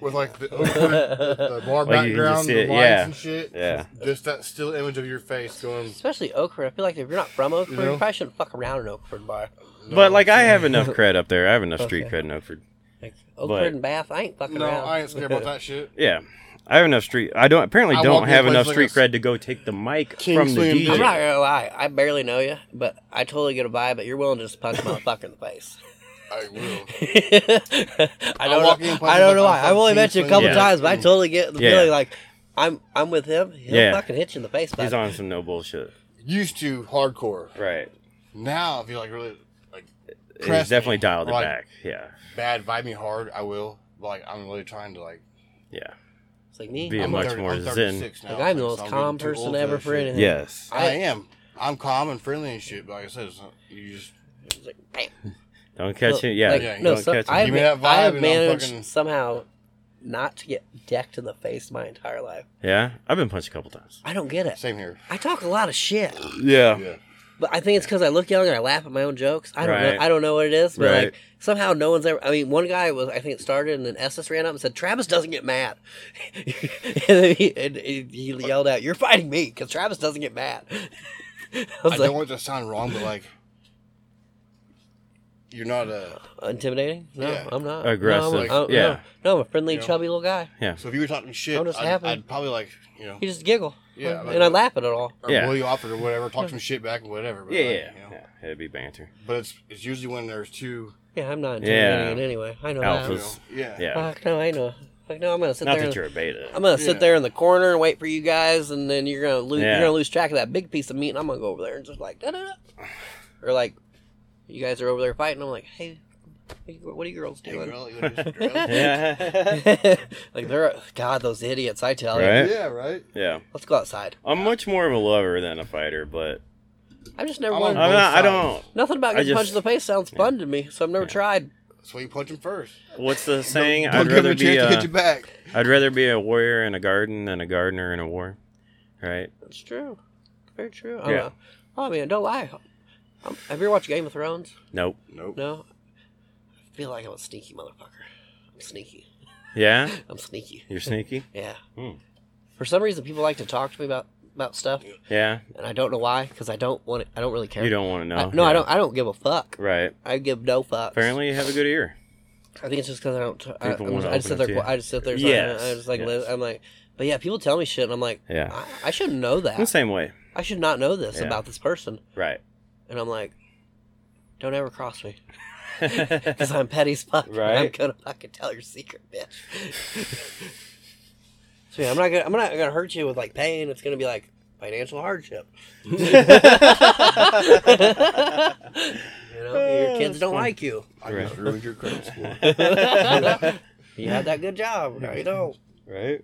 with like the, the bar Like, you can just background, see the it, lights yeah. and shit. Yeah. just that still image of your face going. Especially Oakford. I feel like if you're not from Oakford, you know? probably shouldn't fuck around in Oakford bar. No, But like I have enough cred up there. I have enough street Okay. cred in Oakford. Like, Oakford But- and Bath, I ain't fucking no, around. I ain't scared about that shit. Yeah. I have enough street. I don't apparently I don't walked in have a place enough like street this. cred to go take the mic King from the Slim DJ. Jim. I'm not gonna lie, I barely know you, but I totally get a vibe that you're willing to just punch my fucking face. I will. I don't walk in know, and punch I him don't like know I'm why. from I've only met you a Kingsland. couple Yeah. times, but I totally get the Yeah. feeling like I'm I'm with him. He'll Yeah. fucking hit you in the face. He's bud. on some no bullshit. Used to hardcore. Right. Now I feel like really like He's Trust me. definitely dialed it Right. back. Yeah. bad vibe me hard. I will. But like I'm really trying to like. Yeah. It's like me. Be a I'm much 30 more I'm zen. 36 Now, Like, I'm the so most getting calm too old person for ever that for shit. anything. Yes. I am. I'm calm and friendly and shit. But like I said, it's not, you just It's like, bam. Don't catch No, it. Yeah. like, Yeah, you no, don't some- catch it. I've, Give me ma- I that vibe have and I'm managed fucking- somehow not to get decked in the face my entire life. yeah. I've been punched a couple times. I don't get it. same here. I talk a lot of shit. Yeah. Yeah. But I think it's because I look young and I laugh at my own jokes. I don't Right. know. I don't know what it is, but Right. like somehow no one's ever. I mean, one guy was. I think it started, and then Estes ran up and said, "Travis doesn't get mad," and, then he, and he yelled out, "You're fighting me because Travis doesn't get mad." I I, was like, don't want it to sound wrong, but like, you're not a. intimidating? No, Yeah. I'm not No, I'm, Aggressive, a- I- yeah. no, no, I'm a friendly, You know? chubby little guy. So if you were talking shit, I'm just I'd, happy. I'd probably like, you know, You just giggle, Yeah, and I like- laugh at it all. or Yeah. blow you off or whatever, talk some shit back or whatever. But Yeah. like, Yeah. you know. yeah. It'd be banter. But it's it's usually when there's two. Yeah, I'm not intimidating Yeah. in any way. I know You Alphas. that. know, It's- yeah. Yeah. Fuck no, I know. Fuck no, I'm gonna sit Not there. that and- you're a beta. I'm gonna sit Yeah. there in the corner and wait for you guys, and then you're gonna lose. Yeah. You're gonna lose track of that big piece of meat, and I'm gonna go over there and just like da da da, or like you guys are over there fighting. I'm like, hey, what are you- what are you girls Hey, doing? girl, you wanna do some drills? yeah. like they're God, those idiots. I tell you, Right? yeah, right. yeah. let's go outside. I'm much more of a lover than a fighter, but I've just never I'm I'm wanted. on- Both not, I don't. sides. Nothing about I getting just- punched in the face sounds fun to me, so I've never tried. That's why you punch him first. What's the saying? Don't I'd give him rather a chance be uh, to a, get you back. I'd rather be a warrior in a garden than a gardener in a war. Right? It's true, very true. Yeah. Yeah. Oh man, don't lie. Um have you ever watched Game of Thrones? Nope. Nope. No. I feel like I'm a sneaky motherfucker. I'm sneaky. Yeah? I'm sneaky. You're sneaky? Yeah. Hmm. For some reason, people like to talk to me about about stuff, Yeah. and I don't know why. Because I don't want it. I don't really care. You don't want to know. I, no, yeah. I don't. I don't give a fuck. Right. I give no fucks. Apparently, you have a good ear. I think it's just because I don't. T- I, People wanna I, I just sit open up there. to qui- you. I just sit there. Yes, I, I just like. yes. Live, I'm like. But yeah, people tell me shit, and I'm like, Yeah. I, I shouldn't know I'm the that. same way. I should not know this Yeah. about this person. Right. And I'm like, don't ever cross me. Because I'm petty as fuck. and I'm Right. gonna fucking tell your secret, bitch. so yeah, I'm not gonna I'm not gonna hurt you with like pain. It's gonna be like financial hardship. you know, your kids don't like you. I just ruined your credit score. You had that good job. Now you don't. Right.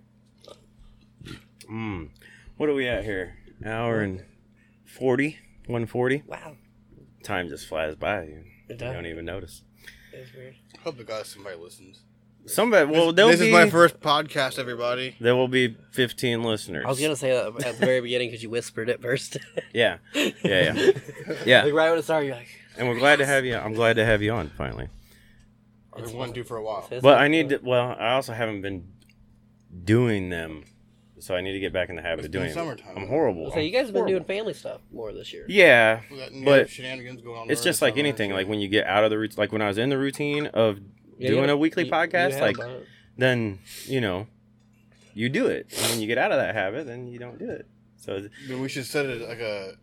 Mm. What are we at here? Hour and 40, 140. Wow. Time just flies by. You, you It does. don't even notice. That's weird. Hope to God somebody listens. Somebody, well, there'll This be, is my first podcast, everybody. there will be 15 listeners. I was gonna say that at the very beginning because you whispered it first. Yeah. Yeah, yeah. Yeah. like right when it started, you're like, And we're glad to have you. I'm glad to have you on finally. I've been wanting to for a while. "This But is I need good." to, well, I also haven't been doing them. So I need to get back in the habit It's of doing been it. summertime. I'm horrible. Okay, you guys have been Horrible. doing family stuff more this year. Yeah. We got new But shenanigans going on. It's around just like town, anything. so- Like when you get out of the routine, like when I was in the routine of Yeah, you doing have- a weekly you- you podcast, have like a- then you know you do it. And when you get out of that habit, then you don't do it. So Then we should set it like a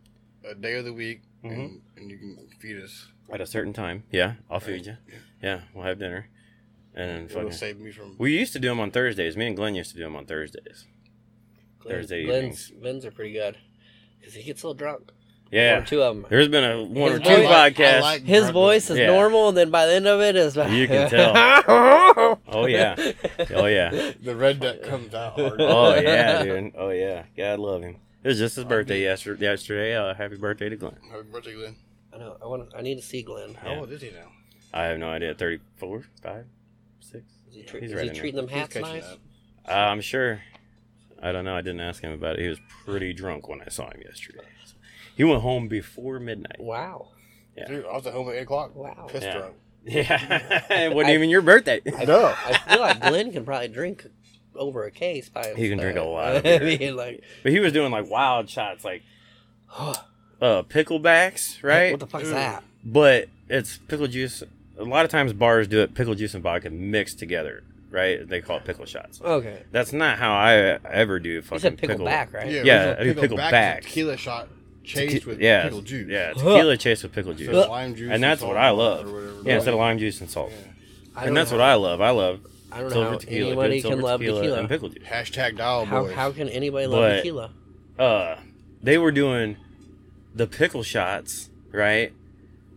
a day of the week, Mhm. and, and you can feed us. at a certain time, yeah, I'll feed you. Yeah, we'll have dinner, and then It'll fucking. save me from. We used to do them on Thursdays. Me and Glenn used to do them on Thursdays. Thursday Glenn's, Glenn's are pretty good because he gets a little drunk. One Yeah, or two of them. there's been a one or His two voice- I podcasts. His voice is Yeah. normal, and then by the end of it is. You can tell. Oh yeah, oh yeah, The red duck comes out hard. oh yeah, dude. Oh yeah, God love him. It was just his birthday yesterday. Yesterday, uh, happy birthday to Glenn. Happy birthday, Glenn. I know. I want. I need to see Glenn. How Yeah. old is he now? I have no idea. 34, 5, 6? Is he, treat, He's is right he in there. treating them He's hats catching nice? up. Uh, I'm sure. I don't know. I didn't ask him about it. He was pretty drunk when I saw him yesterday. He went home before midnight. Wow. Yeah. Dude, I was at home at eight o'clock. Wow. Pissed Yeah. drunk. Yeah, it wasn't I- even your birthday. I know. I feel like Glenn can probably drink over a case by himself. He can drink a lot of I beer. mean, like, But he was doing like wild shots, like what uh, picklebacks, right? the fuck's that? but it's pickle juice. A lot of times bars do it pickle juice and vodka mixed together, right? They call it pickle shots. Okay. That's not how I ever do You fucking said pickleback, right? it Yeah, was a I mean, pickle is a back. Tequila shot chased with yeah, pickle juice. Yeah, tequila chased with pickle juice. So lime juice and that's salt what I or love. whatever. Yeah, instead of lime juice and salt. I And don't that's know what I love. I love I don't know silver how tequila, anybody good can silver love tequila, tequila. and pickle juice. Hashtag dial How, boys. how can anybody love But- tequila? Uh, they were doing the pickle shots right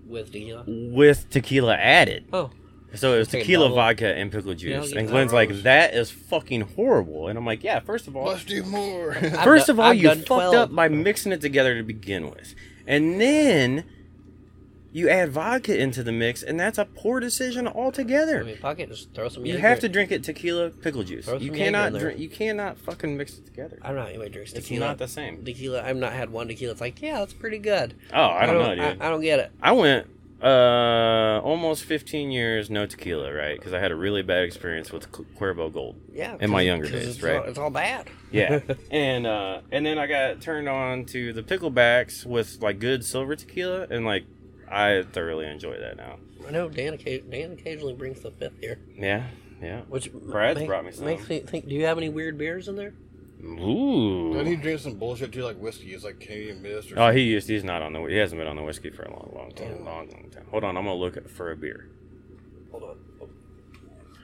with tequila. with tequila added. Oh, So it was Take a tequila, double. vodka, and pickle know, juice. you and know. Glenn's like, "That is fucking horrible." And I'm like, "Yeah, first of all, Let's do more. I've First done- of all, I've you done fucked 12. up by mixing it together to begin with, and then you add vodka into the mix, and that's a poor decision I altogether. mean, fuck it, just throw some. you yogurt. have to drink it tequila pickle juice. Throw You some Jaeger in cannot there. drink. You cannot fucking mix it together. I don't know. how Anybody drinks It's tequila. not the same. tequila. I've not had one tequila. It's like, yeah, that's pretty good. Oh, I don't, know, dude. I, I don't get it. I went uh almost 15 years no tequila, right? Because I had a really bad experience with Cu- Cuervo Gold. Yeah. In my 'cause- younger 'cause days, it's right? All, it's all bad. Yeah, and uh, and then I got turned on to the picklebacks with like good silver tequila, and like I thoroughly enjoy that now. I know Dan. occa- Dan occasionally brings the fifth here, Yeah, yeah. which Brad's brought me some. Makes me think. Do you have any weird beers in there? Don't Ooh. he drink some bullshit too, like whiskey? It's like Canadian mist or Oh, he used. He's not on the. He hasn't been on the whiskey for a long, long time. Long, long time. Hold on, I'm gonna look for a beer. Hold on.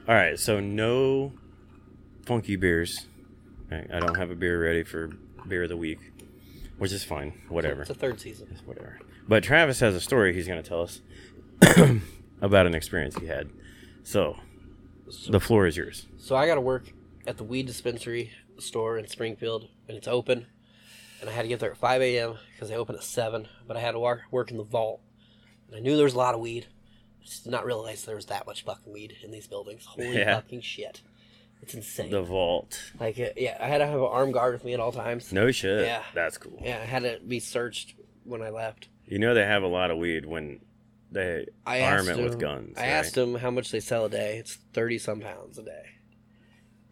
All right, so no funky beers. I I don't have a beer ready for beer of the week, which is fine. Whatever. It's a third season. whatever. But Travis has a story he's going to tell us about an experience he had. So, the floor is yours. So I got to work at the weed dispensary store in Springfield, and it's open. And I had to get there at 5 a.m. because they open at 7. But I had to work, work in the vault. And I knew there was a lot of weed. I just did not realize there was that much fucking weed in these buildings. Holy Yeah. fucking shit. It's insane. The vault. like, uh, yeah, I had to have an armed guard with me at all times. No shit. Yeah. That's cool. Yeah, I had to be searched when I left. You know they have a lot of weed when they I arm asked it with him- guns. I right? asked them how much they sell a day. It's 30 some pounds a day.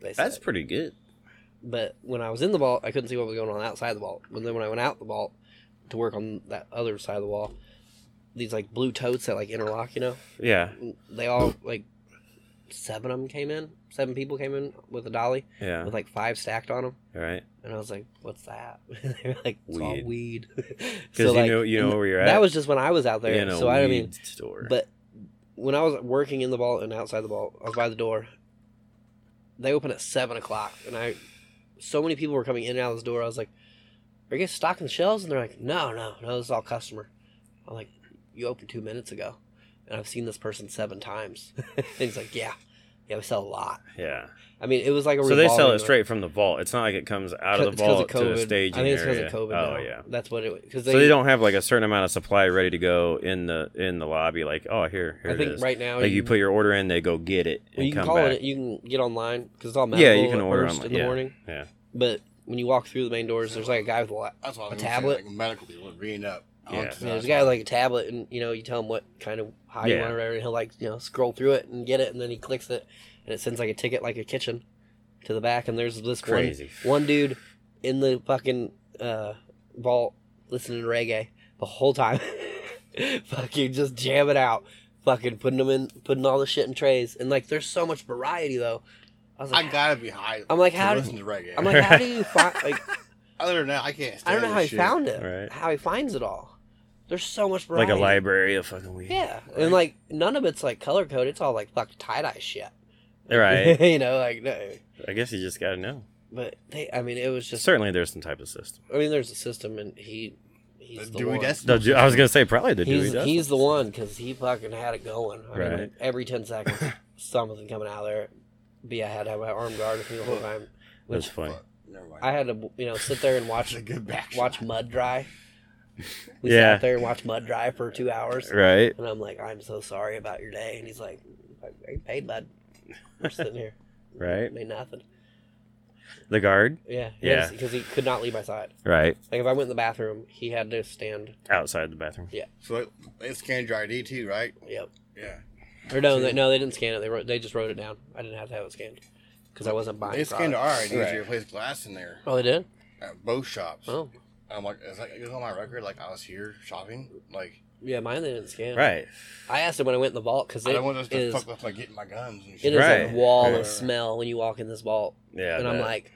They said. That's pretty good. But when I was in the vault, I couldn't see what was going on outside the vault. But then when I went out the vault to work on that other side of the wall, these like blue totes that like interlock, you know, Yeah. they all like seven of them came in. Seven people came in with a dolly Yeah. with like five stacked on them. All right. And I was like, "What's that?" they were like, "It's all weed." Because you know you know and where you're at. That was just when I was out there. in a so I weed mean, store. but when I was working in the vault and outside the vault, I was by the door. They open at seven o'clock, and I, so many people were coming in and out of this door. I was like, "Are you guys stocking the shelves?" And they're like, "No, no, no. This is all customer." I'm like, "You opened two minutes ago, and I've seen this person seven times." and he's like, "Yeah, yeah, we sell a lot." yeah. I mean, it was like a So they sell revolving- it straight from the vault. It's not like it comes out of the it's 'cause vault to a stage. I think it's area. because of COVID. Oh now. yeah. that's what it because so they don't have like a certain amount of supply ready to go in the in the lobby. Like oh here here I it think is. right now like you put your order in, they go get it well, and you can come call back. it. You can get online because it's all medical yeah, you can at order first online in the yeah. morning. Yeah. But when you walk through the main doors, there's like a guy with a la- That's what I A was gonna say, tablet? like medical people reading up. Yeah. onto there's a that. guy with like a tablet, and you know you tell him what kind of high you Yeah. want or whatever, and he'll like you know scroll through it and get it, and then he clicks it, and it sends like a ticket like a kitchen to the back, and there's this one Crazy. one dude in the fucking uh, vault listening to reggae the whole time, fucking just jamming out, fucking putting them in, putting all the shit in trays, and like there's so much variety though. I was I like, gotta be high. I'm like, to how do- listen to reggae? I'm like, how do you find like other than that, I can't. I don't know stand how he this shit. found it, Right. how he finds it all. There's so much Like variety. a library of fucking weed. Yeah, and like none of it's like color coded. It's all like fuck tie dye shit. All right. you know, like no. I guess you just gotta know. But they, I mean, it was just. Certainly, there's some type of system. I mean, there's a system, and he, he's Uh, The the Dewey one. Decimal. The, Ju- I was gonna say probably the Dewey he's Decimal. he's the one because he fucking had it going. I mean, Right. every ten seconds, something coming out of there. B, I had to have my arm guard with me the whole time. That's funny. Fuck, Never mind. I had to, you know, sit there and watch It's a good back shot. watch mud dry. We Yeah. sat there and watched mud dry for two hours. Right. And I'm like, I'm so sorry about your day. And he's like, I I ain't paid, bud. We're sitting here. Right. Made nothing. The guard. Yeah. Yeah. Because he could not leave my side. Right. Like, if I went in the bathroom, he had to stand. Outside the bathroom. So like, they scanned your ID too, right? Yep. Yeah. Or no, they, no, they didn't scan it. They wrote, they just wrote it down. I didn't have to have it scanned because I wasn't buying They scanned product. our IDs Right. to replace glass in there Oh, they did? at both shops. Oh. I'm like, it's like it was on my record. Like I was here shopping. Like Yeah, mine they didn't scan. Right. I asked him when I went in the vault because I it don't want us to is, fuck with my getting my guns and it shit. is Right. a wall Right, right, of right. smell when you walk in this vault. Yeah. and I'm that- like,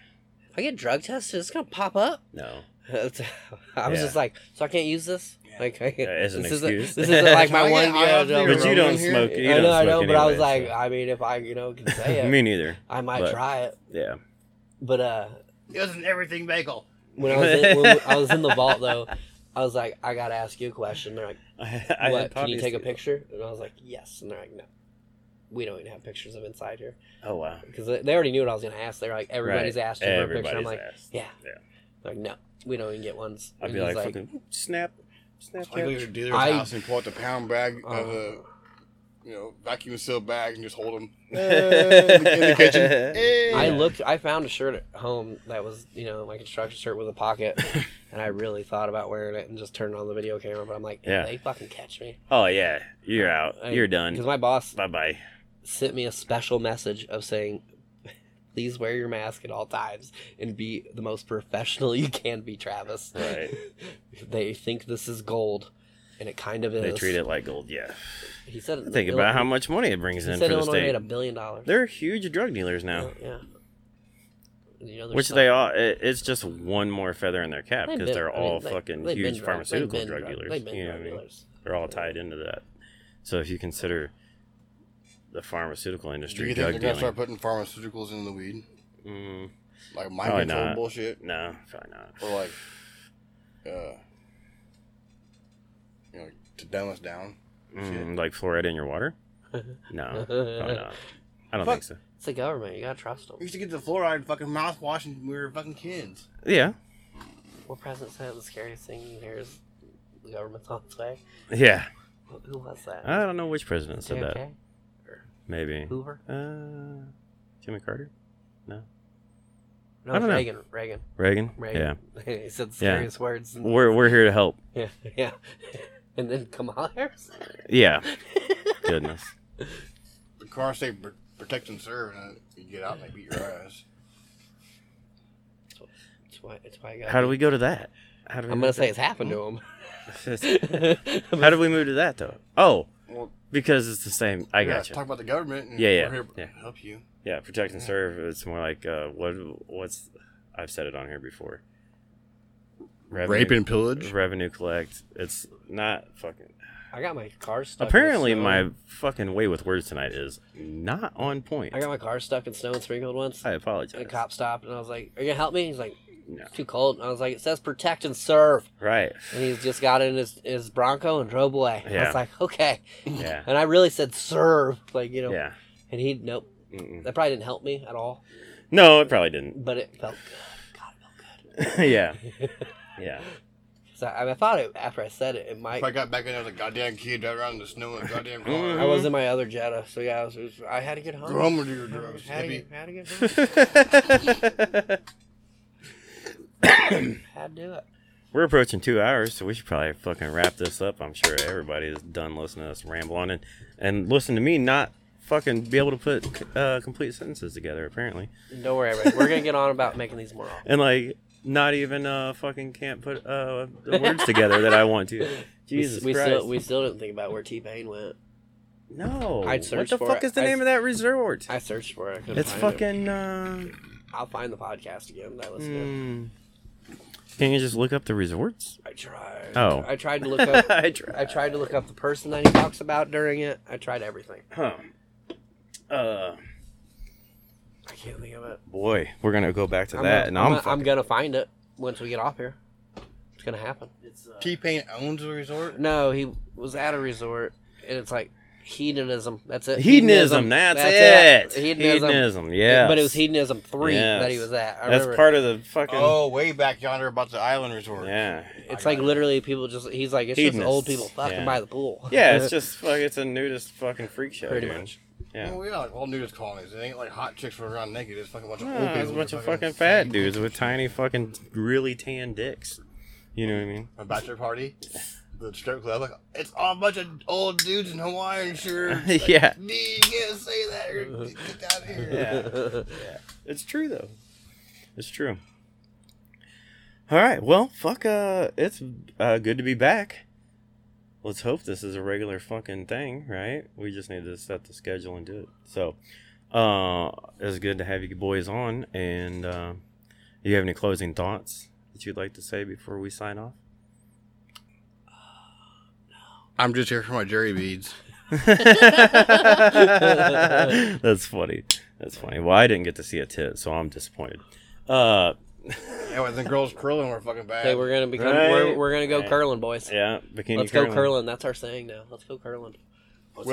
if I get drug tested, it's going to pop up. no. I was Yeah. just like, so I can't use this. Yeah. Like, I, Yeah, as an this excuse. Isn't, this isn't like my Can I one. get high off no, the But you Roman don't here? smoke. You I don't know, I know, smoke but I was anyway, like, I mean, if I, you know, can say so. it, me neither. I might but- try it. Yeah. But uh, It was an everything bagel. when I was in, when I was in the vault though, I was like, I gotta ask you a question. They're like, I, what? had Can you poppies take a too. picture? And I was like, yes. And they're like, no. We don't even have pictures of inside here Oh wow. because they they already knew what I was gonna ask. They're like, everybody's Right. asked you for a picture. I'm Everybody's like, asked. yeah. Yeah. They're like, no, we don't even get ones. I'd And be he's like, fucking snap, snap. Like go to your dealer's I- house and pull out the pound bag of a "Oh." you know vacuum seal bag and just hold them in the in the kitchen. Hey. I Yeah. looked. I found a shirt at home that was, you know, my construction shirt with a pocket, and I really thought about wearing it and just turned on the video camera. But I'm like, Yeah. they fucking catch me. Oh yeah, you're out. You're Because done. my boss Bye bye. sent me a special message of saying, "Please wear your mask at all times and be the most professional you can be, Travis." Right. they think this is gold, and it kind of is. They treat it like gold. Yeah. He said, Think about how much money it brings He in said for the Illinois made state. a billion dollars. They're huge drug dealers now, Yeah. You know, there's which some- they all. It, it's just one more feather in their cap They've because been- they're I mean, all they- fucking they've been huge drug- pharmaceutical they've been drug dealers. They've been You know drug what I mean? dealers. They're all tied into that. So if you consider the pharmaceutical Do industry you think drug they're gonna start dealing, putting pharmaceuticals in the weed, mm, like mind Probably control not. bullshit, no, probably not. or like, uh, you know, to dumb us down? Mm, like fluoride in your water? No, probably not. I don't think so. It's the government. You gotta trust them. We used to get the fluoride fucking mouthwash when we were fucking kids. Yeah, What president said the scariest thing you hear is the government's on its way? yeah. Who- Who was that? I don't know which president said that. JFK? Maybe Hoover? uh, Jimmy Carter, No, I don't know. Reagan. Reagan. Reagan. Reagan. Yeah. he said the Yeah. scariest words. Yeah, And, we're we're here to help. yeah. Yeah. and then Kamala Harris. Yeah. Goodness. The car say pr- protect and serve, and uh, you get out and they beat your ass. That's why, that's why I got How do we go to that? How do we I'm move gonna say it's happened to him. to- How do we move to that though? Oh, Well, because it's the same. I yeah, got you. Talk about the government. And Yeah, yeah, we're here to yeah. Help you. Yeah, protect and serve. It's more like uh, what what's I've said it on here before. Revenue, Rape and pillage. revenue collect. It's not fucking. I got my car stuck. in Apparently, snow. my fucking way with words tonight is not on point. I got my car stuck in snow and sprinkled once. I And apologize. a cop stopped, and I was like, "Are you gonna help me?" He's like, No. "It's too cold." And I was like, "It says protect and serve." Right. And he's just got in his, his Bronco and drove away. I Yeah. was like, "Okay." Yeah. And I really said serve, like you know. Yeah. And he nope. Mm-mm. That probably didn't help me at all, No, it probably didn't. but it felt good. God, it felt good. yeah. Yeah. So I, I thought it, after I said it, it might. If I got back in there, the goddamn kid driving around in the snow in a goddamn car. Mhm. I was in my other Jetta, so yeah, I, was, it was- I had to get home. Go home with your drugs, Had to hippie. get, had to get home. had to do it. We're approaching two hours, so we should probably fucking wrap this up. I'm sure everybody is done listening to us ramble on and, and listen to me not fucking be able to put uh, complete sentences together, apparently. Don't worry, everybody. We're gonna get on about making these more often. And like, not even uh, fucking can't put uh, the words together that I want to. Jesus we, we Christ. still we still didn't think about where T Pain went. no. I'd what search the for fuck it. is the I'd- name of that resort? I searched for it. I couldn't It's find it. fucking. Uh, I'll find the podcast again. That was it. mm, can you just look up the resorts? I tried. Oh. I tried to look up. I tried. I tried to look up the person that he talks about during it. I tried everything. Huh. Uh, I can't think of it. boy, we're gonna go back to I'm that, and gonna- I'm, I'm, gonna- fucking- I'm gonna find it once we get off here. It's uh, gonna happen. T Pain owns the resort. No, he was at a resort, and it's like hedonism. That's it. hedonism. That's, it. Hedonism. Yeah. But it was hedonism three Yes. that he was at. I That's remember. part of the fucking. Oh, way back yonder about the island resort. Yeah. It's like literally people just. He's like it's just Hedonists. old people fucking Yeah. by the pool. Yeah, it's just fuck. It's a nudist fucking freak show, Uh, Pretty dude. much. Yeah. Well, yeah, like all nudist colonies. It ain't like hot chicks running around naked. It's fucking a bunch of old No, people. Ah, it's a bunch of fucking- fucking fat dudes with tiny fucking really tan dicks. You know what I mean? A bachelor party, the strip club. Like, it's all a bunch of old dudes in Hawaiian shirts. Like, Yeah. D, you can't say that. Or get out of here. yeah. It's true though. It's true. All right. Well, fuck. Uh, it's uh, good to be back. Let's hope this is a regular fucking thing, right? We just need to set the schedule and do it. So, uh, it's good to have you boys on. And uh, you have any closing thoughts that you'd like to say before we sign off? I'm just here for my jerry beads. That's funny. That's funny. Well, I didn't get to see a tit, so I'm disappointed. Uh, Yeah, with the girls curling were fucking bad. Hey, we're gonna become. Right. We're, we're gonna go Right. curling, boys. yeah, bikini Let's go curling. That's our saying now. Let's go curling. Let's go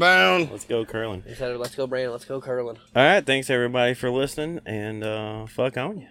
curling. bound. Let's go curling. Instead of let's go Brandon, let's go curling. All right, thanks everybody for listening, and uh, fuck on you.